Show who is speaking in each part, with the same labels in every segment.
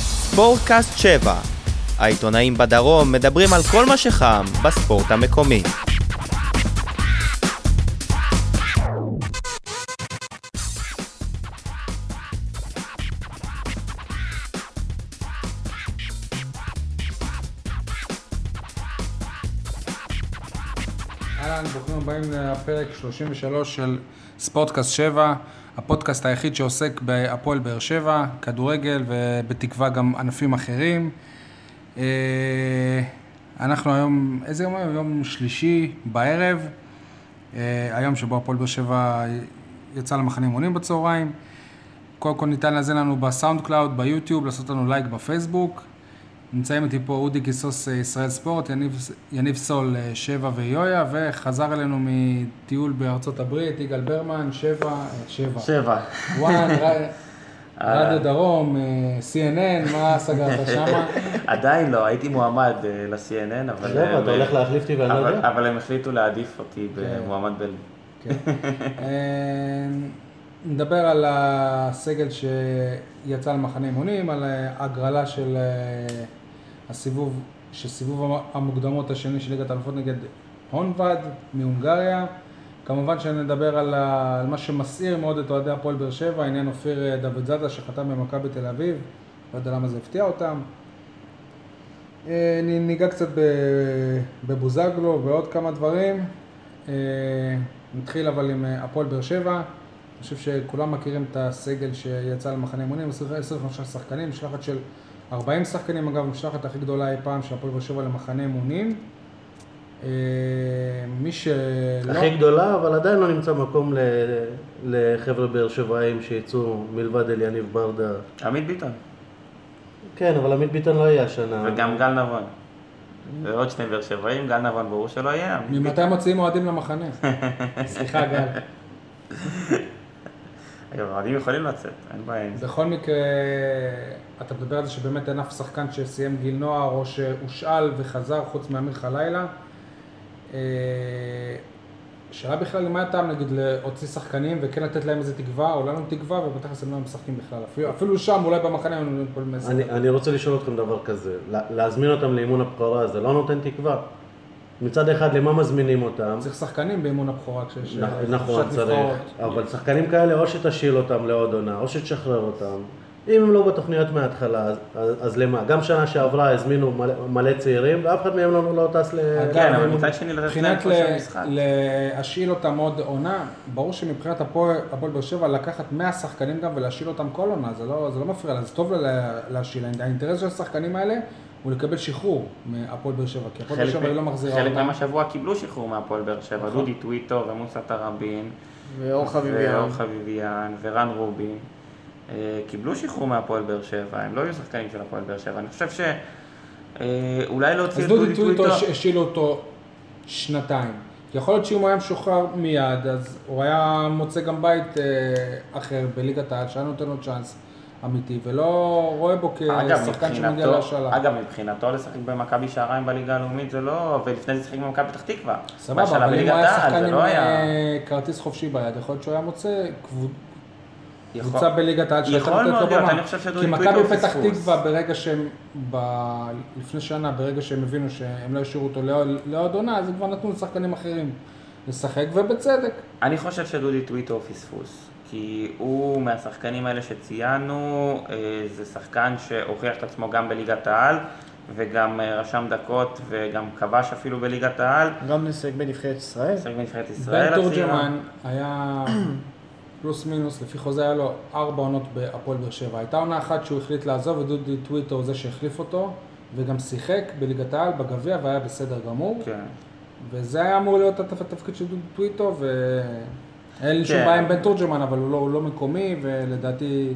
Speaker 1: ספורטקאסט 7. העיתונאים בדרום מדברים על כל מה שחם בספורט המקומי.
Speaker 2: אהלן, ברוכים הבאים לפרק 33 של ספורטקאסט 7, הפודקאסט היחיד שעוסק בהפועל באר שבע, כדורגל ובתקווה גם ענפים אחרים. אה, אנחנו היום, איזה יום היום? יום שלישי בערב, אה, היום שבו הפועל באר שבע יצא למחנה אימונים בצהריים. קודם כל ניתן להזין לנו בסאונד קלאוד, ביוטיוב, לעשות לנו לייק בפייסבוק. נמצאים איתי פה אודי קיסוס אה, ישראל ספורט, יניב, יניב סול אה, שבע ויויה, וחזר אלינו מטיול בארצות הברית, יגאל ברמן, שבע, אה, שבע,
Speaker 3: שבע.
Speaker 2: וואן, ר- רדיו דרום, אה, CNN, מה סגרת שמה?
Speaker 3: עדיין לא, הייתי מועמד אה, ל-CNN, אבל...
Speaker 4: לא,
Speaker 3: הם-
Speaker 4: אתה הולך להחליף אותי ואני לא
Speaker 3: אבל-
Speaker 4: יודע.
Speaker 3: אבל הם החליטו להעדיף אותי במועמד בין...
Speaker 2: כן. אה, נדבר על הסגל שיצא למחנה אימונים, על ההגרלה של אה, הסיבוב, שסיבוב המוקדמות השני של ליגת האלופות נגד הונבד מהונגריה. כמובן שנדבר על, ה- על מה שמסעיר מאוד את אוהדי הפועל באר שבע, עניין אופיר דוד זאדה שחתם במכבי תל אביב, לא יודע למה זה הפתיע אותם. אה, נ- ניגע קצת ב- בבוזגלו ועוד כמה דברים. אה, נתחיל אבל עם אה, הפועל באר שבע. אני חושב שכולם מכירים את הסגל שיצא למחנה אימונים, 25 שחקנים, משלחת של 40 שחקנים, אגב, המשלחת הכי גדולה אי פעם של הפועל באר שבע למחנה אימונים. אה, מי שלא...
Speaker 4: הכי גדולה, אבל עדיין לא נמצא מקום ל- לחבר'ה באר שבעים שיצאו מלבד אליניב ברדה.
Speaker 3: עמית ביטון,
Speaker 4: כן, אבל עמית ביטון לא יהיה השנה.
Speaker 3: וגם גל נבון. ועוד שני באר שבעים, גל נבון ברור שלא יהיה. עמית ביטון.
Speaker 2: ממתי מוציאים אוהדים למחנה? סליחה, גל.
Speaker 3: אגב, אוהדים יכולים לצאת, אין בעיה עם זה.
Speaker 2: בכל מקרה, אתה מדבר על זה שבאמת אין אף שחקן שסיים גיל נוער או שהושאל וחזר חוץ מאמיר חלילה. אה, שאלה בכלל, מה הטעם נגיד להוציא שחקנים וכן לתת להם איזה תקווה, או לנו תקווה, ובתכלס הם לא משחקים בכלל. אפילו, אפילו שם, אולי במחנה הם נותנים כל מיני
Speaker 4: אני,
Speaker 2: שחקנים.
Speaker 4: אני רוצה לשאול אתכם דבר כזה, לה- להזמין אותם לאימון הבכורה זה לא נותן תקווה? מצד אחד, למה מזמינים אותם?
Speaker 2: צריך שחקנים באימון הבכורה כשיש...
Speaker 4: נכ-
Speaker 2: אה,
Speaker 4: נכון,
Speaker 2: חופשת
Speaker 4: צריך,
Speaker 2: נבחרות.
Speaker 4: אבל שחקנים כאלה או שתשאיל אותם לעוד עונה או שתשחרר אותם. אם הם לא בתוכניות מההתחלה, אז, אז, אז למה? גם שנה שעברה הזמינו מלא, מלא צעירים ואף אחד מהם לא, לא טס ל...
Speaker 2: אגב,
Speaker 3: כן, אבל
Speaker 2: אם-
Speaker 3: מצד שני לתת להם
Speaker 2: מבחינת
Speaker 3: כושר
Speaker 2: ל-
Speaker 3: משחק.
Speaker 2: להשאיל אותם עוד עונה, ברור שמבחינת הפועל הפועל באר שבע לקחת 100 שחקנים גם ולהשאיל אותם כל עונה, זה לא, זה לא מפריע לה, זה טוב לה לה- להשאיל, האינ- האינטרס של השחקנים האלה הוא לקבל שחרור מהפועל באר שבע, כי הפועל באר שבע היא לא מחזירה נכון.
Speaker 3: חלק
Speaker 2: אותם.
Speaker 3: מהם השבוע קיבלו שחרור מהפועל באר שבע, דודי טוויטו ומוסא תראבין.
Speaker 5: ואור חביביאן.
Speaker 3: ואור חביביאן, ורן רובין, אה, קיבלו שחרור מהפועל באר שבע, הם לא היו שחקנים של הפועל באר שבע. אני חושב שאולי
Speaker 2: אז
Speaker 3: להוציא את
Speaker 2: דודי
Speaker 3: דודי
Speaker 2: טוויטו
Speaker 3: טוויטו,
Speaker 2: הש- השאילו אותו שנתיים. יכול להיות שאם הוא היה משוחרר מיד, אז הוא היה מוצא גם בית אה, אחר בליגת העל, שהיה נותן לו צ'אנס אמיתי, ולא רואה בו
Speaker 3: אגב,
Speaker 2: כשחקן שמגיע
Speaker 3: מבחינתו,
Speaker 2: להשאלה.
Speaker 3: אגב, מבחינתו לשחק במכבי שעריים בליגה הלאומית זה לא, ולפני זה שיחק במכבי פתח תקווה.
Speaker 2: סבבה,
Speaker 3: בהשאלה
Speaker 2: אבל אם
Speaker 3: בליגת
Speaker 2: הוא היה
Speaker 3: העל,
Speaker 2: שחקן
Speaker 3: זה
Speaker 2: עם
Speaker 3: לא היה...
Speaker 2: אה, כרטיס חופשי ביד, יכול להיות שהוא היה מוצא קבוצ-
Speaker 3: יכול-
Speaker 2: קבוצה בליגת העל
Speaker 3: יכול
Speaker 2: לתת לו
Speaker 3: מאוד להיות,
Speaker 2: במה.
Speaker 3: אני חושב שדודי
Speaker 2: כי
Speaker 3: טוויטו
Speaker 2: מכבי
Speaker 3: הוא
Speaker 2: פתח
Speaker 3: פספוס.
Speaker 2: תקווה ברגע שהם, ב- לפני שנה, ברגע שהם הבינו שהם לא השאירו אותו לעוד- לעוד עונה, אז הם כבר נתנו לשחקנים אחרים לשחק, ובצדק.
Speaker 3: אני חושב שדודי טוויטו הוא פספוס, כי הוא מהשחקנים האלה שציינו, אה, זה שחקן שהוכיח את עצמו גם בליגת העל, וגם אה, רשם דקות, וגם כבש אפילו בליגת העל,
Speaker 5: גם נשחק בנבחרת ישראל.
Speaker 3: משחק בנבחרת ישראל
Speaker 2: בן
Speaker 3: הצעירה.
Speaker 2: תורג'מן היה פלוס מינוס, לפי חוזה היה לו ארבע עונות בהפועל באר שבע. הייתה עונה אחת שהוא החליט לעזוב, ודודי טוויטו הוא זה שהחליף אותו, וגם שיחק בליגת העל, בגביע, והיה בסדר גמור.
Speaker 3: כן.
Speaker 2: וזה היה אמור להיות התפ- התפקיד של דודו טוויטו, ואין לי שום
Speaker 3: כן.
Speaker 2: בעיה עם בן תורג'מן, אבל הוא לא, הוא לא מקומי, ולדעתי...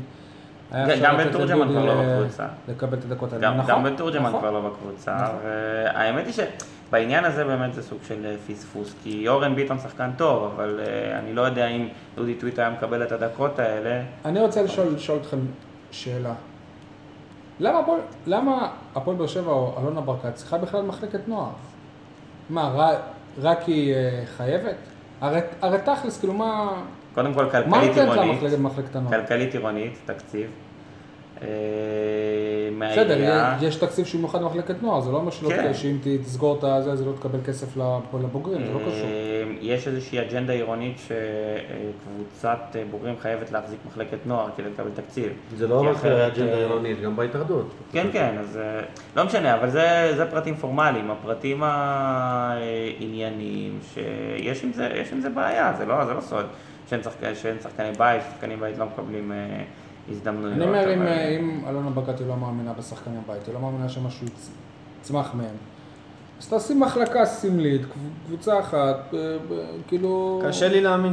Speaker 2: היה
Speaker 3: כן,
Speaker 2: אפשר
Speaker 3: גם בן
Speaker 2: לתת
Speaker 3: תורג'מן
Speaker 2: לדודי
Speaker 3: כבר לא
Speaker 2: ל-
Speaker 3: בקבוצה.
Speaker 2: לקבל את הדקות האלה,
Speaker 3: גם,
Speaker 2: נכון?
Speaker 3: גם בתורג'מן
Speaker 2: נכון.
Speaker 3: כבר לא בקבוצה, והאמת היא שבעניין הזה באמת זה סוג של אה, פספוס, כי אורן ביטון שחקן טוב, אבל אה, אני לא יודע אם דודי טוויטו היה מקבל את הדקות האלה.
Speaker 2: אני רוצה לשאול, לשאול אתכם שאלה. למה הפועל- למה הפועל באר שבע או אלונה ברקת צריכה בכלל מחלקת נוער? מה, ר- רק היא אה, חייבת? הרי, הרי תכלס, כאילו, מה...
Speaker 3: קודם כל
Speaker 2: מה
Speaker 3: כלכלית
Speaker 2: נותנת לה
Speaker 3: עירונית.
Speaker 2: מחלקת, מחלקת הנוער?
Speaker 3: כלכלית עירונית, תקציב. אה, מאיימת
Speaker 2: בסדר,
Speaker 3: העירייה.
Speaker 2: יש תקציב שהוא מיוחד למחלקת נוער, זה לא אומר שלא-
Speaker 3: כן.
Speaker 2: שאם ת- תסגור את הזה, זה לא תקבל כסף לב- לבוגרים, זה לא קשור.
Speaker 3: אה, יש איזושהי אג'נדה עירונית שקבוצת אה, בוגרים חייבת להחזיק מחלקת נוער כדי לקבל תקציב.
Speaker 4: זה לא
Speaker 3: כי
Speaker 4: רק
Speaker 3: אחרת,
Speaker 4: אג'נדה
Speaker 3: אה,
Speaker 4: עירונית, גם בהתאחדות.
Speaker 3: כן, כן, אז אה, לא משנה, אבל זה, זה פרטים פורמליים, הפרטים הענייניים, שיש עם זה, יש עם זה בעיה, זה לא, זה לא סוד שאין, שחק, שאין שחקני בית, שחקני בית לא מקבלים אה, הזדמנויות.
Speaker 2: אני אומר, אם- אה,
Speaker 3: אבל-
Speaker 2: אם אלונה ברקת היא לא מאמינה בשחקני הבית, היא לא מאמינה שמשהו יצ- יצמח מהם, אז תעשי מחלקה סמלית, קב- קבוצה אחת, אה, ב- כאילו...
Speaker 5: קשה לי להאמין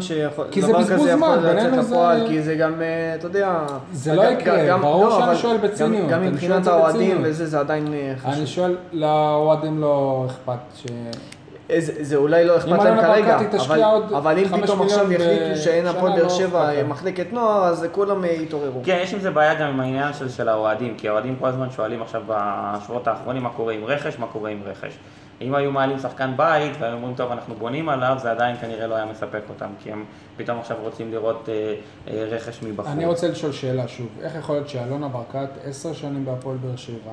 Speaker 2: כי זה
Speaker 5: שדבר
Speaker 2: בזבוז
Speaker 5: כזה יכול
Speaker 2: זמן,
Speaker 5: לצאת
Speaker 2: בינינו זה-
Speaker 5: לפועל, כי זה גם, אה, אתה יודע...
Speaker 2: זה לא
Speaker 5: גם-
Speaker 2: יקרה,
Speaker 5: גם-
Speaker 2: ברור
Speaker 5: לא,
Speaker 2: שאני
Speaker 5: אבל
Speaker 2: שואל
Speaker 5: גם-
Speaker 2: בציניות,
Speaker 5: גם
Speaker 2: אני שואל את
Speaker 5: מבחינת
Speaker 2: זה
Speaker 5: האוהדים
Speaker 2: בציניות.
Speaker 5: וזה, זה עדיין אה,
Speaker 2: אני
Speaker 5: חשוב.
Speaker 2: שואל, לאוהדים לא אכפת ש...
Speaker 5: אה, זה זה אולי לא אכפת
Speaker 2: אלונה
Speaker 5: להם כרגע,
Speaker 2: ברקת תשקיע
Speaker 5: אבל-
Speaker 2: עוד
Speaker 5: אבל אם
Speaker 2: חמש
Speaker 5: פתאום עכשיו
Speaker 2: מיליון
Speaker 5: יחליטו שאין
Speaker 2: בשנה,
Speaker 5: הפועל באר
Speaker 2: לא
Speaker 5: שבע
Speaker 2: אכפת להם.
Speaker 5: אה, מחלקת נוער, אז כולם אה, יתעוררו.
Speaker 3: כן, יש עם זה בעיה גם עם העניין של, של האוהדים, כי האוהדים כל הזמן שואלים עכשיו בשבועות האחרונים מה קורה עם רכש, מה קורה עם רכש. אם היו מעלים שחקן בית והיו אומרים, טוב, אנחנו בונים עליו, זה עדיין כנראה לא היה מספק אותם, כי הם פתאום עכשיו רוצים לראות אה, אה, רכש מבחוץ.
Speaker 2: אני רוצה לשאול שאלה שוב, איך יכול להיות שאלונה ברקת עשר שנים בהפועל באר שבע,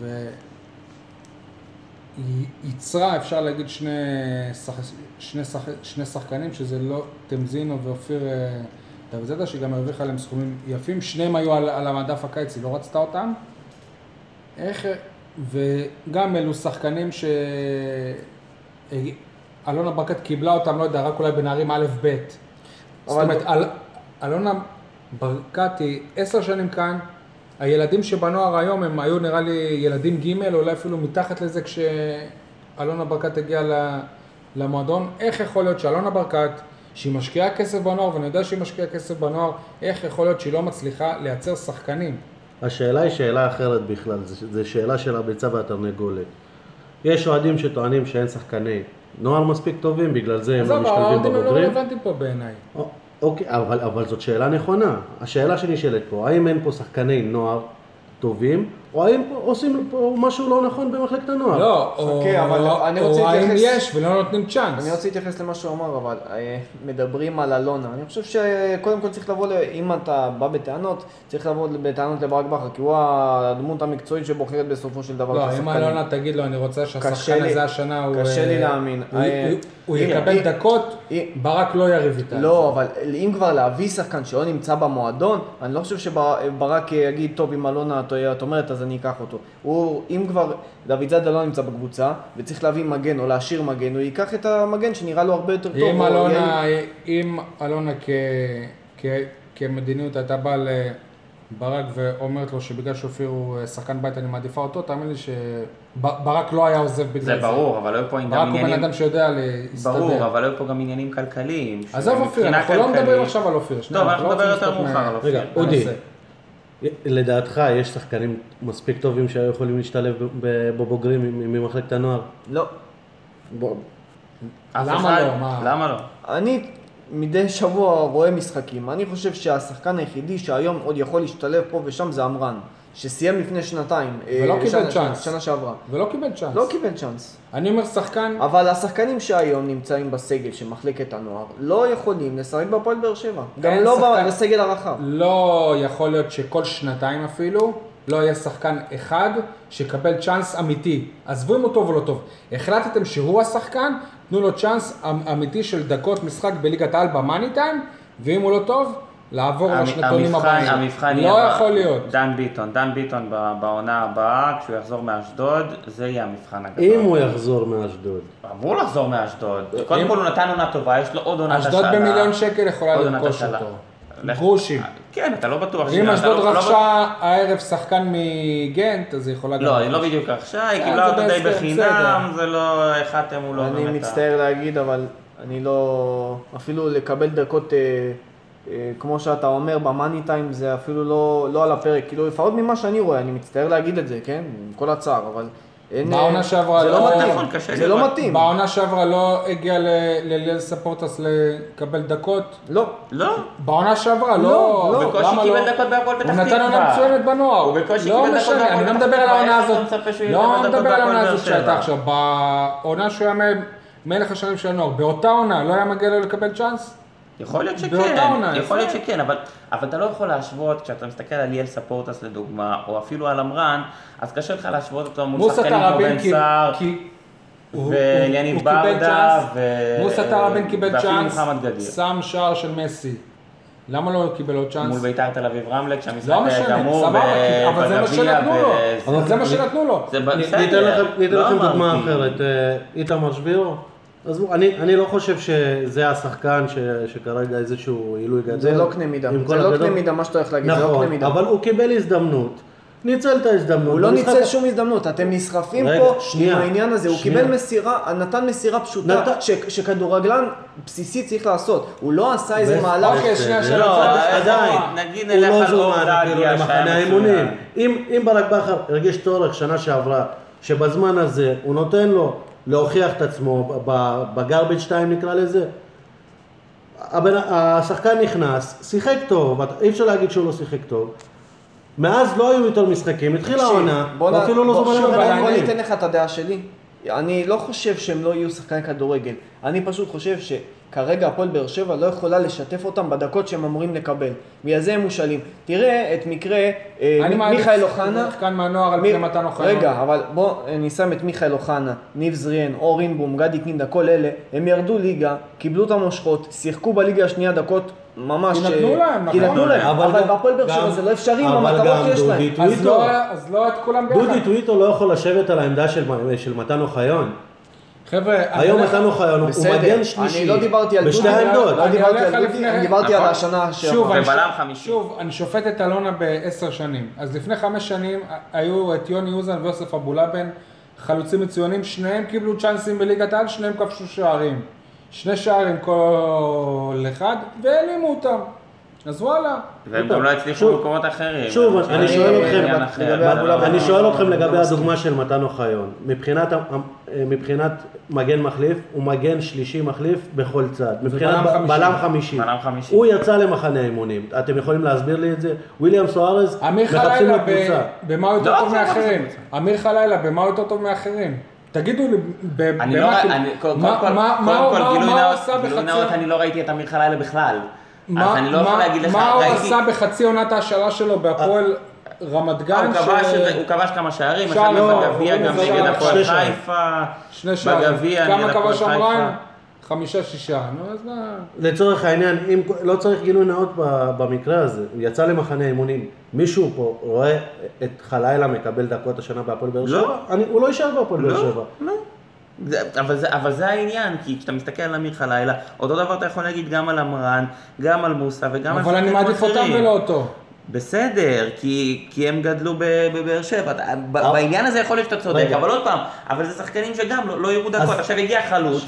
Speaker 2: והיא ייצרה, אפשר להגיד, שני, שח... שני, שח... שני שחקנים, שזה לא טמזינו ואופיר אה, דוידזאדה, שגם הרוויחה עליהם סכומים יפים, שניהם היו על, על המדף הקיץ, היא לא רצתה אותם. איך... וגם אלו שחקנים ש... אלונה ברקת קיבלה אותם, לא יודע, רק אולי בנערים א'-ב'. זאת אומרת, אל... אלונה ברקת היא עשר שנים כאן, הילדים שבנוער היום הם היו נראה לי ילדים ג', אולי אפילו מתחת לזה כשאלונה ברקת הגיעה ל... למועדון. איך יכול להיות שאלונה ברקת, שהיא משקיעה כסף בנוער, ואני יודע שהיא משקיעה כסף בנוער, איך יכול להיות שהיא לא מצליחה לייצר שחקנים?
Speaker 4: השאלה היא שאלה אחרת בכלל, זו זו שאלה של הביצה והתרנגולת. יש אוהדים שטוענים שאין שחקני נוער מספיק טובים, בגלל זה הם לא
Speaker 2: עזוב,
Speaker 4: משתלבים
Speaker 2: האוהדים הם לא
Speaker 4: בבוגרים.
Speaker 2: רלוונטיים פה בעיניי.
Speaker 4: א- אוקיי, אבל, אבל זאת שאלה נכונה. השאלה שנשאלת פה, האם אין פה שחקני נוער טובים, או האם פה עושים פה משהו לא נכון במחלקת הנוער?
Speaker 2: לא, או
Speaker 5: חכה, אבל אני רוצה
Speaker 2: או האם
Speaker 5: להתייחס-
Speaker 2: יש ולא נותנים צ'אנס.
Speaker 5: אני רוצה להתייחס למה שהוא אמר, אבל אה, מדברים על אלונה. אני חושב שקודם כל צריך לבוא, ל- אם אתה בא בטענות, צריך לבוא בטענות לברק בכר, כי הוא הדמות המקצועית שבוחרת בסופו של דבר
Speaker 2: לא,
Speaker 5: את
Speaker 2: אם
Speaker 5: השחקנים.
Speaker 2: אלונה תגיד לו, אני רוצה
Speaker 5: קשה
Speaker 2: שהשחקן
Speaker 5: לי-
Speaker 2: הזה השנה הוא...
Speaker 5: קשה לי
Speaker 2: אה,
Speaker 5: להאמין.
Speaker 2: הוא-
Speaker 5: אה,
Speaker 2: הוא- הוא
Speaker 5: אה,
Speaker 2: יקבל
Speaker 5: אה,
Speaker 2: דקות,
Speaker 5: אה,
Speaker 2: ברק לא יריב איתה.
Speaker 5: לא, אבל אם כבר להביא שחקן שלא נמצא במועדון, אני לא חושב שברק יגיד, טוב, אם אלונה את את אומרת, אז אני אקח אותו. הוא, אם כבר דוד זאדה לא נמצא בקבוצה, וצריך להביא מגן או להשאיר מגן, הוא ייקח את המגן שנראה לו הרבה יותר טוב.
Speaker 2: אם
Speaker 5: או
Speaker 2: אלונה,
Speaker 5: יהיה-
Speaker 2: אם אלונה כ- כ- כמדיניות הייתה באה לברק ואומרת לו שבגלל שאופיר הוא אה, שחקן בית אני מעדיפה אותו, תאמין לי שברק לא היה עוזב בגלל
Speaker 3: זה
Speaker 2: זה.
Speaker 3: ברור, אבל היו פה גם
Speaker 2: ברק הוא בן
Speaker 3: עניינים...
Speaker 2: אדם שיודע להסתדר.
Speaker 3: ברור, אבל היו פה גם עניינים כלכליים.
Speaker 2: עזוב אופיר,
Speaker 3: שמבחינה
Speaker 2: אנחנו לא מדברים
Speaker 3: כלכלית-
Speaker 2: עכשיו על אופיר. שנייה,
Speaker 3: טוב, אנחנו
Speaker 2: לא
Speaker 3: נדבר
Speaker 2: רוצים
Speaker 3: יותר
Speaker 2: לסטות
Speaker 3: מאוחר
Speaker 2: מה-
Speaker 3: על
Speaker 4: רגע,
Speaker 3: אופיר.
Speaker 4: אודי,
Speaker 2: הנושא.
Speaker 4: לדעתך יש שחקנים מספיק טובים שהיו יכולים להשתלב ב- ב- בבוגרים מ- ממחלקת הנוער?
Speaker 5: לא.
Speaker 3: אף
Speaker 2: למה
Speaker 3: אחד-
Speaker 2: לא? מה?
Speaker 3: למה לא?
Speaker 5: אני מדי שבוע רואה משחקים. אני חושב שהשחקן היחידי שהיום עוד יכול להשתלב פה ושם זה עמרן, שסיים לפני שנתיים. אה,
Speaker 2: ולא קיבל
Speaker 5: שנה-
Speaker 2: צ'אנס.
Speaker 5: שנה שעברה.
Speaker 2: ולא קיבל צ'אנס.
Speaker 5: לא קיבל צ'אנס.
Speaker 2: אני אומר שחקן,
Speaker 5: אבל השחקנים שהיום נמצאים בסגל של מחלקת הנוער לא יכולים לשחק בהפועל באר שבע. גם
Speaker 2: אין
Speaker 5: לא
Speaker 2: שחקן-
Speaker 5: בסגל הרחב.
Speaker 2: לא יכול להיות שכל שנתיים אפילו, לא יהיה שחקן אחד שיקבל צ'אנס אמיתי. עזבו אם הוא טוב או לא טוב. החלטתם שהוא השחקן, תנו לו צ'אנס אמ- אמיתי של דקות משחק בליגת העל במאני טיים, ואם הוא לא טוב, לעבור
Speaker 3: המ-
Speaker 2: לשנתונים
Speaker 3: המבחן-
Speaker 2: הבאים.
Speaker 3: המבחן
Speaker 2: לא
Speaker 3: יהיה ב-
Speaker 2: יכול להיות.
Speaker 3: דן ביטון, דן ביטון ב- בעונה הבאה, כשהוא יחזור מאשדוד, זה יהיה המבחן הגדול.
Speaker 4: אם הוא יחזור מאשדוד.
Speaker 3: אמור לחזור מאשדוד. קודם כל הוא נתן עונה טובה, יש לו עוד עונת השאלה.
Speaker 2: אשדוד במיליון שקל יכולה
Speaker 3: עוד עונת
Speaker 2: לרכוש
Speaker 3: השאלה.
Speaker 2: אותו.
Speaker 3: לך-
Speaker 2: גרושים.
Speaker 3: כן, אתה לא בטוח.
Speaker 2: אם
Speaker 3: אתה
Speaker 2: אשדוד
Speaker 3: לא- לא בטוח-
Speaker 2: רכשה הערב שחקן מגנט, אז היא יכולה גם...
Speaker 3: לא, היא לא בדיוק רכשה, היא
Speaker 2: כן,
Speaker 3: קיבלה
Speaker 2: זה
Speaker 3: אותו די
Speaker 2: בהסכם,
Speaker 3: בחינם, זה לא, החלטתם הוא לא באמת...
Speaker 5: אני
Speaker 3: ה-
Speaker 5: מצטער להגיד, אבל אני לא... אפילו לקבל דקות, אה, אה, כמו שאתה אומר, במאני טיים, זה אפילו לא, לא על הפרק. כאילו, לפחות ממה שאני רואה, אני מצטער להגיד את זה, כן? עם כל הצער, אבל... אין, אה,
Speaker 2: בעונה שעברה
Speaker 5: זה
Speaker 2: לא-
Speaker 5: לא מתאים.
Speaker 3: נכון, קשה
Speaker 5: זה לא
Speaker 3: לראות.
Speaker 5: מתאים.
Speaker 2: בעונה שעברה לא הגיע ל- לליאל ספורטס לקבל דקות.
Speaker 5: לא.
Speaker 3: לא,
Speaker 2: בעונה שעברה, לא,
Speaker 5: לא,
Speaker 2: למה
Speaker 5: לא.
Speaker 2: לא,
Speaker 5: הוא
Speaker 3: בקושי קיבל דקות בהפועל פתח
Speaker 2: הוא נתן
Speaker 3: תקווה.
Speaker 2: עונה מצוינת בנוער.
Speaker 3: הוא בקושי
Speaker 2: לא
Speaker 3: קיבל דקות
Speaker 2: משנה,
Speaker 3: בהפועל
Speaker 2: אני לא
Speaker 3: פתח
Speaker 2: מדבר על
Speaker 3: תקווה.
Speaker 2: העונה
Speaker 3: איך אתה
Speaker 2: הזאת.
Speaker 3: מצפה שהוא ייתן
Speaker 2: לא
Speaker 3: דקות
Speaker 2: מדבר על
Speaker 3: בהפועל
Speaker 2: העונה
Speaker 3: באר
Speaker 2: הזאת שהייתה
Speaker 3: שבע?
Speaker 2: עכשיו. בעונה שהוא היה מ- מלך השערים של הנוער, באותה עונה, לא היה מגיע לו לקבל צ'אנס?
Speaker 3: יכול להיות
Speaker 2: באותה
Speaker 3: שכן,
Speaker 2: עונה,
Speaker 3: יכול להיות
Speaker 2: יפה.
Speaker 3: שכן, אבל, אבל אתה לא יכול להשוות, כשאתה מסתכל על ליאל ספורטס לדוגמה, או אפילו על עמרן, אז קשה לך להשוות אותו מול
Speaker 2: מוסא
Speaker 3: שחקנים כמו בן
Speaker 2: תראבין
Speaker 3: סער, ואליניב ברדה, ו...
Speaker 2: מוסא תראבין קיבל
Speaker 3: ואפילו
Speaker 2: צ'אנס,
Speaker 3: מוחמד גדיר.
Speaker 2: שם שער של מסי. למה לא קיבל עוד
Speaker 3: מול
Speaker 2: צ'אנס?
Speaker 3: בית"ר תל אביב רמלה, כשהמשחק
Speaker 2: לא משנה,
Speaker 3: גמור
Speaker 2: סבבה, כי- אבל זה מה
Speaker 3: בגביע,
Speaker 2: שנתנו לו,
Speaker 3: ו-
Speaker 2: אבל זה מה שנתנו לו.
Speaker 3: זה
Speaker 4: נ-
Speaker 3: בסדר,
Speaker 4: ניתן לכם- ניתן
Speaker 3: לא
Speaker 4: לכם דוגמה
Speaker 3: אמרתי.
Speaker 4: אחרת, אה, איתמר שבירו. עזבו, אני, אני לא חושב שזה השחקן ש, שכרגע איזשהו עילוי גדול.
Speaker 5: זה לא קנה מידה.
Speaker 4: עם
Speaker 5: זה
Speaker 4: כל
Speaker 5: לא
Speaker 4: הגדול.
Speaker 5: קנה מידה, מה שאתה הולך להגיד, זה לא
Speaker 4: נכון,
Speaker 5: קנה מידה.
Speaker 4: אבל הוא קיבל הזדמנות, ניצל את ההזדמנות.
Speaker 5: הוא לא
Speaker 4: במשחק
Speaker 5: ניצל שום הזדמנות, אתם נסחפים
Speaker 4: רגע,
Speaker 5: פה
Speaker 4: שנייה,
Speaker 5: עם העניין הזה, הוא
Speaker 4: שנייה.
Speaker 5: קיבל מסירה, נתן מסירה פשוטה,
Speaker 4: נתן-
Speaker 5: ש- שכדורגלן בסיסי צריך לעשות, הוא לא עשה איזה
Speaker 4: בסדר.
Speaker 5: מהלך,
Speaker 2: אוקיי, שנייה,
Speaker 4: בסדר.
Speaker 2: שנייה,
Speaker 3: לא,
Speaker 2: שנייה,
Speaker 5: אה,
Speaker 3: עדיין,
Speaker 2: שנייה.
Speaker 4: עדיין,
Speaker 3: נגיד
Speaker 4: הוא
Speaker 3: נלך
Speaker 4: לא
Speaker 3: על אור
Speaker 4: זומן
Speaker 3: דדיה,
Speaker 4: אפילו
Speaker 3: שהיה
Speaker 4: למחנה
Speaker 3: מצוין.
Speaker 4: האימונים. אם אם ברק בכר הרגיש צורך שנה שעברה, שבזמן הזה הוא נותן לו להוכיח את עצמו, בגרביץ' 2 נקרא לזה, הבן, השחקן נכנס, שיחק טוב, אתה- אי אפשר להגיד שהוא לא שיחק טוב. מאז לא היו יותר משחקים, התחילה
Speaker 5: תקשיב,
Speaker 4: העונה,
Speaker 5: בוא נ-
Speaker 4: הוא אפילו לא
Speaker 5: בוא-
Speaker 4: זומן
Speaker 5: שוב,
Speaker 4: למחנה
Speaker 5: בוא
Speaker 4: האימונים.
Speaker 5: ניתן לך את הדעה שלי. אני לא חושב שהם לא יהיו שחקני כדורגל. אני פשוט חושב שכרגע הפועל באר שבע לא יכולה לשתף אותם בדקות שהם אמורים לקבל. בגלל זה הם מושאלים. תראה את מקרה אה,
Speaker 2: אני
Speaker 5: מ-
Speaker 2: מעדיף
Speaker 5: מיכאל אוחנה.
Speaker 2: שחקן מהנוער על
Speaker 5: מי-
Speaker 2: פני מתן אוחיון.
Speaker 5: רגע, אבל בוא, אני שם את מיכאל אוחנה, ניב זריאן, אור אינבום, גדי קינדה, כל אלה, הם ירדו ליגה, קיבלו את המושכות, שיחקו בליגה השנייה דקות ממש...
Speaker 2: כי
Speaker 5: אה,
Speaker 2: נתנו להם,
Speaker 5: כי
Speaker 2: נכון?
Speaker 5: נתנו להם,
Speaker 4: אבל
Speaker 5: אבל
Speaker 4: גם-
Speaker 5: בהפועל באר שבע
Speaker 4: גם-
Speaker 5: זה לא אפשרי עם
Speaker 4: אבל
Speaker 5: המטרות
Speaker 4: גם
Speaker 5: שיש להם.
Speaker 4: דודי
Speaker 2: אז
Speaker 4: טוויטו.
Speaker 2: לא- אז לא את כולם ביחד.
Speaker 4: דודי טוויטו לא יכול לשבת על העמדה של של מתן אוחיון.
Speaker 2: חבר'ה, אני
Speaker 4: היום לא
Speaker 2: הולך-
Speaker 4: מתן אוחיון הוא
Speaker 5: בסדר,
Speaker 4: מגן שלישי.
Speaker 5: אני לא דיברתי על דודי.
Speaker 4: בשתי
Speaker 2: אני-
Speaker 4: העמדות.
Speaker 5: לא
Speaker 2: אני
Speaker 5: דיברתי
Speaker 2: הולך
Speaker 5: על
Speaker 2: לפני-
Speaker 5: דודי, אני דיברתי על
Speaker 3: נכון.
Speaker 5: השנה
Speaker 2: שוב,
Speaker 5: שעברה.
Speaker 2: אני
Speaker 3: ובלם
Speaker 2: ש-
Speaker 3: חמישי.
Speaker 2: שוב, אני שופט את אלונה בעשר שנים. אז לפני חמש שנים ה- היו את יוני אוזן ויוסף אבולאבן, חלוצים מצוינים, שניהם קיבלו צ'אנסים בליגת העל, שניהם כבשו שערים. שני שערים כל אחד, והעלימו אותם. אז וואלה.
Speaker 3: והם
Speaker 4: שוב,
Speaker 3: גם לא הצליחו
Speaker 4: שוב,
Speaker 3: במקומות אחרים.
Speaker 4: שוב,
Speaker 3: אבל
Speaker 4: אני
Speaker 3: זה
Speaker 4: שואל
Speaker 3: לא עניין
Speaker 4: אתכם,
Speaker 3: אחר.
Speaker 5: לגבי
Speaker 3: אבל-
Speaker 5: אבולאבן,
Speaker 4: אני שואל אתכם
Speaker 5: לא
Speaker 4: לגבי
Speaker 5: מסכים.
Speaker 4: הדוגמה של מתן אוחיון. מבחינת ה- ה- מבחינת מגן מחליף, הוא מגן שלישי מחליף בכל צד. מבחינת
Speaker 2: בלם חמישי.
Speaker 4: ב- בלם חמישי.
Speaker 3: בלם חמישי.
Speaker 4: הוא יצא למחנה אימונים. אתם יכולים להסביר לי את זה? וויליאם סוארז,
Speaker 2: אמיר
Speaker 4: מחפשים לו
Speaker 2: חלילה,
Speaker 4: קבוצה.
Speaker 2: ב- במה הוא יותר
Speaker 3: לא,
Speaker 2: טוב
Speaker 3: זה לא
Speaker 2: מאחרים?
Speaker 3: מחפשים
Speaker 2: אמיר חלילה, במה הוא יותר טוב מאחרים? תגידו לי, ב-
Speaker 3: אני לא
Speaker 2: במה
Speaker 3: ראיתי,
Speaker 2: כאילו-
Speaker 3: קודם
Speaker 2: מה-
Speaker 3: כל,
Speaker 2: מה- מה
Speaker 3: קודם
Speaker 2: הוא-
Speaker 3: כל,
Speaker 2: מה-
Speaker 3: גילוי
Speaker 2: מה הוא
Speaker 3: נאות,
Speaker 2: עשה
Speaker 3: גילוי נאות,
Speaker 2: בחצי...
Speaker 3: אני לא ראיתי את אמיר חלילה בכלל. אז
Speaker 2: מה-
Speaker 3: אני לא יכול
Speaker 2: מה-
Speaker 3: להגיד לך,
Speaker 2: מה הוא
Speaker 3: ראיתי-
Speaker 2: עשה בחצי עונת ההשאלה שלו בהפועל רמת
Speaker 3: אה,
Speaker 2: גן?
Speaker 3: הוא כבש איזה- הוא כבש כמה שערים, אחד
Speaker 2: שער,
Speaker 3: מהם
Speaker 2: לא,
Speaker 3: בגביע,
Speaker 2: הוא
Speaker 3: גם
Speaker 2: שער,
Speaker 3: נגד הפועל
Speaker 4: שני שערים.
Speaker 3: חיפה,
Speaker 2: שני שערים.
Speaker 3: בגביע, נגד
Speaker 2: כמה
Speaker 3: הפועל
Speaker 2: כבש אמרן?
Speaker 3: חיפה.
Speaker 2: חמישה, שישה. נו, אז מה...
Speaker 4: לצורך העניין, אם, לא צריך גילוי נאות ב- במקרה הזה, הוא יצא למחנה אימונים. מישהו פה רואה את חלילה מקבל דקות השנה בהפועל באר
Speaker 3: לא.
Speaker 4: שבע? אני, הוא לא יישאר בהפועל באר
Speaker 3: לא,
Speaker 4: שבע.
Speaker 3: לא. זה- אבל זה- אבל זה העניין, כי כשאתה מסתכל על אמיר חלילה, אותו דבר אתה יכול להגיד גם על עמרן, גם על מוסא וגם על
Speaker 2: אבל אני
Speaker 3: שחקנים
Speaker 2: מעדיף אותם
Speaker 3: אחרים.
Speaker 2: ולא אותו.
Speaker 3: בסדר, כי, כי הם גדלו ב- בבאר שבע. אתה- ב-
Speaker 5: אוקיי.
Speaker 3: בעניין הזה יכול להיות שאתה צודק,
Speaker 4: רגע.
Speaker 3: אבל עוד פעם, אבל זה שחקנים שגם לא, לא יראו דקות.
Speaker 4: אז-
Speaker 3: עכשיו הגיע חלוץ,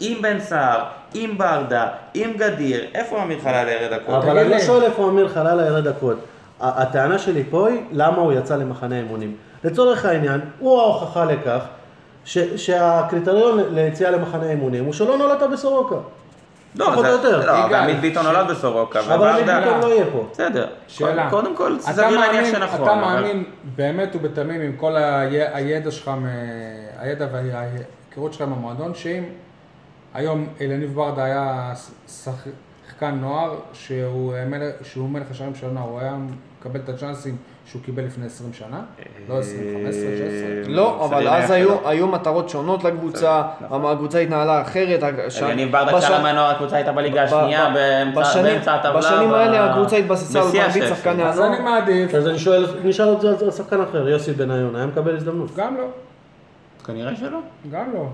Speaker 3: עם בן סער, עם ברדה, עם גדיר, איפה אמיר חלל ירד דקות?
Speaker 4: אבל אני לא
Speaker 2: לי.
Speaker 4: שואל איפה אמיר חלילה ירד דקות. ה- הטענה שלי פה היא למה הוא יצא למחנה אימונים. לצורך העניין, הוא ההוכחה לכך ש, שהקריטריון ל- ליציאה למחנה אימונים הוא שלא נולדת בסורוקה. פחות או
Speaker 3: זה-
Speaker 4: יותר.
Speaker 3: לא, אבל
Speaker 2: יגאל,
Speaker 3: עמית ביטון
Speaker 2: ש-
Speaker 3: נולד בסורוקה,
Speaker 4: אבל עמית
Speaker 3: וברדה-
Speaker 4: ביטון לא יהיה פה.
Speaker 3: בסדר.
Speaker 2: שאלה.
Speaker 3: קודם כל,
Speaker 2: אתה
Speaker 3: סביר להניח
Speaker 2: מאמין-
Speaker 3: שנכון.
Speaker 2: אתה
Speaker 3: אבל-
Speaker 2: מאמין באמת ובתמים עם כל ה- הידע שלך, מ- הידע וההיכרות שלך עם המועדון, שאם היום אלניב ברדה היה שחקן נוער, שהוא מלך- שהוא מלך השערים של הנוער, הוא היה מקבל את הצ'אנסים שהוא קיבל לפני 20 שנה? לא 20,
Speaker 3: אה,
Speaker 2: 15, 16.
Speaker 5: לא,
Speaker 3: סביר
Speaker 5: אבל
Speaker 3: להניח
Speaker 5: אז
Speaker 3: שלא.
Speaker 5: היו, היו מטרות שונות לקבוצה, הקבוצה התנהלה אחרת. הש-
Speaker 3: יניב ברדה
Speaker 5: בש-
Speaker 3: שאלה מהנוער, הקבוצה הייתה בליגה
Speaker 5: ב-
Speaker 3: השנייה,
Speaker 5: ב-
Speaker 3: באמצע
Speaker 5: בשנים-
Speaker 3: באמצע הטבלה.
Speaker 5: בשנים
Speaker 3: ב-
Speaker 5: האלה הקבוצה התבססה על
Speaker 3: בשיא
Speaker 5: מרבית
Speaker 3: השפל.
Speaker 5: שחקני
Speaker 2: אז אני מעדיף,
Speaker 4: אז אני שואל, נשאל את זה על- על שחקן אחר, יוסי בניון, היה מקבל הזדמנות.
Speaker 2: גם לא,
Speaker 3: כנראה שלא.
Speaker 2: גם לא.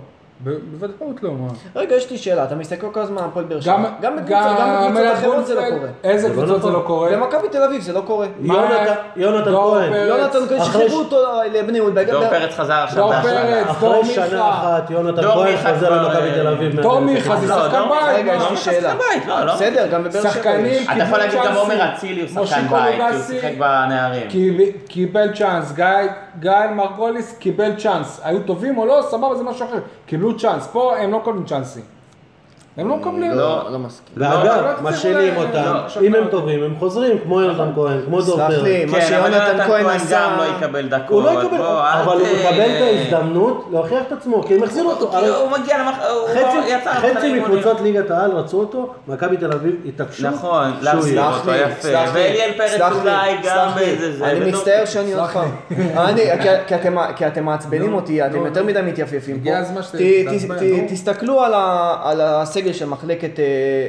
Speaker 2: ב- בוודאות לא, מה.
Speaker 5: רגע, יש לי שאלה, אתה מסתכל כל הזמן על הפועל באר שבע. גם בקבוצה- גם בקבוצות
Speaker 2: מלך
Speaker 5: אחרות זה לא
Speaker 2: בונפלד,
Speaker 5: קורה.
Speaker 2: איזה
Speaker 4: זה לא
Speaker 2: קבוצות זה
Speaker 4: נכון.
Speaker 2: לא קורה?
Speaker 5: במכבי תל אביב זה לא קורה.
Speaker 2: מה-
Speaker 4: יונתן- יונתן
Speaker 2: דור
Speaker 4: כהן.
Speaker 2: פרץ.
Speaker 5: יונתן כהן
Speaker 4: אחרי
Speaker 5: שחררו אותו לבני יהודה.
Speaker 3: דור פרץ חזר עכשיו.
Speaker 2: דור
Speaker 3: בהשאלה.
Speaker 2: פרץ. דור
Speaker 4: אחרי
Speaker 2: מיכה.
Speaker 4: שנה אחת, יונתן
Speaker 3: דור
Speaker 4: כהן
Speaker 3: מיכה
Speaker 4: חוזר
Speaker 3: כבר,
Speaker 4: למכבי
Speaker 3: אה,
Speaker 4: תל אביב.
Speaker 2: דור
Speaker 4: מהדרך
Speaker 2: מיכה זה
Speaker 4: הזאת.
Speaker 3: לא,
Speaker 2: שחקן
Speaker 3: דור-
Speaker 2: בית,
Speaker 5: רגע,
Speaker 2: מה?
Speaker 5: יש לי
Speaker 3: לא,
Speaker 5: שאלה.
Speaker 3: שחקן בית, לא, לא.
Speaker 5: בסדר, גם בבאר שבע
Speaker 2: שחקנים
Speaker 5: יש.
Speaker 3: אתה
Speaker 2: קיבלו
Speaker 3: יכול להגיד גם
Speaker 2: צ'אנסים.
Speaker 3: עומר אצילי הוא
Speaker 2: משה
Speaker 3: שחקן בית, כי הוא
Speaker 2: קולוגסי
Speaker 3: שיחק בנערים.
Speaker 2: קיב- קיבל צ'אנס, גיא- גיא מרגוליס קיבל צ'אנס, היו טובים או לא, סבבה זה משהו אחר, קיבלו צ'אנס, פה הם לא קובעים צ'אנסים. הם לא מקבלים.
Speaker 5: לא, לא מסכים.
Speaker 3: לא,
Speaker 4: ואגב,
Speaker 2: לא
Speaker 4: משאילים
Speaker 2: צריך,
Speaker 4: אותם,
Speaker 2: לא,
Speaker 4: אם הם
Speaker 2: שכנעתי.
Speaker 4: טובים הם חוזרים, כמו יונתן כהן, כמו דור
Speaker 5: סלח לי,
Speaker 4: פרק.
Speaker 5: מה
Speaker 3: כן, אבל
Speaker 5: שיונתן כהן עשה...
Speaker 3: גם לא יקבל דקות.
Speaker 4: הוא לא יקבל,
Speaker 3: בוא, אל
Speaker 4: אבל הוא
Speaker 3: ת-
Speaker 4: מקבל את ההזדמנות להוכיח את עצמו, כי הם החזירו אותו.
Speaker 3: כי
Speaker 4: הרי-
Speaker 3: כאילו, הוא מגיע למח... הוא
Speaker 4: חצי-
Speaker 3: לא, יצא
Speaker 4: חצי
Speaker 3: לחצי
Speaker 4: מקבוצות ליגת העל רצו אותו, מכבי תל אביב התעקשו.
Speaker 3: נכון,
Speaker 4: שהוא
Speaker 3: להחזיר
Speaker 4: יהיה.
Speaker 3: אותו.
Speaker 5: סלח לי,
Speaker 3: יפה.
Speaker 5: סלח לי,
Speaker 3: ואליאל פרץ
Speaker 5: סלח לי,
Speaker 3: אולי גם
Speaker 5: סלח לי.
Speaker 3: באיזה זה,
Speaker 5: אני
Speaker 3: בתור-
Speaker 5: מצטער שאני עוד פעם, אני, כי- כי אתם- כי אתם מעצבנים אותי, אתם
Speaker 2: נו,
Speaker 5: יותר
Speaker 2: נו.
Speaker 5: מדי מתייפייפים פה.
Speaker 2: הגיע הזמן
Speaker 5: ת-
Speaker 2: שתתעצבן,
Speaker 5: ת-
Speaker 2: נו.
Speaker 5: ת- תסתכלו על ה- על הסגל של מחלקת, אה,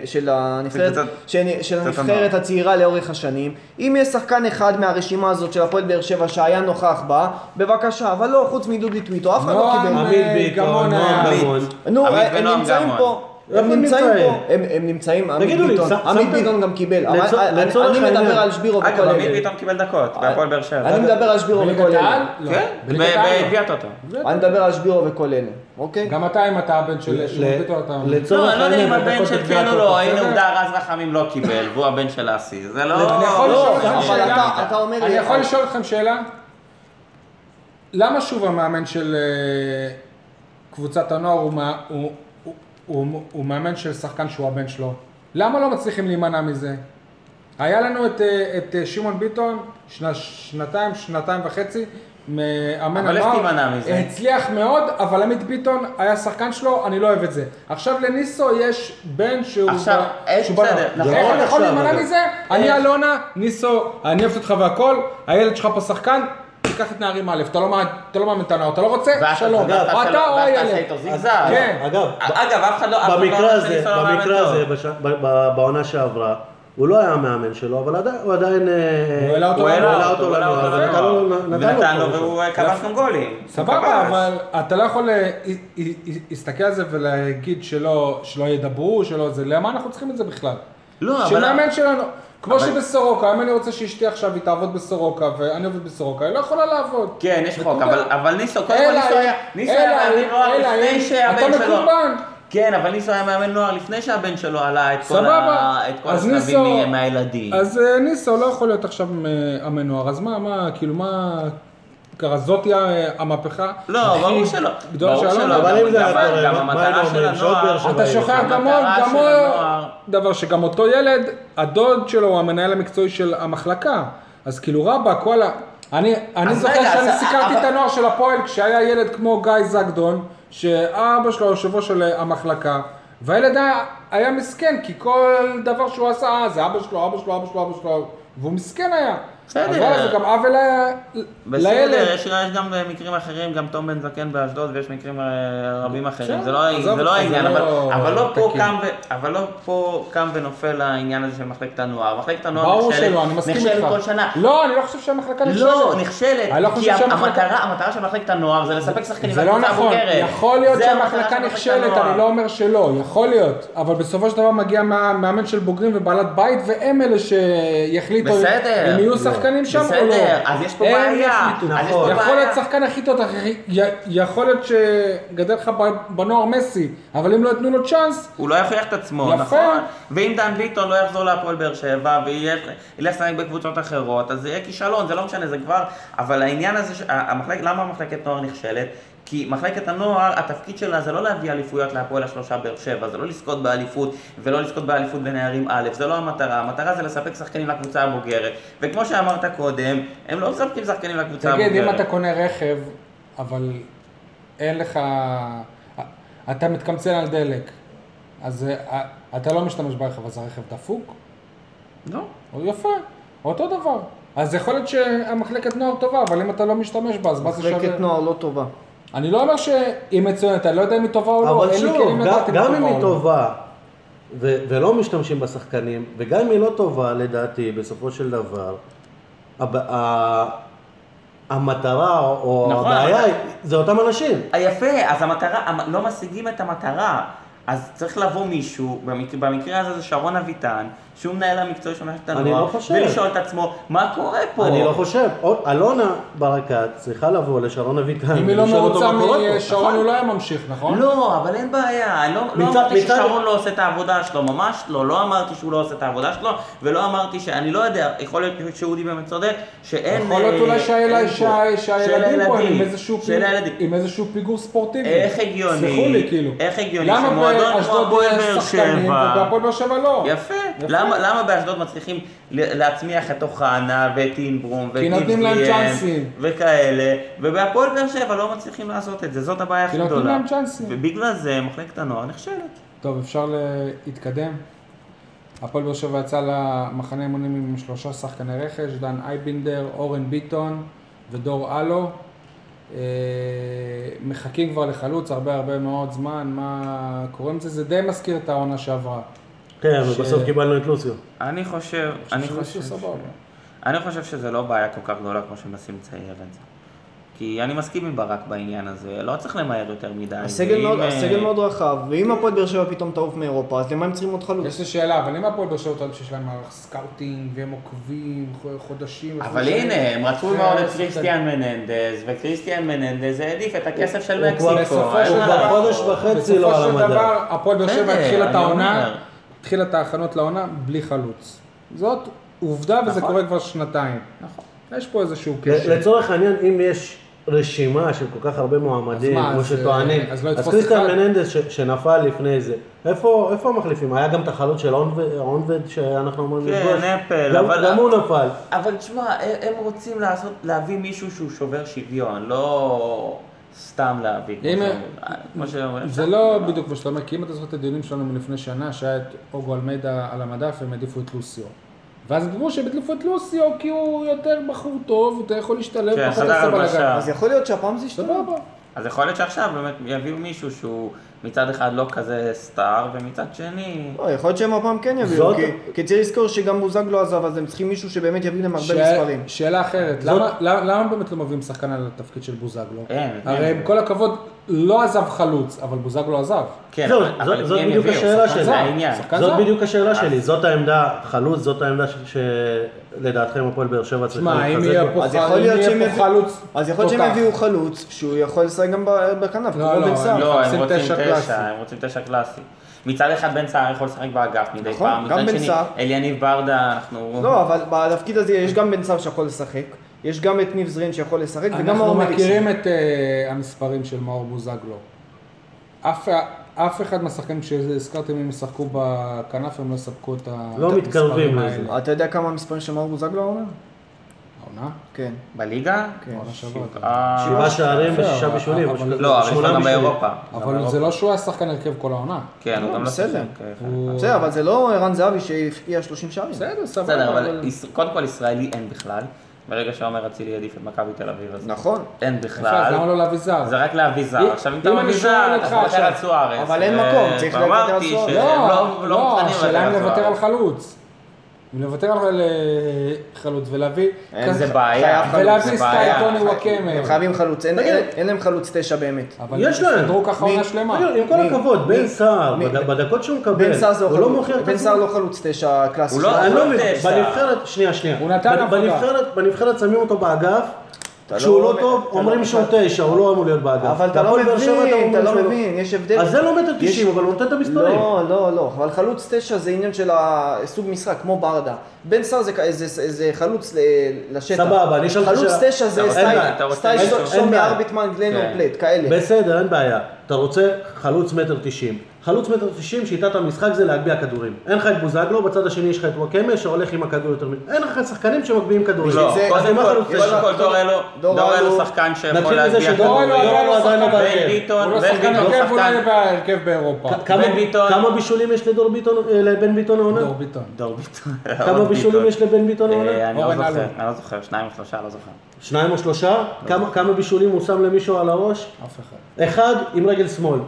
Speaker 5: של הנבחרת,
Speaker 3: של
Speaker 5: של- של
Speaker 3: קצת
Speaker 5: הנבחרת
Speaker 3: הנוער.
Speaker 5: הצעירה לאורך השנים. אם יש שחקן אחד מהרשימה הזאת של הפועל באר שבע שהיה נוכח בה, בבקשה, אבל לא, חוץ מדודי טוויטו, אף אחד לא קיבל.
Speaker 2: נועם,
Speaker 4: עמית
Speaker 2: אה,
Speaker 4: ביטון,
Speaker 2: גמון
Speaker 4: נועם
Speaker 2: היה.
Speaker 4: גמון.
Speaker 5: נו, אה,
Speaker 3: עמית
Speaker 5: הם
Speaker 3: ונועם
Speaker 5: נמצאים
Speaker 3: גמון.
Speaker 5: פה. הם
Speaker 4: איפה הם
Speaker 5: נמצאים
Speaker 4: נמצאים?
Speaker 5: פה, הם הם נמצאים, עמית
Speaker 4: תגידו לי,
Speaker 5: ביטון,
Speaker 4: ש-
Speaker 5: עמית
Speaker 4: שמתם-
Speaker 5: ביטון גם קיבל, אבל
Speaker 4: לצו-
Speaker 5: אני-
Speaker 4: לצורך
Speaker 5: אני
Speaker 4: העניין.
Speaker 5: מדבר על שבירו בכל
Speaker 3: אגב, עמית
Speaker 5: אלה. אה,
Speaker 3: פתאום קיבל דקות, בהפועל באר שבע.
Speaker 5: אני מדבר על שבירו
Speaker 2: בליגת
Speaker 5: וכל
Speaker 2: העל?
Speaker 5: אלה.
Speaker 2: לא.
Speaker 3: אה, כן, ב-
Speaker 2: בליגת העל לא.
Speaker 3: בהביאת אותו.
Speaker 5: אני מדבר על שבירו וכל אלה, אוקיי?
Speaker 2: גם אתה, אם אתה הבן של
Speaker 4: ל-
Speaker 2: שמעון ביטון, אתה...
Speaker 3: לא,
Speaker 4: לצורך
Speaker 3: אני לא יודע אם הבן
Speaker 2: הדקות
Speaker 3: של
Speaker 2: הגביע
Speaker 3: כן או
Speaker 2: הטוב,
Speaker 3: לא,
Speaker 2: בסדר?
Speaker 3: הנה עובדה, רז רחמים לא קיבל, והוא הבן של אסי. זה לא...
Speaker 2: אני יכול
Speaker 3: לא,
Speaker 2: לשאול
Speaker 5: אבל
Speaker 2: אתכם
Speaker 5: אתה-
Speaker 2: שאלה?
Speaker 5: אתה אומר לי-
Speaker 2: אני יכול לשאול אתכם שאלה? למה שוב המאמן של אה, קבוצת הנוער הוא מה- הוא- הוא- הוא- הוא מאמן של שחקן שהוא הבן שלו? למה לא מצליחים להימנע מזה? היה לנו את, אה, את אה, שמעון ביטון, שנה- שנתיים, שנתיים וחצי, מאמן
Speaker 3: אבל איך
Speaker 2: הנוער.
Speaker 3: תימנע מזה?
Speaker 2: הצליח מאוד, אבל עמית ביטון היה שחקן שלו, אני לא אוהב את זה. עכשיו לניסו יש בן שהוא...
Speaker 3: עכשיו,
Speaker 2: ב-
Speaker 3: אה,
Speaker 2: שהוא בנה.
Speaker 3: בסדר, נכון.
Speaker 2: איך אתה יכול
Speaker 4: עכשיו,
Speaker 2: להימנע
Speaker 4: אבל-
Speaker 2: מזה?
Speaker 3: אה.
Speaker 2: אני אלונה, ניסו, אני אוהבת אותך והכל, הילד שלך פה שחקן, תיקח את נערים א', אתה לא מה- אתה לא מאמן את הנוער, אתה לא רוצה?
Speaker 3: ואז
Speaker 2: שלום.
Speaker 3: ואז תעשה לו-
Speaker 2: אתה או
Speaker 3: ואז תעשה
Speaker 2: הילד.
Speaker 3: איתו זיגזג.
Speaker 2: כן.
Speaker 4: אגב,
Speaker 3: אגב, אף אחד לא... אף אחד לא
Speaker 4: במקרה
Speaker 3: אמר
Speaker 4: הזה,
Speaker 3: שניסו לא מאמן
Speaker 4: במקרה
Speaker 3: טוב.
Speaker 4: הזה, בש- ב- ב- בעונה שעברה, הוא לא היה המאמן שלו, אבל עדיין- הוא עדיין... אה,
Speaker 2: הוא העלה אותו
Speaker 4: הוא
Speaker 2: לנוער,
Speaker 4: העלה אותו
Speaker 3: הוא העלה
Speaker 4: לנוער,
Speaker 3: אותו
Speaker 4: אבל נתן לו-
Speaker 3: לנוער.
Speaker 4: נתן
Speaker 3: ונתן לו, והוא כבשנו גולים. הוא
Speaker 2: סבבה,
Speaker 3: כבש.
Speaker 2: אבל אתה לא יכול אה, אה, אה, להסתכל על זה ולהגיד שלא שלא ידברו, שלא זה, למה אנחנו צריכים את זה בכלל?
Speaker 3: לא, אבל...
Speaker 2: שמאמן שלנו, כמו שבסורוקה, אם אני רוצה שאשתי עכשיו היא תעבוד בסורוקה ואני עובד בסורוקה, היא לא יכולה לעבוד.
Speaker 3: כן, יש חוק,
Speaker 2: נקודה.
Speaker 3: אבל, אבל ניסו, קודם כל
Speaker 2: אלא
Speaker 3: ניסו
Speaker 2: אם-
Speaker 3: היה, ניסו היה
Speaker 2: אלא
Speaker 3: מאמן
Speaker 2: אם-
Speaker 3: נוער
Speaker 2: אלא
Speaker 3: לפני
Speaker 2: אם-
Speaker 3: שהבן
Speaker 2: אתה
Speaker 3: שלו...
Speaker 2: מקורבן.
Speaker 3: כן, אבל ניסו היה מאמן נוער לפני שהבן שלו עלה את כל,
Speaker 2: סבבה.
Speaker 3: ה... את כל
Speaker 2: אז
Speaker 3: השלבים
Speaker 2: ניסו-
Speaker 3: מהילדים.
Speaker 2: אז אה, ניסו לא יכול להיות עכשיו אה, המנוער, אז מה, מה, כאילו מה קרה? זאתי ה- המהפכה?
Speaker 3: לא,
Speaker 2: הכי
Speaker 3: ברור שלא.
Speaker 2: גדולה
Speaker 3: ברור
Speaker 2: שלנו?
Speaker 3: שלא,
Speaker 4: אבל אם זה
Speaker 3: גם-
Speaker 4: היה קורה,
Speaker 3: גם
Speaker 4: מה- מה
Speaker 3: המטרה
Speaker 4: היינו
Speaker 3: של
Speaker 4: אומרים? שעוד
Speaker 3: הנוער-
Speaker 4: באר שבע
Speaker 2: אתה
Speaker 4: בעיר.
Speaker 2: שוכח גם עוד,
Speaker 3: המטרה
Speaker 2: גם
Speaker 3: של
Speaker 2: עוד
Speaker 3: הנוער-
Speaker 2: דבר שגם אותו ילד, הדוד שלו הוא המנהל המקצועי של המחלקה. אז כאילו רבאק, וואלה. אני, אני
Speaker 3: אז
Speaker 2: זוכר
Speaker 3: רגע,
Speaker 2: שאני
Speaker 3: אז-
Speaker 2: סיקרתי
Speaker 3: אבל-
Speaker 2: את הנוער של הפועל כשהיה ילד כמו גיא זגדון, שאבא שלו היושב ראש של אה, המחלקה, והילד היה, היה מסכן, כי כל דבר שהוא עשה, אה, זה אבא שלו, אבא שלו, אבא שלו, אבא שלו, והוא מסכן היה.
Speaker 3: בסדר.
Speaker 2: אז וואלה, זה גם עוול היה
Speaker 3: בסדר,
Speaker 2: לילד.
Speaker 3: יש, יש גם אה, מקרים אחרים, גם תום בן זקן באשדוד, ויש מקרים אה, רבים אחרים, זה לא,
Speaker 2: עזוב
Speaker 3: זה לא
Speaker 2: אותך,
Speaker 3: העניין,
Speaker 2: זה
Speaker 3: אבל,
Speaker 2: לא
Speaker 3: אבל, לא פה
Speaker 2: תקין.
Speaker 3: קם ו, אבל לא פה קם ונופל העניין הזה של מחלקת הנוער. מחלקת הנוער
Speaker 2: ברור
Speaker 3: נכשלת,
Speaker 2: שלא, אני מסכים איתך.
Speaker 3: נכשלת כל שנה.
Speaker 2: לא, אני לא חושב שהמחלקה נכשלת.
Speaker 3: לא, נכשלת,
Speaker 2: אני לא חושב
Speaker 3: כי
Speaker 2: שהמחלקה-
Speaker 3: המטרה, המטרה של מחלקת הנוער זה לספק שחקנים
Speaker 2: זה לא
Speaker 3: לקבוצה
Speaker 2: נכון,
Speaker 3: הבוגרת.
Speaker 2: יכול להיות
Speaker 3: זה המטרה של
Speaker 2: שהמחלקה
Speaker 3: מחלקת
Speaker 2: נכשלת,
Speaker 3: הנוער.
Speaker 2: אני לא אומר שלא, יכול להיות, אבל בסופו של דבר מגיע מה- מאמן של בוגרים ובעלת בית, והם אלה שיחליטו
Speaker 3: בסדר.
Speaker 2: אם יהיו
Speaker 3: לא.
Speaker 2: שחקנים שם
Speaker 3: בסדר,
Speaker 2: או לא.
Speaker 3: אז יש פה
Speaker 2: הם
Speaker 3: בעיה,
Speaker 2: יחליטו. נכון.
Speaker 3: אז יש פה
Speaker 2: יכול להיות
Speaker 3: בעיה.
Speaker 2: שחקן הכי טוב, הכי- י- יכול להיות שגדל לך ב- בנוער מסי, אבל אם לא יתנו לו צ'אנס,
Speaker 3: הוא לא יוכיח את עצמו,
Speaker 2: יפה.
Speaker 3: נכון? ואם דן ביטון לא יחזור להפועל באר שבע וילך ילך לשחק בקבוצות אחרות, אז זה יהיה כישלון, זה לא משנה, זה כבר... אבל העניין הזה, ש- ה- המחלק, למה מחלקת נוער נכשלת? כי מחלקת הנוער, התפקיד שלה זה לא להביא אליפויות להפועל השלושה באר שבע, זה לא לזכות באליפות ולא לזכות באליפות בנערים א', זה לא המטרה, המטרה זה לספק שחקנים לקבוצה הבוגרת. וכמו שאמרת קודם, הם לא מספקים שחקנים לקבוצה הבוגרת.
Speaker 2: תגיד, אם אתה קונה רכב, אבל אין לך... אתה מתקמצן על דלק, אז אה, אתה לא משתמש ברכב, אז הרכב דפוק?
Speaker 3: לא.
Speaker 2: או יפה, אותו דבר. אז יכול להיות שהמחלקת נוער טובה, אבל אם אתה לא משתמש בה, אז מה זה שווה?
Speaker 5: מחלקת נוער לא טובה.
Speaker 2: אני לא אומר שהיא מצוינת, אני לא יודע אם היא טובה או לא,
Speaker 4: אבל
Speaker 2: אין לי
Speaker 4: שוב,
Speaker 2: כלים לדעת
Speaker 4: גם-
Speaker 2: אם היא טובה
Speaker 4: גם אם היא
Speaker 2: או לא.
Speaker 4: טובה, ו- ולא משתמשים בשחקנים, וגם אם היא לא טובה, לדעתי, בסופו של דבר, הב- ה- המטרה או
Speaker 3: נכון,
Speaker 4: הבעיה
Speaker 3: אבל-
Speaker 4: היא- זה אותם אנשים.
Speaker 3: אה, יפה, אז המטרה, המ- לא משיגים את המטרה. אז צריך לבוא מישהו, במקרה, במקרה הזה זה שרון אביטן, שהוא מנהל המקצועי של מערכת
Speaker 4: אני
Speaker 3: הנוער,
Speaker 4: לא חושב.
Speaker 3: ולשאול את עצמו, מה קורה פה?
Speaker 4: אני לא חושב. או- אלונה ברקת צריכה לבוא לשרון אביטן.
Speaker 2: אם היא לא
Speaker 4: ולשאול אותו
Speaker 2: מרוצה
Speaker 4: מה קורה פה.
Speaker 2: משרון, הוא לא היה ממשיך, נכון?
Speaker 3: לא, אבל אין בעיה, אני לא, לא
Speaker 4: מצד-
Speaker 3: אמרתי
Speaker 4: מצד-
Speaker 3: ששרון לא עושה את העבודה שלו, ממש לא, לא אמרתי שהוא לא עושה את העבודה שלו, ולא אמרתי ש... אני לא יודע, יכול להיות שאודי באמת צודק, שאין...
Speaker 2: יכול להיות
Speaker 3: אה,
Speaker 2: אולי
Speaker 3: אין
Speaker 2: שהילד-
Speaker 3: פה.
Speaker 2: שה- שהילדים פה הם עם איזשהו
Speaker 3: של
Speaker 2: פיג-
Speaker 3: הילדים.
Speaker 2: עם איזשהו פיגור ספורטיבי.
Speaker 3: איך הגיוני,
Speaker 2: סלחו לי, כאילו.
Speaker 3: איך הגיוני
Speaker 2: למה
Speaker 3: שמועדון במועדון כמו הפועל באר
Speaker 2: שחקנים,
Speaker 3: שבע.
Speaker 2: ובהפועל באר שבע לא.
Speaker 3: יפה. למה, למה באשדוד מצליחים ל- להצמיח את אוחנה ואת אינברום ואת
Speaker 2: נותנים להם
Speaker 3: איבריאן
Speaker 2: צ'אנסים.
Speaker 3: וכאלה, ובהפועל באר שבע לא מצליחים לעשות את זה, זאת הבעיה הכי
Speaker 2: כי נותנים
Speaker 3: גדולה.
Speaker 2: להם צ'אנסים.
Speaker 3: ובגלל זה מחלקת הנוער נכשלת.
Speaker 2: טוב, אפשר להתקדם? הפועל באר שבע יצא למחנה אימונים עם שלושה שחקני רכש, דן אייבינדר, אורן ביטון ודור אלו. אה, מחכים כבר לחלוץ הרבה הרבה מאוד זמן, מה קורה עם זה? זה די מזכיר את העונה שעברה.
Speaker 4: כן, ובסוף קיבלנו את לוסיו.
Speaker 3: אני חושב, אני
Speaker 2: שזה
Speaker 3: חושב,
Speaker 2: סבבה.
Speaker 3: ש- אני חושב שזה לא בעיה כל כך גדולה כמו שמנסים לצייר את זה. כי אני מסכים עם ברק בעניין הזה, לא צריך למהר יותר מדי.
Speaker 5: הסגל
Speaker 3: ואם,
Speaker 5: מאוד-
Speaker 3: אה,
Speaker 5: הסגל מאוד רחב, ואם הפועל באר שבע פתאום תעוף מאירופה, אז למה הם צריכים עוד חלוץ?
Speaker 2: יש לי שאלה, אבל אם הפועל באר שבע טוענים שיש להם מערך סקאוטינג, והם עוקבים ח- חודשים... כן,
Speaker 3: אבל
Speaker 2: וחודשים,
Speaker 3: הנה, הם רצו
Speaker 2: זה-
Speaker 3: מאוד את
Speaker 2: זה-
Speaker 3: קריסטיאן מננדז, וקריסטיאן מננדז העדיף את הכסף של
Speaker 4: הוא כבר-
Speaker 3: מקסיקו.
Speaker 2: בסופו
Speaker 3: אין
Speaker 2: של
Speaker 3: מה
Speaker 2: דבר-
Speaker 3: לעשות.
Speaker 4: חודש וחצי
Speaker 2: בסופו
Speaker 4: לא על
Speaker 2: של
Speaker 4: המדף.
Speaker 2: דבר, הפועל באר שבע
Speaker 3: בסדר,
Speaker 2: התחילה את
Speaker 3: אני
Speaker 2: העונה,
Speaker 3: אומר.
Speaker 2: התחילה את ההכנות לעונה בלי חלוץ. זאת עובדה וזה
Speaker 3: נכון.
Speaker 2: קורה כבר שנתיים. נכון. יש פה איזשהו קשר.
Speaker 4: לצורך העניין, אם יש רשימה של כל כך הרבה מועמדים,
Speaker 2: אז מה,
Speaker 4: כמו
Speaker 2: אז,
Speaker 4: שטוענים,
Speaker 2: אה, אז לא
Speaker 4: אז
Speaker 2: יתפוס
Speaker 4: קריסטל
Speaker 2: אחד?
Speaker 4: מננדס ש- שנפל לפני זה, איפה איפה המחליפים? היה גם את החלוץ של אונבד- אונבד שאנחנו אמורים
Speaker 3: כן,
Speaker 4: לפגוש?
Speaker 3: אפל,
Speaker 4: גם-
Speaker 3: אבל-
Speaker 4: גם הוא נפל.
Speaker 3: אבל תשמע, הם הם רוצים לעשות, להביא מישהו שהוא שובר שוויון, לא סתם להביא. כמו
Speaker 2: אם-
Speaker 3: שאומרים. אה, כמו שאומרים.
Speaker 2: זה לא בדיוק מה שאתה אומר, כי אם אתה זוכר את הדיונים שלנו מלפני שנה, שהיה את אוגו אלמידה על המדף, הם העדיפו את לוסיו. ואז אמרו שהם העדיפו את לוסיו כי הוא יותר בחור טוב, יותר יכול להשתלב,
Speaker 3: כן,
Speaker 2: פחות
Speaker 3: חדר
Speaker 2: עשה בלאגן.
Speaker 3: הלבשה.
Speaker 5: אז יכול להיות שהפעם זה ישתנה.
Speaker 2: סבבה.
Speaker 3: אז יכול להיות שעכשיו באמת יביאו מישהו שהוא מצד אחד לא כזה סטאר, ומצד שני...
Speaker 5: לא, יכול להיות שהם הפעם כן יביאו,
Speaker 4: זאת-
Speaker 5: כי- כי צריך לזכור שגם בוזגלו עזב, אז הם צריכים מישהו שבאמת יביא להם הרבה
Speaker 2: שאל-
Speaker 5: מספרים.
Speaker 2: שאלה אחרת, למה- למה למה באמת לא מביאים שחקן על התפקיד של בוזגלו?
Speaker 3: אין,
Speaker 2: הרי
Speaker 3: אין.
Speaker 2: עם כל הכבוד, לא עזב חלוץ, אבל בוזגלו עזב.
Speaker 3: כן,
Speaker 4: זהו,
Speaker 3: אבל-
Speaker 4: זו-
Speaker 3: אבל
Speaker 4: זאת
Speaker 3: מי הם
Speaker 4: בדיוק
Speaker 3: יביאו?
Speaker 4: השאלה
Speaker 3: שחקן
Speaker 4: שלי.
Speaker 3: זה העניין.
Speaker 2: שחקן
Speaker 4: זאת
Speaker 2: זר.
Speaker 4: בדיוק השאלה שלי, זאת העמדה, חלוץ, זאת העמדה ש- שלדעתכם הפועל באר שבע צריכה
Speaker 2: תשמע, אם
Speaker 4: להתחזק
Speaker 2: יהיה
Speaker 4: בה.
Speaker 2: פה
Speaker 5: אז
Speaker 2: חל-
Speaker 5: יכול
Speaker 2: אם
Speaker 5: להיות
Speaker 2: יהיה
Speaker 5: שהם
Speaker 2: פה
Speaker 5: יביאו-
Speaker 2: חלוץ
Speaker 5: אז יכול להיות
Speaker 2: תותח.
Speaker 5: שהם יביאו חלוץ שהוא יכול לשחק גם ב- בכנף,
Speaker 2: לא,
Speaker 5: כמו
Speaker 2: לא,
Speaker 5: בן סער.
Speaker 3: לא, הם
Speaker 2: מחפשים
Speaker 3: רוצים
Speaker 2: תשע קלאסי.
Speaker 3: תשע, הם רוצים תשע קלאסי. מצד אחד בן סער יכול לשחק באגף מדי
Speaker 5: נכון,
Speaker 3: פעם,
Speaker 5: גם
Speaker 3: מצד
Speaker 5: בן
Speaker 3: שני
Speaker 5: סער.
Speaker 3: אליניב ברדה, אנחנו...
Speaker 5: לא, אבל בתפקיד הזה יש גם בן סער שיכול לשחק, יש גם את ניב זרין שיכול לשחק, וגם
Speaker 2: אנחנו
Speaker 5: מאור מליקסון.
Speaker 2: מכירים את אה, המספרים של מאור בוזגלו. אף- אף אחד מהשחקנים שהזכרתם, אם ישחקו בכנף, הם לא יספקו את ה-
Speaker 4: לא
Speaker 2: את
Speaker 4: מתקרבים
Speaker 2: המספרים
Speaker 4: לזה.
Speaker 2: האלה.
Speaker 5: אתה יודע כמה המספרים של מאור בוזגלו העונה?
Speaker 2: העונה?
Speaker 5: כן.
Speaker 3: בליגה?
Speaker 5: כן.
Speaker 2: העונה שעברה.
Speaker 3: אה,
Speaker 4: שבעה שערים
Speaker 2: יפה,
Speaker 4: ושישה
Speaker 2: אבל-
Speaker 4: בישולים.
Speaker 2: אבל-
Speaker 4: או שכזה,
Speaker 3: לא, אבל יש לו
Speaker 4: שמונה
Speaker 3: גם
Speaker 4: בישולים.
Speaker 3: באירופה.
Speaker 2: אבל זה לא שהוא היה שחקן הרכב כל העונה.
Speaker 3: כן, הוא
Speaker 5: לא,
Speaker 3: גם לא
Speaker 5: בסדר.
Speaker 3: שיחק, אה,
Speaker 2: הוא-
Speaker 5: בסדר, אבל זה לא ערן זהבי שהפקיע 30 שערים.
Speaker 2: בסדר, סבבה.
Speaker 3: בסדר, אבל יש- קודם כל ישראלי אין בכלל. ברגע שעומר אצילי עדיף את מכבי תל אביב, אז
Speaker 5: נכון.
Speaker 3: אין
Speaker 2: יפה, אז למה
Speaker 3: בכלל.
Speaker 2: לא להביא זר?
Speaker 3: זה רק להביא זר.
Speaker 2: אם-
Speaker 3: עכשיו, אם
Speaker 2: אם
Speaker 3: אתה
Speaker 2: אני
Speaker 3: מביא
Speaker 2: שואל
Speaker 3: זר,
Speaker 2: אותך
Speaker 3: אתה מוותר
Speaker 2: עכשיו,
Speaker 3: על סוארץ.
Speaker 5: אבל אין
Speaker 3: ו-
Speaker 5: מקום, צריך לוותר על
Speaker 3: אה, ואמרתי
Speaker 5: סוארץ.
Speaker 3: שהם
Speaker 2: לא,
Speaker 3: לא
Speaker 2: לא,
Speaker 3: מוכנים
Speaker 2: השאלה אם לוותר על
Speaker 3: סוארץ.
Speaker 2: חלוץ. אם לוותר על אה, חלוץ ולהביא...
Speaker 3: אין, זה
Speaker 2: כזה-
Speaker 3: בעיה.
Speaker 5: חייב
Speaker 2: ולהביא
Speaker 3: זה
Speaker 2: סטייל
Speaker 3: בעיה.
Speaker 2: טוני
Speaker 4: אה,
Speaker 5: הם
Speaker 2: וואקמה.
Speaker 5: חייבים חלוץ, אין- אין אין להם חלוץ תשע באמת.
Speaker 2: אבל
Speaker 4: יש להם.
Speaker 2: הסתדרו ככה
Speaker 5: מי-
Speaker 2: עונה שלמה.
Speaker 4: תגיד, לא, עם כל
Speaker 5: מי?
Speaker 4: הכבוד, בן
Speaker 5: מי?
Speaker 4: סער,
Speaker 5: מי?
Speaker 4: בד- בדקות שהוא מקבל,
Speaker 5: בן סער זה
Speaker 4: הוא לא מוכיח את
Speaker 5: בן סער
Speaker 4: עצמו.
Speaker 5: לא חלוץ תשע קלאסי.
Speaker 3: הוא לא-
Speaker 4: אני
Speaker 5: אה,
Speaker 4: לא מבין,
Speaker 3: בן סער.
Speaker 4: בנבחרת, שנייה, שנייה.
Speaker 2: הוא נתן
Speaker 4: בנ-
Speaker 2: עבודה.
Speaker 4: בנבחרת- בנבחרת שמים אותו באגף,
Speaker 5: אתה
Speaker 4: כשהוא
Speaker 5: לא-
Speaker 4: לא טוב,
Speaker 5: אתה
Speaker 4: אומרים
Speaker 5: לא-
Speaker 4: שהוא תשע, הוא לא אמור להיות באגף.
Speaker 5: אבל אתה לא
Speaker 4: והפועל באר שבע,
Speaker 5: מבין,
Speaker 4: אומר
Speaker 5: אתה לא
Speaker 4: שהוא
Speaker 5: מבין, יש הבדל.
Speaker 4: אז זה לא מטר
Speaker 5: יש-
Speaker 4: 90, אבל הוא נותן את המספרים.
Speaker 5: לא, לא, לא, אבל חלוץ תשע זה עניין של הסוג משחק, כמו ברדה. בן סער זה, כ- זה, זה, זה חלוץ ל, לשטח.
Speaker 4: סבבה, אני אשאל אותך
Speaker 5: חלוץ
Speaker 4: שאלה.
Speaker 5: תשע
Speaker 3: אתה
Speaker 5: זה
Speaker 3: רוצה-
Speaker 5: סטייל,
Speaker 3: אתה רוצה-
Speaker 5: סטייל
Speaker 4: אין-
Speaker 5: שון-
Speaker 4: אין
Speaker 5: שון
Speaker 4: בעיה.
Speaker 5: מארביטמן, גלנור
Speaker 3: כן.
Speaker 5: פלט, כאלה.
Speaker 4: בסדר, אין בעיה. אתה רוצה חלוץ מטר תשעים. חלוץ מטר תשעים, שיטת המשחק זה להגביה כדורים. אין לך את בוזגלו, בצד השני יש לך את וואקמה שהולך עם הכדור יותר מ... אין לך שחקנים שמגביהים כדורים.
Speaker 3: לא,
Speaker 5: זה-
Speaker 4: אז
Speaker 3: קודם
Speaker 4: מה
Speaker 3: כל,
Speaker 4: חלוץ
Speaker 3: קודם
Speaker 4: תשע?
Speaker 3: כל דורלו,
Speaker 5: דורלו-
Speaker 3: דורלו שחקן שיכול
Speaker 4: נתחיל מזה
Speaker 3: להגיע
Speaker 4: שדורלו
Speaker 2: דורלו
Speaker 3: כדורים.
Speaker 2: היה
Speaker 4: דורלו
Speaker 2: לא
Speaker 4: עדיין לא
Speaker 2: שחקן.
Speaker 4: בהרכב.
Speaker 3: בן ביטון,
Speaker 2: הוא לא
Speaker 3: בן
Speaker 2: שחקן
Speaker 3: ביטון,
Speaker 2: הרכב, הוא לא
Speaker 3: שחקן.
Speaker 2: יהיה בהרכב באירופה.
Speaker 4: כ- כמה-
Speaker 3: בן ביטון.
Speaker 4: כמה בישולים יש לדור ביטון, אה, לבן ביטון העונה?
Speaker 2: דור ביטון.
Speaker 3: דור ביטון.
Speaker 4: כמה
Speaker 3: אורן
Speaker 4: בישולים
Speaker 3: ביטון.
Speaker 4: יש לבן ביטון העונה?
Speaker 3: אה, אני לא
Speaker 2: אורן
Speaker 3: זוכר,
Speaker 2: אלו.
Speaker 3: אני לא זוכר, שניים או שלושה, לא זוכר.
Speaker 4: שניים או שלושה? כמה- כמה בישולים הוא שם למישהו על הראש?
Speaker 2: אף אחד.
Speaker 4: אחד עם רגל שמאל.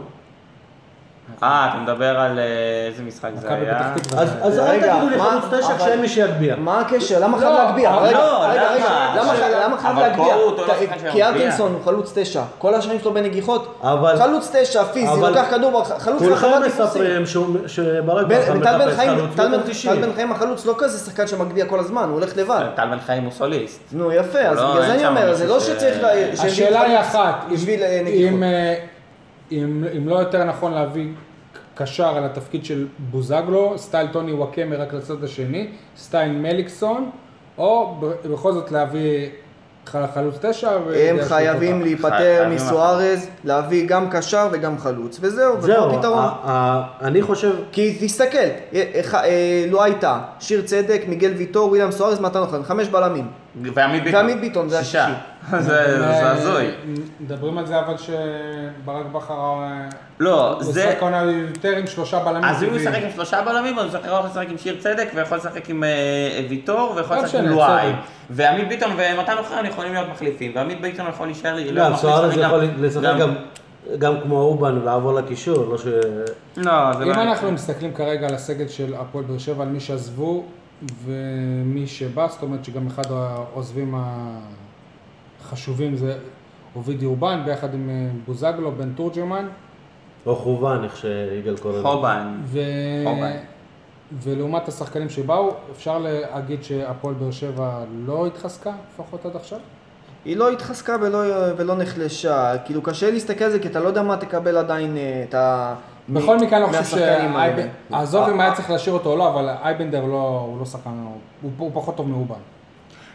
Speaker 3: אה, אתה מדבר על אה, איזה משחק זה
Speaker 2: מכבי
Speaker 3: היה?
Speaker 2: פתח תקווה.
Speaker 4: אז אז אל
Speaker 5: רגע,
Speaker 4: תגידו לי
Speaker 5: מה-
Speaker 4: חלוץ תשע
Speaker 5: אבל-
Speaker 4: כשאין מי שיגביה.
Speaker 5: מה הקשר? למה חייב
Speaker 2: לא,
Speaker 5: להגביה?
Speaker 2: אבל
Speaker 5: רגע,
Speaker 3: לא,
Speaker 5: רגע,
Speaker 3: למה?
Speaker 5: רגע, למה חי-
Speaker 3: אבל
Speaker 5: למה חייב
Speaker 3: קורו
Speaker 5: להגביה?
Speaker 3: אותו, לא
Speaker 5: אתה-
Speaker 3: שחקן שמגביה.
Speaker 5: כי ארקינסון הוא חלוץ תשע, כל השנים שלו בנגיחות,
Speaker 4: אבל-
Speaker 5: חלוץ תשע, פיזי,
Speaker 4: אבל-
Speaker 5: לוקח כדור, חלוץ
Speaker 4: כולכם
Speaker 5: רחבת טיפוסית.
Speaker 4: מספרים שהוא- שברק
Speaker 5: בן-
Speaker 4: בכר
Speaker 5: טל בן
Speaker 4: מחפש
Speaker 5: חיים,
Speaker 4: חלוץ
Speaker 5: טל בן-
Speaker 4: מטר
Speaker 5: טל
Speaker 4: תשעים.
Speaker 5: בן חיים החלוץ לא כזה שחקן שמגביה כל הזמן, הוא הולך לבד.
Speaker 3: טל בן חיים הוא סוליסט.
Speaker 5: נו יפה, אז
Speaker 3: לא,
Speaker 5: בגלל
Speaker 3: אין
Speaker 5: זה אני
Speaker 3: שם
Speaker 5: אומר,
Speaker 3: מישהו
Speaker 5: זה לא
Speaker 3: ש-
Speaker 5: שצריך ל... שיביא
Speaker 2: השאלה היא
Speaker 5: חלוץ
Speaker 2: אחת.
Speaker 5: בשביל אה,
Speaker 2: אם,
Speaker 5: נגיחות.
Speaker 2: אה, אם, אם לא יותר נכון להביא קשר על התפקיד של בוזגלו, סטייל טוני וואקמה רק לצד השני, סטייל מליקסון, או ב- בכל זאת להביא ח- חלוץ תשע.
Speaker 5: הם
Speaker 2: ודעה של
Speaker 5: חייבים
Speaker 2: כוכב.
Speaker 5: להיפטר
Speaker 3: חייבים
Speaker 5: מסוארז, להביא גם קשר וגם חלוץ, וזהו, וזהו
Speaker 4: זהו,
Speaker 5: הפתרון.
Speaker 2: אה.
Speaker 4: ה- ה- אני חושב,
Speaker 5: כי תסתכל, אה, אה, אה, לא הייתה, שיר צדק, מיגל ויטור, וויליאם סוארז, מתן אוחנה, חמש בלמים.
Speaker 3: ועמית ביטון.
Speaker 5: ועמית ביטון, זה
Speaker 3: שישה. זה- זה
Speaker 2: אה,
Speaker 3: הזוי.
Speaker 2: מדברים על זה אבל שברק בכר אה,
Speaker 3: לא,
Speaker 2: הוא
Speaker 3: זה...
Speaker 2: עושה קונה יותר עם שלושה בלמים.
Speaker 3: אז אם הוא
Speaker 2: טבעיים.
Speaker 3: ישחק עם שלושה בלמים, אז הוא יכול לשחק עם שיר צדק, ויכול לשחק עם אה, ויטור, ויכול
Speaker 2: לא
Speaker 3: לשחק עם
Speaker 2: משנה,
Speaker 3: לואי.
Speaker 2: בסדר.
Speaker 3: ועמית ביטון ומתן אוחרן יכולים להיות מחליפים, ועמית ביטון יכול להישאר לי...
Speaker 4: לא, סוארז יכול לשחק
Speaker 3: גם...
Speaker 4: גם- גם כמו אובן ולעבור לקישור, לא ש...
Speaker 3: לא, זה לא...
Speaker 2: אם אנחנו מסתכלים כרגע על הסגל של הפועל באר שבע, על מי שעזבו ומי שבא, זאת אומרת שגם אחד העוזבים החשובים זה אובידי אובן, ביחד עם אה, בוזגלו, בן תורג'רמן,
Speaker 4: או חובן, איך שיגאל קורא לזה.
Speaker 3: חובן.
Speaker 2: ו...
Speaker 3: אובן.
Speaker 2: ולעומת השחקנים שבאו, אפשר להגיד שהפועל באר שבע לא התחזקה, לפחות עד עכשיו?
Speaker 5: היא לא התחזקה ולא, ולא נחלשה, כאילו קשה להסתכל על זה, כי אתה לא יודע מה תקבל עדיין אה, את ה...
Speaker 2: בכל
Speaker 5: מ-
Speaker 2: מקרה אני לא חושב
Speaker 5: מהשחקנים האלה. אה,
Speaker 2: שאייבנדר, עזוב אם היה צריך להשאיר אותו או לא, אבל אייבנדר לא- הוא לא שחקן, הוא- הוא פחות טוב מאובן.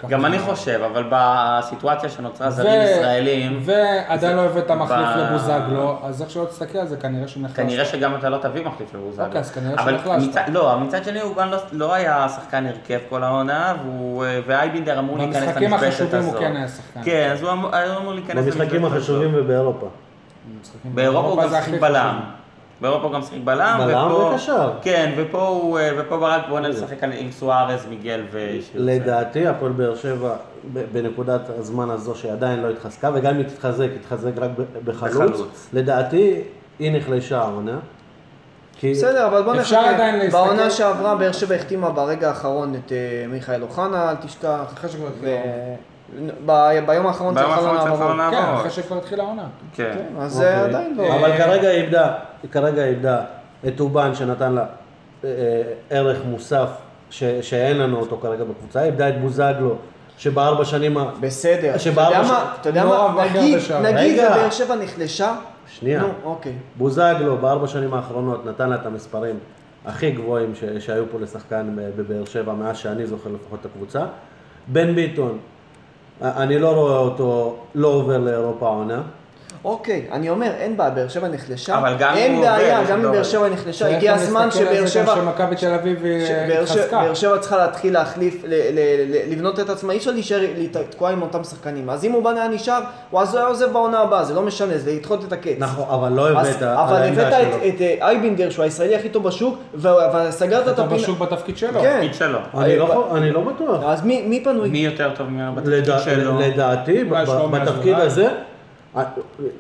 Speaker 3: גם
Speaker 2: ככה.
Speaker 3: אני חושב, אבל בסיטואציה שנוצרה זרים ישראלים,
Speaker 2: ועדיין לא הבאת מחליף
Speaker 3: ב-
Speaker 2: לבוזגלו, אז איך שלא תסתכל על זה, כנראה שנחלשת.
Speaker 3: כנראה שגם אתה לא תביא מחליף לבוזגלו.
Speaker 2: אוקיי, אז כנראה
Speaker 3: אבל
Speaker 2: שנחלשת.
Speaker 3: מצד- לא, מצד שני הוא גם לא- לא היה שחקן הרכב כל העונה, והוא, אה, ואייבינדר אמור להיכנס למשבצת הזאת.
Speaker 2: במשחקים החשובים הוא כן היה שחקן.
Speaker 3: כן, אז הוא אמור היה אמור להיכנס
Speaker 4: במשחקים החשובים ובאירופה.
Speaker 2: משחקים
Speaker 3: באירופה הוא גם
Speaker 2: זה
Speaker 3: שיחק
Speaker 2: הכי
Speaker 3: בלם.
Speaker 2: חשוב.
Speaker 3: באירופה הוא גם שיחק בלם,
Speaker 4: בלם
Speaker 3: ופה-
Speaker 4: וקשר.
Speaker 3: כן, ופה הוא, אה, ופה ברק בונן משחק על- עם סוארז, מיגל ושיר.
Speaker 4: לדעתי הפועל באר שבע ב- בנקודת הזמן הזו שעדיין לא התחזקה, וגם אם תתחזק, תתחזק רק ב- בחלוץ.
Speaker 3: בחלוץ.
Speaker 4: לדעתי היא נחלשה העונה. כי-
Speaker 5: בסדר, אבל בוא
Speaker 2: אפשר עדיין
Speaker 5: נחכה.
Speaker 2: להסתכל-
Speaker 5: בעונה שעברה באר שבע החתימה ברגע האחרון את אה, מיכאל אוחנה, אל תשכח.
Speaker 2: אחרי שכבר
Speaker 5: ו-
Speaker 2: התחילה העונה.
Speaker 5: ב- ביום האחרון
Speaker 3: ביום האחרון
Speaker 5: חלון
Speaker 3: צריך
Speaker 5: העברות.
Speaker 3: חלון העברות.
Speaker 2: כן, אחרי שכבר התחילה העונה.
Speaker 3: כן.
Speaker 5: כן, אז
Speaker 4: אוקיי.
Speaker 5: זה עדיין לא...
Speaker 4: אבל כרגע היא איבדה, היא כרגע איבדה את אובן שנתן לה אה, ערך מוסף ש- שאין לנו אותו כרגע בקבוצה, היא איבדה את בוזגלו שבארבע שנים, ה-
Speaker 5: בסדר. אתה
Speaker 4: שבארבע
Speaker 5: יודע
Speaker 4: ש-
Speaker 5: מה, אתה יודע
Speaker 2: לא רב
Speaker 5: מה,
Speaker 2: בכר
Speaker 5: נגיד,
Speaker 2: בשער.
Speaker 5: נגיד
Speaker 4: רגע.
Speaker 5: ובאר שבע נחלשה,
Speaker 4: שנייה.
Speaker 5: נו, אוקיי.
Speaker 4: בוזגלו בארבע שנים האחרונות נתן לה את המספרים הכי גבוהים ש- שהיו פה לשחקן ב- בבאר שבע, מאז שאני זוכר לפחות את הקבוצה. בן ביטון, א- אני לא רואה אותו לא עובר לאירופה העונה.
Speaker 5: אוקיי, אני אומר, אין בעיה, באר שבע נחלשה.
Speaker 3: אבל גם אם
Speaker 5: אין
Speaker 3: הוא לא,
Speaker 5: בעיה,
Speaker 3: עובר,
Speaker 5: גם
Speaker 3: יש
Speaker 5: אם
Speaker 3: לו-
Speaker 5: באר שבע נחלשה,
Speaker 2: צריך
Speaker 5: הגיע
Speaker 2: גם
Speaker 5: הזמן
Speaker 2: להסתכל על
Speaker 5: שבאר
Speaker 2: זה גם
Speaker 5: שבע...
Speaker 2: שמכבי תל אביב אה,
Speaker 5: שבאר שבע-
Speaker 2: התחזקה.
Speaker 5: באר שבע צריכה להתחיל להחליף, ל- ל- ל- לבנות את עצמה, אי אפשר להישאר להת- תקועה עם אותם שחקנים. אז אם הוא בנה נשאר, הוא אז היה עוזב בעונה הבאה, זה לא משנה, זה לדחות את הקץ.
Speaker 4: נכון, אבל לא הבאת
Speaker 5: אז-
Speaker 4: על
Speaker 5: אבל
Speaker 4: העמדה
Speaker 5: הבאת
Speaker 4: שלו.
Speaker 5: את- את אה, אייבינדר, שהוא הישראלי הכי טוב בשוק, ו- אבל סגרת את
Speaker 2: אתה
Speaker 5: הפינה.
Speaker 2: בשוק בתפקיד שלו.
Speaker 5: כן.
Speaker 3: תפקיד שלו.
Speaker 4: אני לא חו- אני לא בטוח.
Speaker 5: אז מי מי פנוי?
Speaker 3: מי יותר טוב ממנו בתפקיד
Speaker 4: לדע-
Speaker 3: שלו?
Speaker 4: לדעתי,
Speaker 2: אולי
Speaker 4: ב-
Speaker 2: שלומי
Speaker 4: בתפקיד
Speaker 2: אזולאי.
Speaker 4: הזה, א-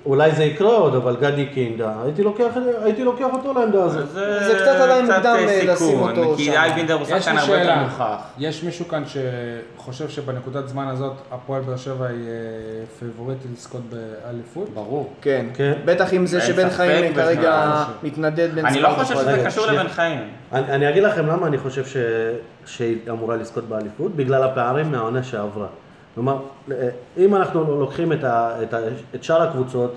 Speaker 4: אולי זה יקרה עוד, אבל גדי קינדה, הייתי לוקח- הייתי לוקח אותו לעמדה הזאת.
Speaker 5: זה קצת עדיין מוקדם,
Speaker 3: אה,
Speaker 5: לשים
Speaker 3: סיכון,
Speaker 5: אותו
Speaker 3: כי
Speaker 5: שם.
Speaker 3: אייבינדר הוא
Speaker 2: יש
Speaker 3: שחקן
Speaker 2: לי
Speaker 3: הרבה יותר
Speaker 2: שאלה,
Speaker 3: מוכח.
Speaker 2: יש מישהו כאן שחושב שבנקודת זמן הזאת הפועל באר שבע היא אה, פייבוריטית לזכות באליפות?
Speaker 3: ברור.
Speaker 5: כן,
Speaker 4: כן.
Speaker 5: בטח עם זה
Speaker 3: אין
Speaker 5: שבן
Speaker 3: ספק
Speaker 5: חיים
Speaker 3: בכלל.
Speaker 5: כרגע מתנדד בין
Speaker 3: אני לא
Speaker 5: ספרד
Speaker 3: חושב
Speaker 5: לפרט.
Speaker 3: שזה
Speaker 4: רגע,
Speaker 3: קשור
Speaker 4: שנייה.
Speaker 3: לבן חיים.
Speaker 4: אני, אני אגיד לכם למה אני חושב ש... שהיא אמורה לזכות באליפות, בגלל הפערים מהעונה שעברה. כלומר, אה, אם אנחנו לוקחים את, ה... את, ה... את שאר הקבוצות,